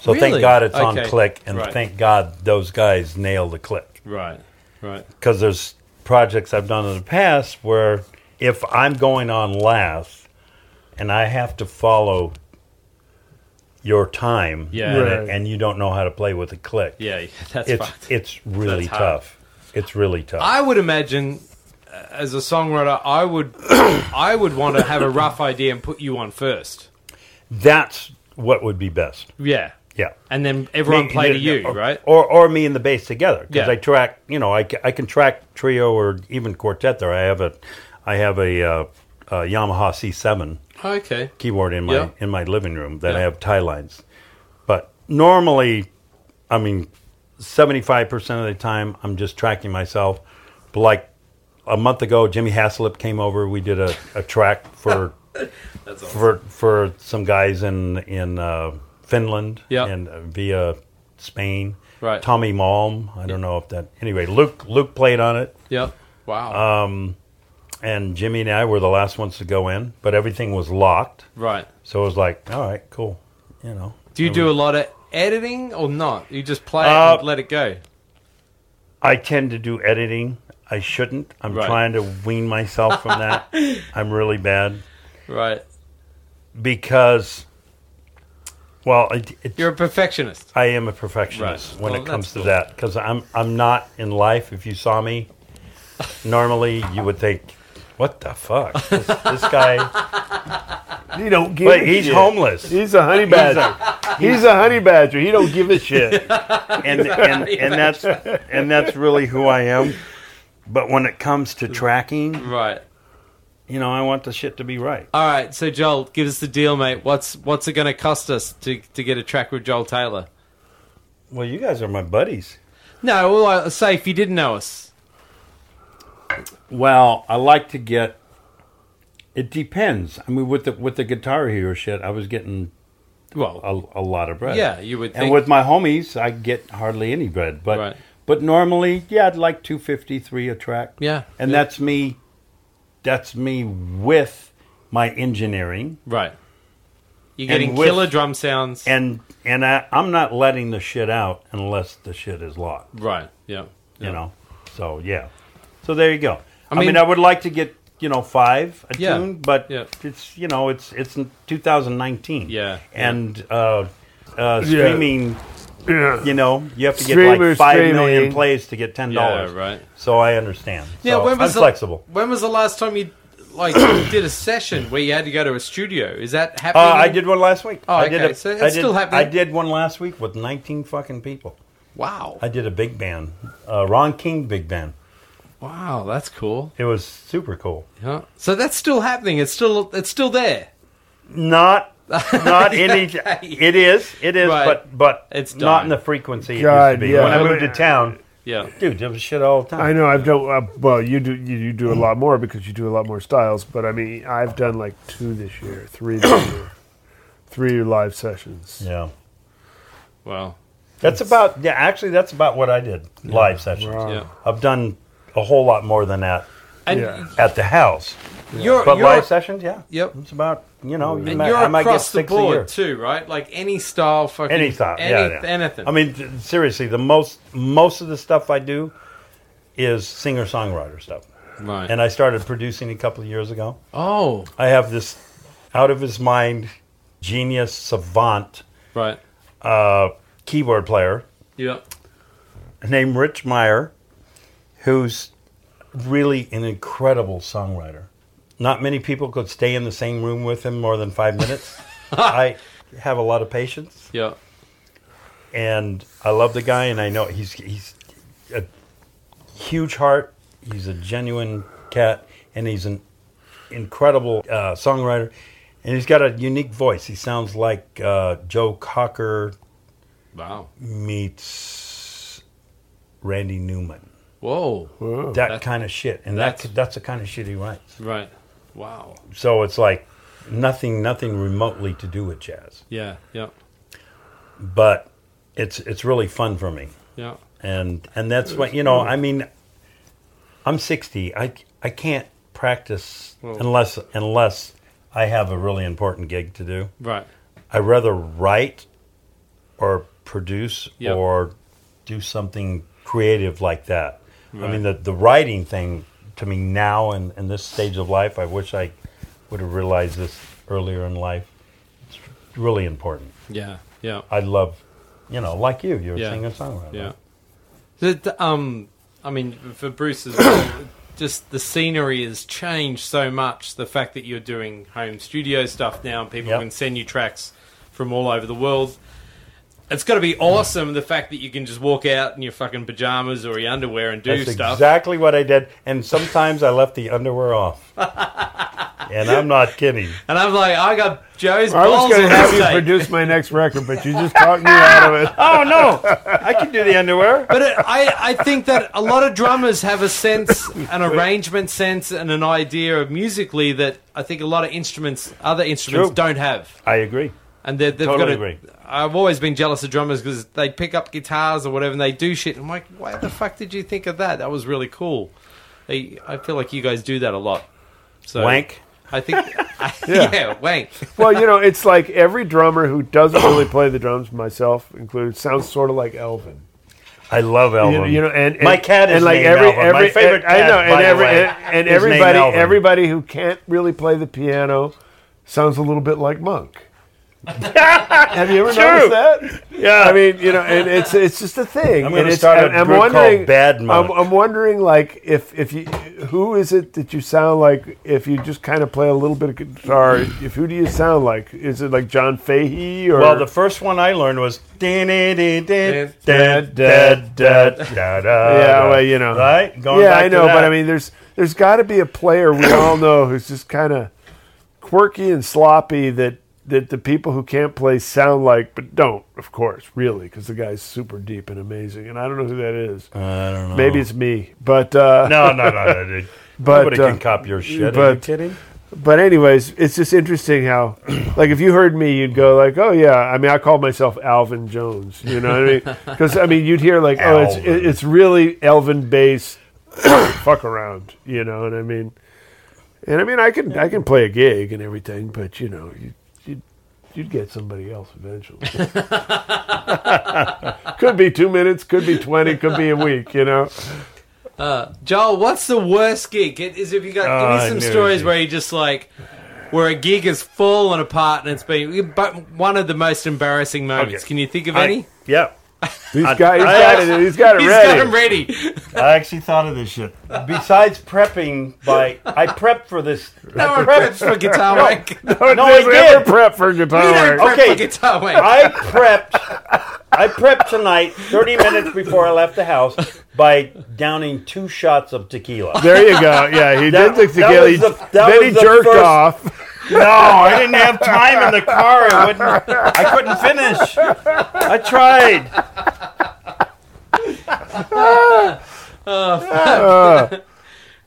Speaker 3: So
Speaker 2: Really?
Speaker 3: thank God it's on
Speaker 2: Okay.
Speaker 3: click, and
Speaker 2: Right.
Speaker 3: thank God those guys nail the click
Speaker 2: Right. Right.
Speaker 3: because there's projects I've done in the past where if I'm going on last and I have to follow your time,
Speaker 2: Yeah.
Speaker 3: and,
Speaker 4: Right.
Speaker 3: and you don't know how to play with a click,
Speaker 2: Yeah. That's
Speaker 3: it's
Speaker 2: fucked.
Speaker 3: it's really
Speaker 2: That's hard.
Speaker 3: tough. It's really tough.
Speaker 2: I would imagine uh, as a songwriter, I would I would want to have a rough idea and put you on first.
Speaker 3: That's what would be best.
Speaker 2: Yeah.
Speaker 3: Yeah.
Speaker 2: And then everyone
Speaker 3: Me-
Speaker 2: play to
Speaker 3: yeah,
Speaker 2: you,
Speaker 3: or,
Speaker 2: right?
Speaker 3: Or or me and the bass together because
Speaker 2: Yeah.
Speaker 3: I track. You know, I, ca- I can track trio or even quartet. There, I have a I have a, uh, a Yamaha C7
Speaker 2: Okay.
Speaker 3: keyboard in my
Speaker 2: Yeah.
Speaker 3: in my living room that I
Speaker 2: Yeah.
Speaker 3: have tie lines. But normally, I mean, seventy five percent of the time, I'm just tracking myself. But like a month ago, Jimmy Haslip came over. We did a, a track for for for some guys in in uh, Finland
Speaker 2: Yeah.
Speaker 3: and uh, via Spain.
Speaker 2: Right.
Speaker 3: Tommy Malm. I don't know if that. Anyway, Luke Luke played on it
Speaker 2: Yep.
Speaker 3: Uh,
Speaker 2: Wow.
Speaker 3: and Jimmy and I were the last ones to go in, but everything was locked.
Speaker 2: right.
Speaker 3: So it was like, all right, cool. You know,
Speaker 2: Do you do a lot of editing or not? You just play it
Speaker 3: Uh,
Speaker 2: and let it go.
Speaker 3: I tend to do editing. I shouldn't. I'm
Speaker 2: Right.
Speaker 3: trying to wean myself from that. I'm really bad
Speaker 2: Right.
Speaker 3: because, well, it, it,
Speaker 2: You're a perfectionist.
Speaker 3: I am a perfectionist
Speaker 2: Right.
Speaker 3: when
Speaker 2: Well,
Speaker 3: it comes
Speaker 2: that's
Speaker 3: to
Speaker 2: cool.
Speaker 3: that because I'm I'm not in life. If you saw me, normally you would think, what the fuck, this, this guy?
Speaker 4: He don't give.
Speaker 3: But
Speaker 4: a
Speaker 3: he's
Speaker 4: shit.
Speaker 3: homeless.
Speaker 4: He's a honey badger. He's a honey badger. He don't give a shit.
Speaker 3: and and, and that's and that's really who I am. But when it comes to tracking,
Speaker 2: Right.
Speaker 3: You know, I want the shit to be right.
Speaker 2: All right, so Joel, give us the deal, mate. What's what's it going to cost us to to get a track with Joel Taylor?
Speaker 3: Well, you guys are my buddies.
Speaker 2: No, well, I- say if you didn't know us,
Speaker 3: Well, I like to get. It depends. I mean, with the with the guitar hero shit, I was getting
Speaker 2: well,
Speaker 3: a, a lot of bread.
Speaker 2: yeah, you would
Speaker 3: and
Speaker 2: think.
Speaker 3: with my homies, I get hardly any bread. But
Speaker 2: Right.
Speaker 3: but normally, yeah, I'd like two fifty three a track.
Speaker 2: Yeah.
Speaker 3: and
Speaker 2: Yeah.
Speaker 3: that's me. That's me with my engineering,
Speaker 2: right, you're getting
Speaker 3: And with-
Speaker 2: killer drum sounds.
Speaker 3: and and I, I'm not letting the shit out unless the shit is locked.
Speaker 2: right, yeah, yeah.
Speaker 3: You know, so yeah. So there you go. I mean, I,
Speaker 2: mean-
Speaker 3: would like to get you know five a
Speaker 2: Yeah.
Speaker 3: tune, but
Speaker 2: Yeah.
Speaker 3: it's you know it's it's 2019.
Speaker 2: Yeah.
Speaker 3: and uh, uh, streaming.
Speaker 4: Yeah.
Speaker 3: you know, you have to get
Speaker 4: Streamer
Speaker 3: like five million
Speaker 4: streaming.
Speaker 3: plays to get ten dollars.
Speaker 2: Yeah, right.
Speaker 3: So I understand.
Speaker 2: Yeah,
Speaker 3: so
Speaker 2: when was
Speaker 3: I'm
Speaker 2: the,
Speaker 3: flexible.
Speaker 2: When was the last time you like did a session where you had to go to a studio? Is that
Speaker 3: Uh,
Speaker 2: happening?
Speaker 3: I did one last week.
Speaker 2: Oh,
Speaker 3: I did
Speaker 2: okay,
Speaker 3: a-
Speaker 2: so it's
Speaker 3: I did-
Speaker 2: still happening.
Speaker 3: I did one last week with 19 fucking people.
Speaker 2: Wow,
Speaker 3: I did a big band, uh, Ron King big band.
Speaker 2: wow, that's cool.
Speaker 3: It was super cool.
Speaker 2: Yeah. So that's still happening. It's still it's still there.
Speaker 3: Not, not any. It is, it is,
Speaker 2: Right.
Speaker 3: but but
Speaker 2: It's
Speaker 3: not
Speaker 2: dying.
Speaker 3: in the frequency it
Speaker 4: God,
Speaker 3: used to be.
Speaker 4: yeah.
Speaker 3: When I moved to town,
Speaker 2: Yeah,
Speaker 3: dude, there was shit all the time.
Speaker 4: I know I've done uh, well. You do you, you do a lot more because you do a lot more styles. But I mean, I've done like two this year, three this year, three live sessions.
Speaker 3: Yeah,
Speaker 2: wow,
Speaker 3: that's about. Yeah, actually, that's about what I did live sessions.
Speaker 4: Wow.
Speaker 2: yeah.
Speaker 3: I've done a whole lot more than that
Speaker 2: And
Speaker 4: Yeah.
Speaker 3: at the house.
Speaker 2: you're
Speaker 3: But
Speaker 2: you're,
Speaker 3: live sessions, yeah.
Speaker 2: Yep.
Speaker 3: It's about, you know, you
Speaker 2: and
Speaker 3: might,
Speaker 2: you're
Speaker 3: I might get
Speaker 2: across the
Speaker 3: six a year.
Speaker 2: board too, right? Like any style, fucking
Speaker 3: Any time.
Speaker 2: any,
Speaker 3: yeah, yeah.
Speaker 2: anything.
Speaker 3: I mean, th- seriously, the most most of the stuff I do is singer songwriter stuff.
Speaker 2: right?
Speaker 3: And I started producing a couple of years ago.
Speaker 2: oh,
Speaker 3: I have this out of his mind genius savant
Speaker 2: right.
Speaker 3: uh, keyboard player
Speaker 2: Yeah,
Speaker 3: named Rich Meyer, who's really an incredible songwriter. Not many people could stay in the same room with him more than five minutes. I have a lot of patience,
Speaker 2: yeah,
Speaker 3: and I love the guy, and I know he's he's a huge heart. He's a genuine cat, and he's an incredible uh, songwriter. And he's got a unique voice. He sounds like uh, Joe Cocker
Speaker 2: wow.
Speaker 3: meets Randy Newman.
Speaker 2: Whoa,
Speaker 4: Whoa.
Speaker 3: that
Speaker 2: That's-
Speaker 3: kind of shit, and that
Speaker 2: that's-
Speaker 3: that's the kind of shit he writes.
Speaker 2: right. Wow.
Speaker 3: So it's like nothing, nothing remotely to do with jazz,
Speaker 2: Yeah, yeah,
Speaker 3: but it's it's really fun for me,
Speaker 2: yeah.
Speaker 3: and and that's what you know. I mean, I'm 60. I I can't practice unless unless I have a really important gig to do.
Speaker 2: Right.
Speaker 3: I would rather write or produce
Speaker 2: Yep.
Speaker 3: or do something creative like that. I
Speaker 2: Right.
Speaker 3: mean, the, the writing thing to me now in, in this stage of life, I wish I would have realized this earlier in life. It's really important.
Speaker 2: Yeah, yeah,
Speaker 3: I love, you know, like you, you're
Speaker 2: Yeah.
Speaker 3: a singer songwriter.
Speaker 2: yeah. The, the, um, I mean, for Bruce as well, just the scenery has changed so much. The fact that you're doing home studio stuff now, and people
Speaker 3: Yep.
Speaker 2: can send you tracks from all over the world. It's got to be awesome. The fact that you can just walk out in your fucking pajamas or your underwear and do
Speaker 3: That's
Speaker 2: stuff.
Speaker 3: exactly what I did. And sometimes I left the underwear off. and I'm not kidding.
Speaker 2: And I'm like, I got Joe's
Speaker 4: I was
Speaker 2: balls
Speaker 4: going to
Speaker 2: on
Speaker 4: have
Speaker 2: this
Speaker 4: you
Speaker 2: tape.
Speaker 4: produce my next record, but you just talked me out of it.
Speaker 3: Oh, no. I can do the underwear.
Speaker 2: But it, I, I think that a lot of drummers have a sense, an arrangement sense, and an idea of musically that I think a lot of instruments, other instruments,
Speaker 3: True.
Speaker 2: don't have.
Speaker 3: I agree.
Speaker 2: And they, they've
Speaker 3: Totally
Speaker 2: got. A,
Speaker 3: agree.
Speaker 2: I've always been jealous of drummers because they pick up guitars or whatever and they do shit. I'm like, why the fuck did you think of that? That was really cool. I, I feel like you guys do that a lot. So
Speaker 3: Wank.
Speaker 2: I think, yeah. wank.
Speaker 4: Well, you know, it's like every drummer who doesn't really play the drums, myself included, sounds sort of like Elvin.
Speaker 3: I love Elvin.
Speaker 4: You know, you know, and, and
Speaker 3: my cat is
Speaker 4: and like
Speaker 3: named
Speaker 4: every,
Speaker 3: Elvin.
Speaker 4: every
Speaker 3: my favorite
Speaker 4: I
Speaker 3: cat,
Speaker 4: know,
Speaker 3: by
Speaker 4: and
Speaker 3: the
Speaker 4: every
Speaker 3: way,
Speaker 4: and,
Speaker 3: is
Speaker 4: and
Speaker 3: named
Speaker 4: everybody,
Speaker 3: Elvin.
Speaker 4: everybody who can't really play the piano sounds a little bit like Monk. Have you ever noticed that?
Speaker 3: Yeah,
Speaker 4: I mean, you know, and it's it's just a thing.
Speaker 3: I'm gonna
Speaker 4: and it's,
Speaker 3: start a
Speaker 4: and I'm
Speaker 3: group called
Speaker 4: wondering,
Speaker 3: Bad Monk.
Speaker 4: I'm, I'm wondering, like, if if you, who is it that you sound like? If you just kind of play a little bit of guitar, if who do you sound like? Is it like John Fahey or?
Speaker 3: well, the first one I learned was yeah,
Speaker 4: Yeah, well,
Speaker 3: well,
Speaker 4: you know.
Speaker 3: right? Going
Speaker 4: yeah,
Speaker 3: back
Speaker 4: I
Speaker 3: to
Speaker 4: know,
Speaker 3: that.
Speaker 4: but I mean, there's there's got to be a player we all know who's just kind of quirky and sloppy that that the people who can't play sound like, but don't, of course, really, because the guy's super deep and amazing. And I don't know who that is.
Speaker 3: I don't know.
Speaker 4: Maybe it's me, but uh,
Speaker 3: Oh. no, no, no, no, dude.
Speaker 4: But,
Speaker 3: Nobody
Speaker 4: uh,
Speaker 3: can cop your shit. Are you
Speaker 4: but-
Speaker 3: kidding?
Speaker 4: But anyways, it's just interesting how, like, if you heard me, you'd go like, "Oh yeah." I mean, I call myself Alvin Jones. You know what I mean? Because I mean, you'd hear like, "Oh, it's
Speaker 3: Alvin.
Speaker 4: it- it's really Elvin bass, fuck around." You know what I mean? And I mean, I can I can play a gig and everything, but you know, you you'd, you'd get somebody else eventually. could be two minutes, could be twenty, could be a week. You know?
Speaker 2: Joel, what's the worst gig? It is if you got
Speaker 3: Oh,
Speaker 2: give
Speaker 3: I
Speaker 2: me
Speaker 3: knew
Speaker 2: some
Speaker 3: it
Speaker 2: stories
Speaker 3: was-
Speaker 2: where you just like where a gig has fallen apart and it's been but one of the most embarrassing moments.
Speaker 3: Okay.
Speaker 2: Can you think of
Speaker 3: I-
Speaker 2: any?
Speaker 3: yeah.
Speaker 4: He's
Speaker 3: I-
Speaker 4: got he's
Speaker 3: I-
Speaker 4: got it. He's got it
Speaker 2: He's
Speaker 4: ready.
Speaker 2: got 'em ready.
Speaker 3: I actually thought of this shit. Besides prepping by, I prepped for this.
Speaker 2: no one preps for guitar wank.
Speaker 3: No, I
Speaker 4: Never ever
Speaker 3: did.
Speaker 4: Oh, prep for guitar.
Speaker 2: You
Speaker 4: work.
Speaker 2: don't prep
Speaker 3: Okay.
Speaker 2: for guitar wank.
Speaker 3: I prepped. I prepped tonight, 30 minutes before I left the house, by downing two shots of tequila.
Speaker 4: There you go. Yeah, he
Speaker 3: That-
Speaker 4: did the
Speaker 3: that
Speaker 4: together.
Speaker 3: was the- that
Speaker 4: then
Speaker 3: was
Speaker 4: he
Speaker 3: the
Speaker 4: jerked
Speaker 3: first-
Speaker 4: off.
Speaker 3: No, I didn't have time in the car. I wouldn't. I couldn't finish. I tried.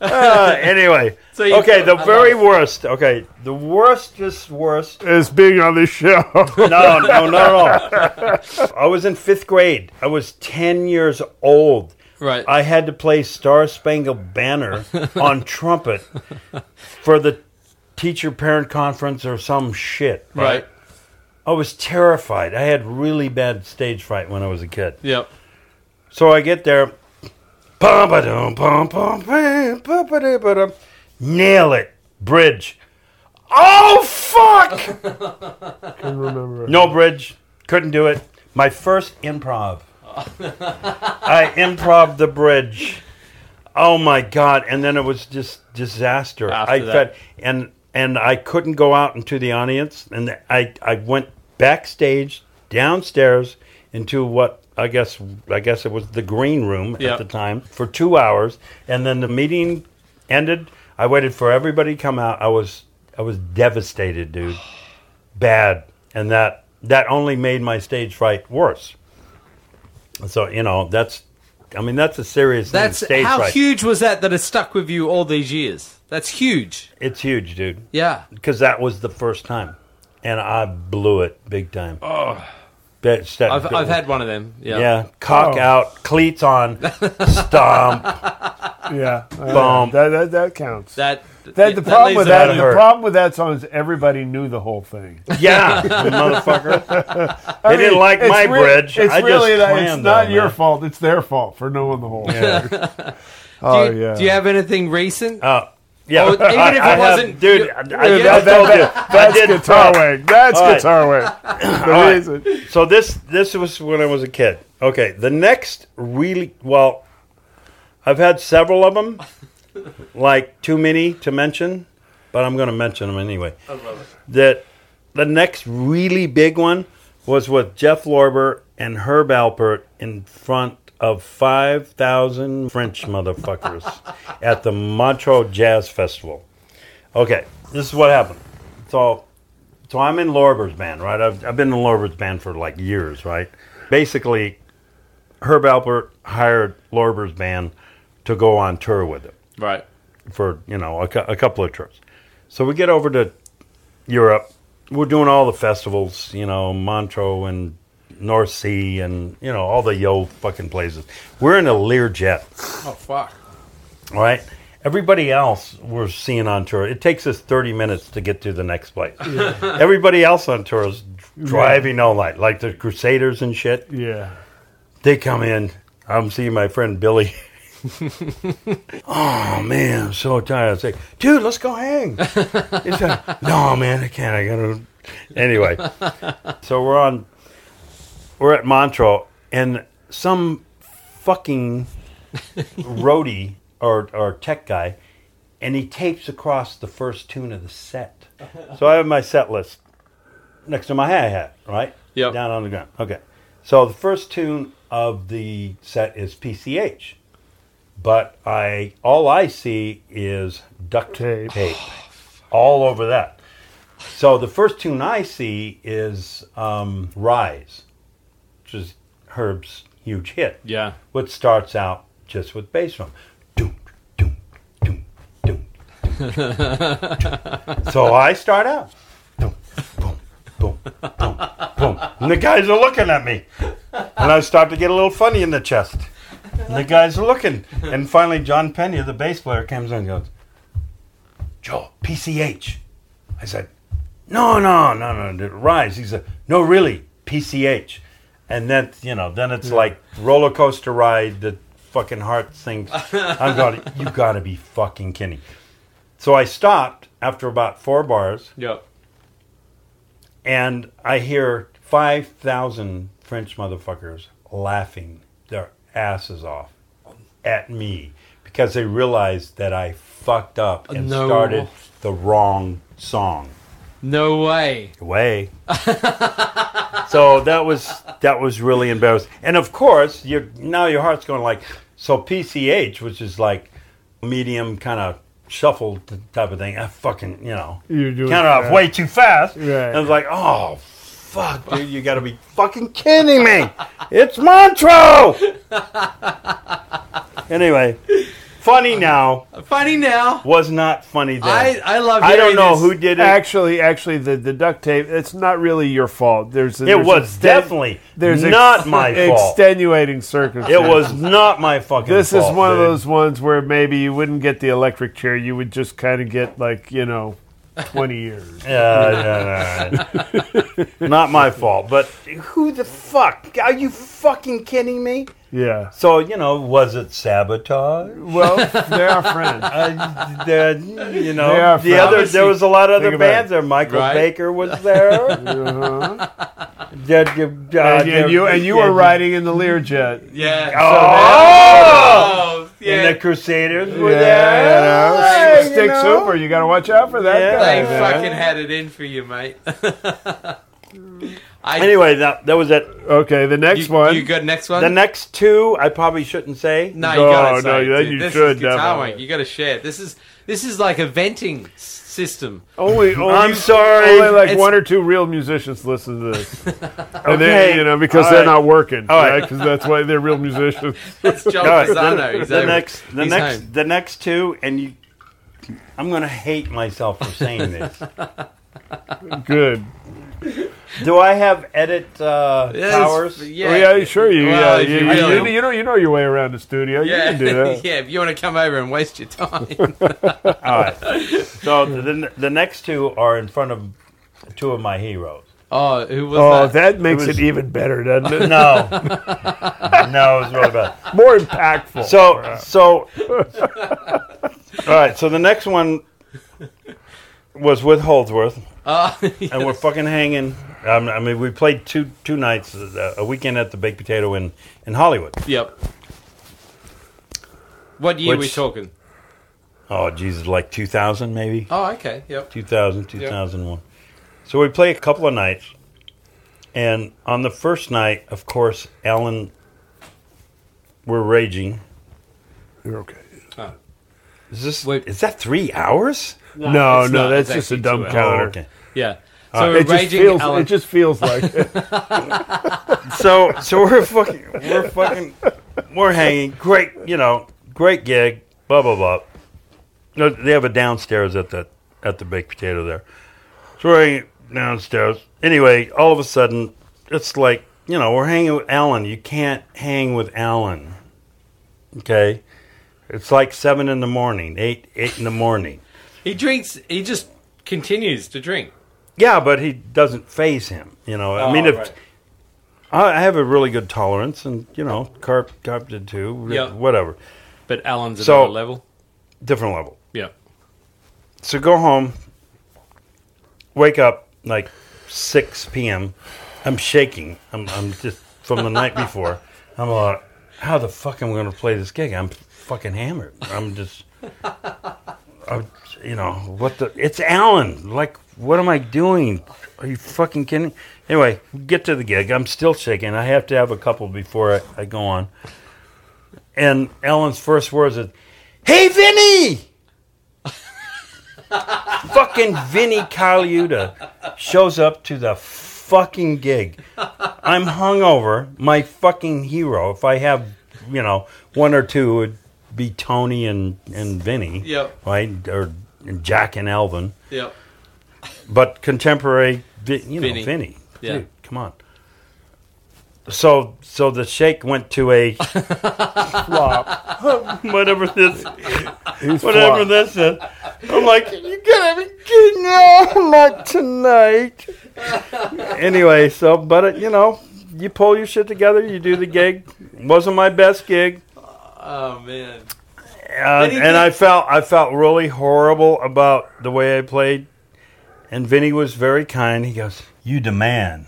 Speaker 3: Uh, anyway,
Speaker 2: Ah. So you-
Speaker 3: okay, the
Speaker 2: I love
Speaker 3: very
Speaker 2: it.
Speaker 3: worst. Okay, the worst, just worst.
Speaker 4: Is being on this show.
Speaker 3: No, no, no, no. I was in fifth grade. I was ten years old.
Speaker 2: Right.
Speaker 3: I had to play Star Spangled Banner on trumpet for the teacher parent conference or some shit.
Speaker 2: right.
Speaker 3: I was terrified. I had really bad stage fright when I was a kid.
Speaker 2: Yep.
Speaker 3: So I get there, bum ba dum bum bum bam, bum ba dum ba dum. nail it, bridge. Oh fuck!
Speaker 4: remember.
Speaker 3: No bridge, couldn't do it. My first improv. I improv the bridge. Oh my god! And then it was just disaster.
Speaker 2: After
Speaker 3: I
Speaker 2: that.
Speaker 3: felt- and and I couldn't go out into the audience, and I I went backstage downstairs into what I guess I guess it was the green room
Speaker 2: Yeah.
Speaker 3: at the time for two hours, and then the meeting ended. I waited for everybody to come out. I was I was devastated, dude, bad, and that that only made my stage fright worse. So you know that's. I mean that's a serious thing,
Speaker 2: That's
Speaker 3: stage
Speaker 2: how
Speaker 3: fright.
Speaker 2: huge was that that has stuck with you all these years? That's huge.
Speaker 3: It's huge, dude.
Speaker 2: Yeah.
Speaker 3: because that was the first time, and I blew it big time. Oh,
Speaker 2: I've, I've had one of them. Yeah.
Speaker 3: yeah, cock
Speaker 4: Oh.
Speaker 3: out, cleats on, stomp.
Speaker 4: Yeah, uh,
Speaker 3: Bum.
Speaker 4: That, that that counts. That,
Speaker 2: That,
Speaker 4: the problem
Speaker 2: leaves
Speaker 4: with
Speaker 2: a
Speaker 4: that.
Speaker 3: that
Speaker 2: little-
Speaker 4: The
Speaker 3: hurt.
Speaker 4: problem with that song is everybody knew the whole thing.
Speaker 3: Yeah, motherfucker. They
Speaker 4: I
Speaker 3: didn't
Speaker 4: mean,
Speaker 3: like
Speaker 4: it's
Speaker 3: my
Speaker 4: rea-
Speaker 3: bridge.
Speaker 4: It's
Speaker 3: I just
Speaker 4: really not- it's
Speaker 3: clammed
Speaker 4: not
Speaker 3: on
Speaker 4: your
Speaker 3: that.
Speaker 4: fault. It's their fault for knowing the whole.
Speaker 3: Yeah.
Speaker 4: thing.
Speaker 2: Do
Speaker 4: oh
Speaker 2: you,
Speaker 4: yeah.
Speaker 2: do you have anything recent?
Speaker 3: Uh, yeah,
Speaker 2: Oh, even if
Speaker 3: I-
Speaker 2: it
Speaker 3: I have-
Speaker 2: wasn't-
Speaker 3: dude.
Speaker 2: you-
Speaker 3: I, I,
Speaker 4: Dude,
Speaker 3: I
Speaker 4: that-
Speaker 3: told
Speaker 4: that-
Speaker 3: you, I
Speaker 4: that's
Speaker 3: did
Speaker 4: guitar
Speaker 3: prep.
Speaker 4: wing. That's
Speaker 3: All right.
Speaker 4: guitar wing. The
Speaker 3: All right.
Speaker 4: reason.
Speaker 3: So this this was when I was a kid. Okay, the next really well, I've had several of them, like too many to mention, but I'm going to mention them anyway. I love it. That the next really big one was with Jeff Lorber and Herb Alpert in front of 5,000 French motherfuckers at the Montreux Jazz Festival. Okay, this is what happened. So so I'm in Lorber's band, right? I've, I've been in Lorber's band for like years, right? Basically, Herb Alpert hired Lorber's band to go on tour with him
Speaker 2: right.
Speaker 3: for you know a, cou- a couple of trips. So we get over to Europe. We're doing all the festivals, you know, Montreux and North Sea and you know all the yo fucking places. We're in a Learjet.
Speaker 2: Oh, fuck.
Speaker 3: All right. Everybody else we're seeing on tour, it takes us 30 minutes to get to the next place. Everybody else on tour is driving all night, like the Crusaders and shit.
Speaker 4: Yeah.
Speaker 3: They come in. I'm seeing my friend Billy. oh, man, I'm so tired. I was like, dude, let's go hang. He's like, no, man, I can't. I gotta. Anyway, so we're on, we're at Montreux, and some fucking roadie or, or tech guy, and he tapes across the first tune of the set. So I have my set list next to my hi hat, right?
Speaker 2: Yep.
Speaker 3: Down on the ground. Okay. So the first tune of the set is PCH. but I all I see is duct
Speaker 4: Tape.
Speaker 3: tape, all over that. So the first tune I see is um, Rise, which is Herb's huge hit
Speaker 2: Yeah.
Speaker 3: which starts out just with bass drum. Doom, doom, doom, doom, doom, doom. so I start out. Boom, boom, boom, boom, boom. And the guys are looking at me. And I start to get a little funny in the chest. And the guys are looking. And finally, John Pena, the bass player, comes in and goes, Joe, PCH. I said, no, no, no, no, rise. He said, no, really, PCH. And then, you know, then it's like roller coaster ride, the fucking heart thing. I'm going, you gotta be fucking kidding. So I stopped after about four bars
Speaker 2: Yep.
Speaker 3: and I hear 5,000 French motherfuckers laughing their asses off at me because they realized that I fucked up and
Speaker 2: No.
Speaker 3: started the wrong song
Speaker 2: No way.
Speaker 3: way. so that was that was really embarrassing. And of course, you now your heart's going like so PCH, which is like medium kind of shuffle t- type of thing. I fucking you know
Speaker 4: You're doing
Speaker 3: kind of
Speaker 4: fast.
Speaker 3: way too fast.
Speaker 4: Right.
Speaker 3: And I was like, oh fuck, dude, you got to be fucking kidding me! It's Montreux. anyway, funny now
Speaker 2: Funny now.
Speaker 3: was not funny then.
Speaker 2: I I love.
Speaker 3: I don't
Speaker 2: hearing
Speaker 3: know
Speaker 2: this.
Speaker 3: who did it.
Speaker 4: Actually, actually, the, the duct tape. It's not really your fault. There's
Speaker 3: It
Speaker 4: there's
Speaker 3: was
Speaker 4: exten-
Speaker 3: definitely
Speaker 4: there's ex-
Speaker 3: not my fault.
Speaker 4: extenuating circumstances.
Speaker 3: It was not my fucking
Speaker 4: This
Speaker 3: fault.
Speaker 4: is one of
Speaker 3: dude.
Speaker 4: those ones where maybe you wouldn't get the electric chair. You would just kind of get like you know, twenty years.
Speaker 3: Yeah, yeah, yeah, yeah. not my fault. But who the fuck? Are you fucking kidding me?
Speaker 4: Yeah.
Speaker 3: So you know, was it sabotage?
Speaker 4: Well, they are friends.
Speaker 3: Uh, the, you know,
Speaker 4: They are
Speaker 3: the other
Speaker 2: obviously-
Speaker 3: there was a lot of other
Speaker 4: Think about
Speaker 3: bands
Speaker 4: it.
Speaker 3: there. Michael
Speaker 2: Right.
Speaker 3: Baker was there.
Speaker 4: Uh-huh.
Speaker 3: That you- uh,
Speaker 4: And, you- and you and you
Speaker 3: yeah,
Speaker 4: were riding in the Learjet.
Speaker 2: Yeah.
Speaker 3: Oh,
Speaker 2: Oh,
Speaker 3: and
Speaker 2: yeah.
Speaker 3: the Crusaders were
Speaker 4: Yeah,
Speaker 3: there.
Speaker 4: you know, stick super. You got to watch out for that
Speaker 3: Yeah.
Speaker 4: guy.
Speaker 2: they
Speaker 3: Yeah.
Speaker 4: man.
Speaker 2: fucking had it in for you, mate. I,
Speaker 3: Anyway, that that was it.
Speaker 4: Okay, the next
Speaker 2: you,
Speaker 4: one.
Speaker 2: You got next one.
Speaker 3: The next two, I probably shouldn't say.
Speaker 2: no, you
Speaker 4: No,
Speaker 2: gotta
Speaker 4: Oh, no,
Speaker 2: say,
Speaker 4: then
Speaker 2: dude,
Speaker 4: you
Speaker 2: this
Speaker 4: should,
Speaker 2: Is guitar
Speaker 4: definitely.
Speaker 2: wank. You got to share. This is this is like a venting s- system.
Speaker 4: only, only,
Speaker 3: I'm sorry.
Speaker 4: Only like
Speaker 2: It's-
Speaker 4: one or two real musicians listen to this, and
Speaker 3: Okay.
Speaker 4: they, you know, because
Speaker 3: All
Speaker 4: they're
Speaker 3: right.
Speaker 4: not working,
Speaker 3: All right.
Speaker 4: right? Because that's why they're real musicians.
Speaker 2: That's Joe
Speaker 3: All right,
Speaker 2: Pisano.
Speaker 3: the-
Speaker 2: He's
Speaker 3: the
Speaker 2: over.
Speaker 3: next, the
Speaker 2: He's
Speaker 3: next,
Speaker 2: home.
Speaker 3: the next two, and you. I'm gonna hate myself for saying this.
Speaker 4: Good.
Speaker 3: Do I have edit uh,
Speaker 2: Yes,
Speaker 3: powers?
Speaker 2: Yeah.
Speaker 4: Oh, yeah, sure you.
Speaker 2: Well, if
Speaker 4: yeah, you,
Speaker 2: you
Speaker 4: you-
Speaker 2: really-
Speaker 4: you know, you know your way around the studio.
Speaker 2: Yeah,
Speaker 4: You can do that.
Speaker 2: yeah. If you want to come over and waste your time,
Speaker 3: All right. So the the next two are in front of two of my heroes.
Speaker 2: oh, who was
Speaker 4: Oh,
Speaker 2: that?
Speaker 4: that makes it,
Speaker 3: was-
Speaker 4: even better, doesn't it?
Speaker 3: No, no, it's really bad.
Speaker 4: More impactful.
Speaker 3: So so. All right. So the next one was with Holdsworth.
Speaker 2: Oh,
Speaker 3: and we're fucking hanging. Um, I mean, we played two two nights, uh, a weekend at the Baked Potato in in Hollywood.
Speaker 4: Oh.
Speaker 2: yep. What year we
Speaker 3: Which-
Speaker 2: talking?
Speaker 3: Oh Jesus, like two thousand maybe,
Speaker 2: Oh, okay. Yep.
Speaker 3: 2000, 2001. So we play a couple of nights, and on the first night, of course, Alan, we're raging.
Speaker 4: You're okay.
Speaker 3: Is this
Speaker 2: Wait.
Speaker 3: is that three hours?
Speaker 4: No, no,
Speaker 2: it's not.
Speaker 4: that's
Speaker 2: It's
Speaker 4: just a
Speaker 2: actually
Speaker 4: dumb
Speaker 2: two hours.
Speaker 4: counter.
Speaker 3: Oh, okay.
Speaker 2: Yeah. So
Speaker 3: Uh,
Speaker 2: we're
Speaker 4: It just
Speaker 2: raging
Speaker 4: feels.
Speaker 2: Alan.
Speaker 4: It just feels like. it.
Speaker 3: so so we're fucking we're fucking we're hanging great you know great gig blah blah blah No, they have a downstairs at the at the baked potato there so we're hanging downstairs anyway all of a sudden it's like you know we're hanging with alan you can't hang with alan okay it's like seven in the morning eight eight in the morning
Speaker 2: he drinks. He just continues to drink.
Speaker 3: Yeah, but he doesn't phase him. You know, I
Speaker 2: Oh,
Speaker 3: mean, if
Speaker 2: right.
Speaker 3: I I have a really good tolerance, and you know, Carp, Carp did too.
Speaker 2: Yeah.
Speaker 3: whatever,
Speaker 2: But Alan's
Speaker 3: So-
Speaker 2: another level.
Speaker 3: different level.
Speaker 2: Yeah.
Speaker 3: So go home, wake up like six p.m. I'm shaking. I'm, I'm just from the night before. I'm like, how the fuck am I going to play this gig? I'm fucking hammered. I'm just, I'm, you know, what the? It's Alan. Like, what am I doing? Are you fucking kidding? Anyway, get to the gig. I'm still shaking. I have to have a couple before I, I go on. and Ellen's first words is, "Hey, Vinny!" fucking Vinny Caliuta shows up to the fucking gig. I'm hungover. My fucking hero. If I have, you know, one or two, it would be Tony and and Vinny.
Speaker 1: Yep.
Speaker 3: Right or Jack and Elvin
Speaker 1: Yep.
Speaker 3: but contemporary, Vi- you know,
Speaker 1: Vinny.
Speaker 3: Vinny.
Speaker 1: Yeah.
Speaker 3: Dude, come on. So, so the shake went to a flop. whatever this, whatever
Speaker 4: flop.
Speaker 3: this is. I'm like, you gotta be kidding! No, not tonight. anyway, so but it, you know, you pull your shit together, you do the gig. Wasn't my best gig.
Speaker 1: Oh man.
Speaker 3: Uh,
Speaker 1: Vinny did-
Speaker 3: and I felt I felt really horrible about the way I played. And Vinny was very kind. He goes, "You demand."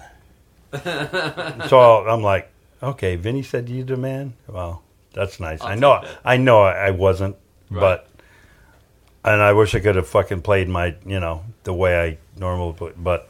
Speaker 3: so I'm like, "Okay." Vinny said, "You demand." Well, that's nice. i know.
Speaker 1: take that.
Speaker 3: I know. I wasn't,
Speaker 1: Right.
Speaker 3: but and I wish I could have fucking played my, you know, the way I normally play. But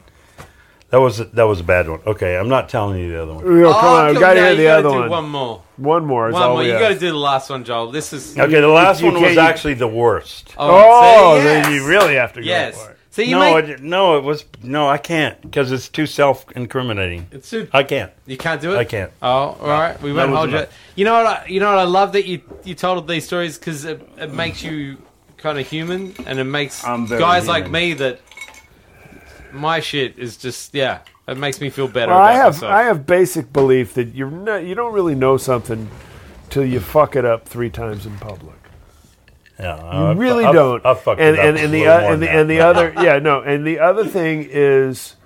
Speaker 3: that was that was a bad one. Okay, I'm not telling you the other one.
Speaker 4: You know, Oh, come
Speaker 2: Oh,
Speaker 4: on, we
Speaker 1: come
Speaker 4: got to
Speaker 1: now,
Speaker 4: hear
Speaker 1: you
Speaker 4: the
Speaker 1: gotta
Speaker 4: other
Speaker 1: do
Speaker 4: one.
Speaker 1: One more.
Speaker 4: One more is
Speaker 1: One
Speaker 4: all
Speaker 1: more.
Speaker 4: we
Speaker 1: You
Speaker 4: have.
Speaker 1: got to do the last one, Joel. This is.
Speaker 3: Okay, the last
Speaker 4: you
Speaker 3: one was
Speaker 4: can't- you-
Speaker 3: actually the worst.
Speaker 4: Oh,
Speaker 1: see,
Speaker 4: then
Speaker 1: yes.
Speaker 4: you really have to go
Speaker 1: Yes.
Speaker 4: for it.
Speaker 1: So you
Speaker 3: no,
Speaker 1: make,
Speaker 3: it, no, it was no. I can't because it's too self-incriminating.
Speaker 1: it's too-
Speaker 3: I can't.
Speaker 1: you can't do it.
Speaker 3: I can't.
Speaker 1: Oh, all right. We won't
Speaker 3: was
Speaker 1: hold you.
Speaker 3: enough.
Speaker 1: You know what? I, you know what? I love that you you told these stories because it, it makes you kind of human, and it makes
Speaker 3: I'm
Speaker 1: guys
Speaker 3: very
Speaker 1: like
Speaker 3: human.
Speaker 1: me that my shit is just yeah. It makes me feel better.
Speaker 4: Well,
Speaker 1: about
Speaker 4: I have
Speaker 1: myself.
Speaker 4: I have basic belief that you're not you don't really know something till you fuck it up three times in public.
Speaker 3: Yeah,
Speaker 4: You
Speaker 3: I-
Speaker 4: really
Speaker 3: I-
Speaker 4: don't.
Speaker 3: I fucked
Speaker 4: and
Speaker 3: it up
Speaker 4: and,
Speaker 3: a
Speaker 4: and the
Speaker 3: little
Speaker 4: uh,
Speaker 3: more
Speaker 4: and the,
Speaker 3: than
Speaker 4: and the
Speaker 3: that.
Speaker 4: other yeah no and the other thing is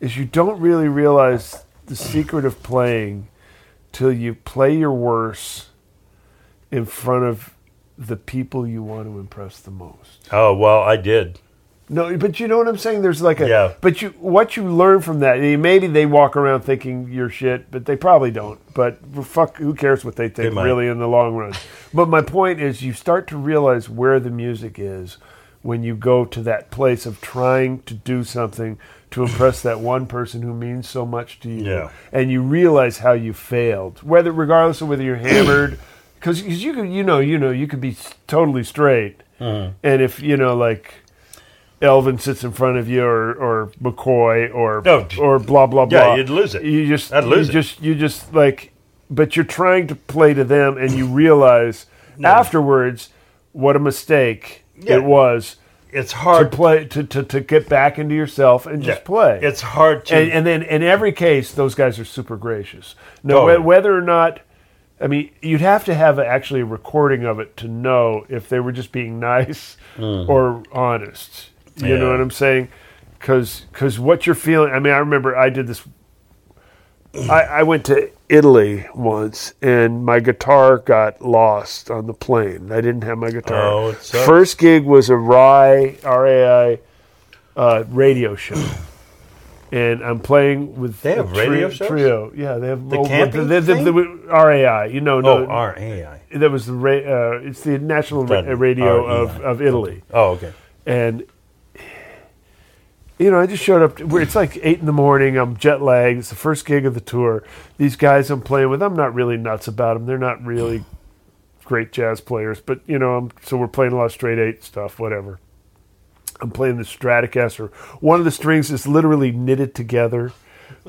Speaker 4: is you don't really realize the secret of playing till you play your worst in front of the people you want to impress the most.
Speaker 3: Oh well, I did.
Speaker 4: No, but you know what I'm saying. There's like a
Speaker 3: Yeah.
Speaker 4: But you what you learn from that. I mean, maybe they walk around thinking you're shit, but they probably don't. But fuck, who cares what they think
Speaker 3: might.
Speaker 4: really in the long run? but my point is, you start to realize where the music is when you go to that place of trying to do something to impress that one person who means so much to you
Speaker 3: Yeah.
Speaker 4: and you realize how you failed, whether regardless of whether you're hammered, because you could, you know, you know, you could be s- totally straight,
Speaker 3: Mm-hmm.
Speaker 4: and if you know, like Elvin sits in front of you, or or McCoy, or
Speaker 3: No, d-
Speaker 4: or blah blah
Speaker 3: Yeah,
Speaker 4: blah,
Speaker 3: you'd lose it.
Speaker 4: You just,
Speaker 3: I'd lose
Speaker 4: you
Speaker 3: it.
Speaker 4: just, you just like, but you're trying to play to them, and you realize afterwards what a mistake
Speaker 3: Yeah.
Speaker 4: it was.
Speaker 3: It's
Speaker 4: To
Speaker 3: hard.
Speaker 4: play to, to, to get back into yourself and just
Speaker 3: Yeah.
Speaker 4: play
Speaker 3: It's hard to.
Speaker 4: and, and then in every case, those guys are super gracious. Now,
Speaker 3: Totally.
Speaker 4: whe- whether or not, I mean, you'd have to have actually a recording of it to know if they were just being nice or honest. You know
Speaker 3: Hmm. Yeah.
Speaker 4: what I'm saying? Because what you're feeling, I mean, I remember I did this. I, I went to Italy once, and my guitar got lost on the plane. I didn't have my guitar.
Speaker 3: Oh, it sucks.
Speaker 4: First gig was a Rai R A I uh, radio show and I'm playing with
Speaker 3: They
Speaker 4: a
Speaker 3: have radio shows?
Speaker 4: trio. Yeah, they have
Speaker 3: The
Speaker 4: oh,
Speaker 3: camping
Speaker 4: the, the, the,
Speaker 3: thing?
Speaker 4: RAI. You know, no,
Speaker 3: oh, R A I. E
Speaker 4: that was the ra- uh, it's the national ra-
Speaker 3: That-
Speaker 4: radio of,
Speaker 3: RAI.
Speaker 4: of Italy,
Speaker 3: Oh, okay.
Speaker 4: and you know, I just showed up. to- where It's like eight in the morning. I'm jet lagged. It's the first gig of the tour. These guys I'm playing with, I'm not really nuts about them. They're not really great jazz players, but you know, I'm, so we're playing a lot of straight eight stuff, whatever. I'm playing the Stratocaster. One of the strings is literally knitted together.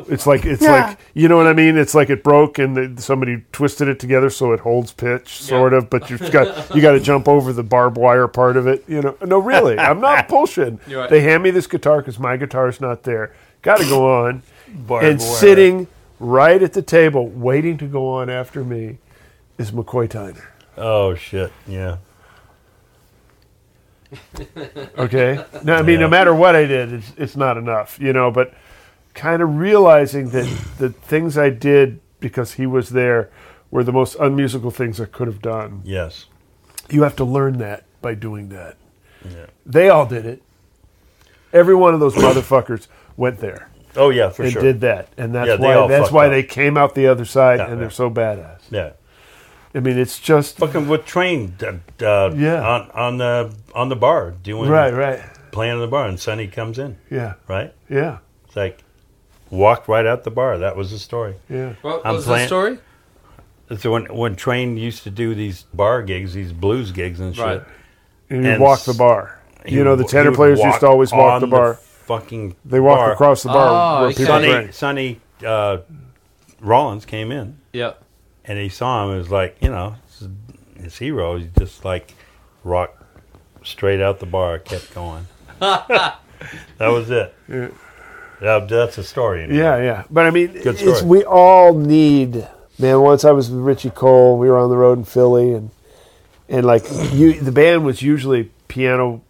Speaker 4: It's like it's like you know what I mean. It's like it broke and the, somebody twisted it together so it holds pitch, sort of. But you've got you got to jump over the barbed wire part of it. You know, no, really, I'm not bullshitting.
Speaker 1: You're right.
Speaker 4: They hand me this guitar because my guitar's not there. Got to go on,
Speaker 3: Barbed
Speaker 4: and
Speaker 3: wire.
Speaker 4: sitting right at the table, waiting to go on after me, is McCoy Tyner.
Speaker 3: Oh shit. Yeah.
Speaker 4: Okay. No, I mean,
Speaker 3: Yeah.
Speaker 4: no matter what I did, it's, it's not enough, you know. But kind of realizing that the things I did because he was there were the most unmusical things I could have done.
Speaker 3: Yes.
Speaker 4: You have to learn that by doing that.
Speaker 3: Yeah.
Speaker 4: They all did it. Every one of those motherfuckers went there
Speaker 3: Oh yeah, for
Speaker 4: and
Speaker 3: sure.
Speaker 4: did that, and that's
Speaker 3: Yeah, they
Speaker 4: why
Speaker 3: all
Speaker 4: that's
Speaker 3: fucked
Speaker 4: why
Speaker 3: up.
Speaker 4: they came out the other side,
Speaker 3: Yeah,
Speaker 4: and
Speaker 3: yeah.
Speaker 4: they're so badass.
Speaker 3: Yeah.
Speaker 4: I mean, it's just
Speaker 3: Fucking with train. Uh, uh,
Speaker 4: Yeah.
Speaker 3: On on the on the bar doing
Speaker 4: right, right,
Speaker 3: playing on the bar and Sonny comes in
Speaker 4: yeah,
Speaker 3: right.
Speaker 4: yeah,
Speaker 3: It's like walked right out the bar. That was the story.
Speaker 4: yeah.
Speaker 1: What
Speaker 3: I'm
Speaker 1: was the
Speaker 3: playing-
Speaker 1: story?
Speaker 3: So when when Train used to do these bar gigs, these blues gigs and shit,
Speaker 2: Right.
Speaker 4: And you
Speaker 3: And
Speaker 4: walk the
Speaker 3: s-
Speaker 4: bar.
Speaker 3: he
Speaker 4: You know, the
Speaker 3: would- he
Speaker 4: tenor
Speaker 3: would
Speaker 4: players used to always walk
Speaker 3: on
Speaker 4: the bar.
Speaker 3: fucking
Speaker 4: they walked
Speaker 3: bar.
Speaker 4: across the bar
Speaker 2: Oh,
Speaker 4: where
Speaker 2: okay.
Speaker 4: people
Speaker 3: Sonny
Speaker 4: drank.
Speaker 3: Sonny uh, Rollins came in
Speaker 1: Yeah.
Speaker 3: and he saw him. It was like you know his, his hero. He just like rocked straight out the bar, kept going. that was it. That- that's a story. anyway.
Speaker 4: Yeah, yeah. But I mean,
Speaker 3: Good
Speaker 4: it's,
Speaker 3: story.
Speaker 4: we all need, man. Once I was with Richie Cole, we were on the road in Philly, and and like you, the band was usually piano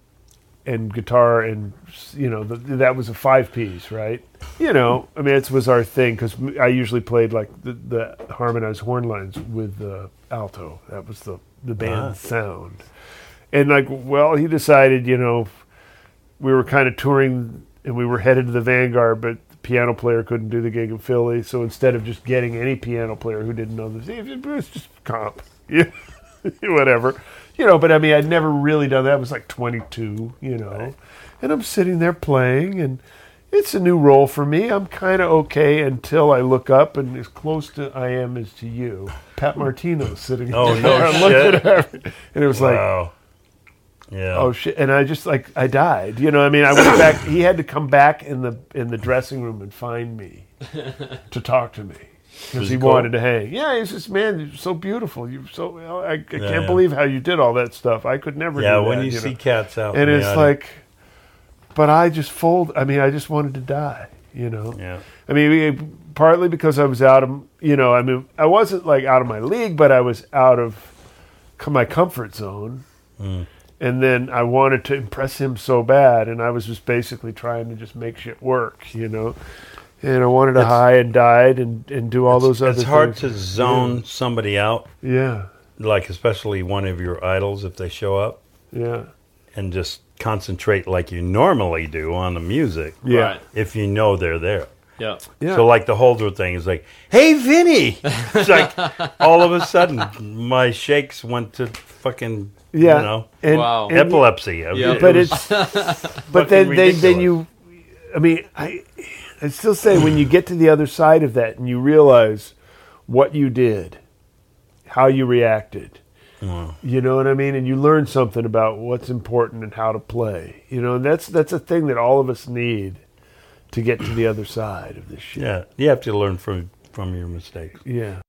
Speaker 4: and guitar, and you know the, that was a five piece, right? You know, I mean, it was our thing because I usually played like the, the harmonized horn lines with the alto. That was the the
Speaker 3: Ah.
Speaker 4: band sound, and like, well, he decided, you know we were kind of touring and we were headed to the Vanguard, but the piano player couldn't do the gig in Philly. So instead of just getting any piano player who didn't know this, it was just comp. Yeah. Whatever. You know, but I mean, I'd never really done that. I was like 22, you know. And I'm sitting there playing, and it's a new role for me. I'm kind of okay until I look up, and as close to I am as to you, Pat Martino sitting
Speaker 3: Oh,
Speaker 4: there.
Speaker 3: no
Speaker 4: I looked
Speaker 3: shit.
Speaker 4: at her, and it was like,
Speaker 3: Wow. yeah.
Speaker 4: oh shit and i just like i died you know i mean i went back he had to come back in the in the dressing room and find me to talk to me because
Speaker 3: Was
Speaker 4: he
Speaker 3: he cool?
Speaker 4: wanted to hang yeah he's just man you're so beautiful you so oh, i, I can't
Speaker 3: yeah.
Speaker 4: believe how you did all that stuff i could never
Speaker 3: yeah.
Speaker 4: do
Speaker 3: When
Speaker 4: that,
Speaker 3: you,
Speaker 4: know.
Speaker 3: see cats out, in
Speaker 4: and
Speaker 3: the
Speaker 4: it's
Speaker 3: audience-
Speaker 4: like but i just fold i mean i just wanted to die you know
Speaker 3: yeah.
Speaker 4: I mean, we- partly because I was out of, you know, I mean, I wasn't like out of my league, but I was out of co- my comfort zone.
Speaker 3: Mm.
Speaker 4: And then I wanted to impress him so bad, and I was just basically trying to just make shit work, you know. And I wanted to
Speaker 3: It's-
Speaker 4: high and died and, and do all those other
Speaker 3: It's hard
Speaker 4: things.
Speaker 3: to zone somebody out,
Speaker 4: yeah,
Speaker 3: like especially one of your idols if they show up,
Speaker 4: yeah,
Speaker 3: and just concentrate like you normally do on the music.
Speaker 4: yeah,
Speaker 2: Right.
Speaker 3: If you know they're there.
Speaker 2: Yeah.
Speaker 4: yeah.
Speaker 3: So like the Holder thing is like, hey Vinny. It's like all of a sudden my shakes went to fucking
Speaker 4: yeah.
Speaker 3: you know
Speaker 4: and,
Speaker 2: Wow.
Speaker 4: and-
Speaker 3: epilepsy.
Speaker 2: Yeah.
Speaker 4: but
Speaker 3: was
Speaker 4: it's but then
Speaker 3: fucking
Speaker 4: they, then
Speaker 3: ridiculous.
Speaker 4: you i mean i i still say when you get to the other side of that and you realize what you did how you reacted you know what i mean and you learn something about what's important and how to play you know and that's that's a thing that all of us need to get to the other side of this shit
Speaker 3: yeah. You have to learn from from your mistakes.
Speaker 4: yeah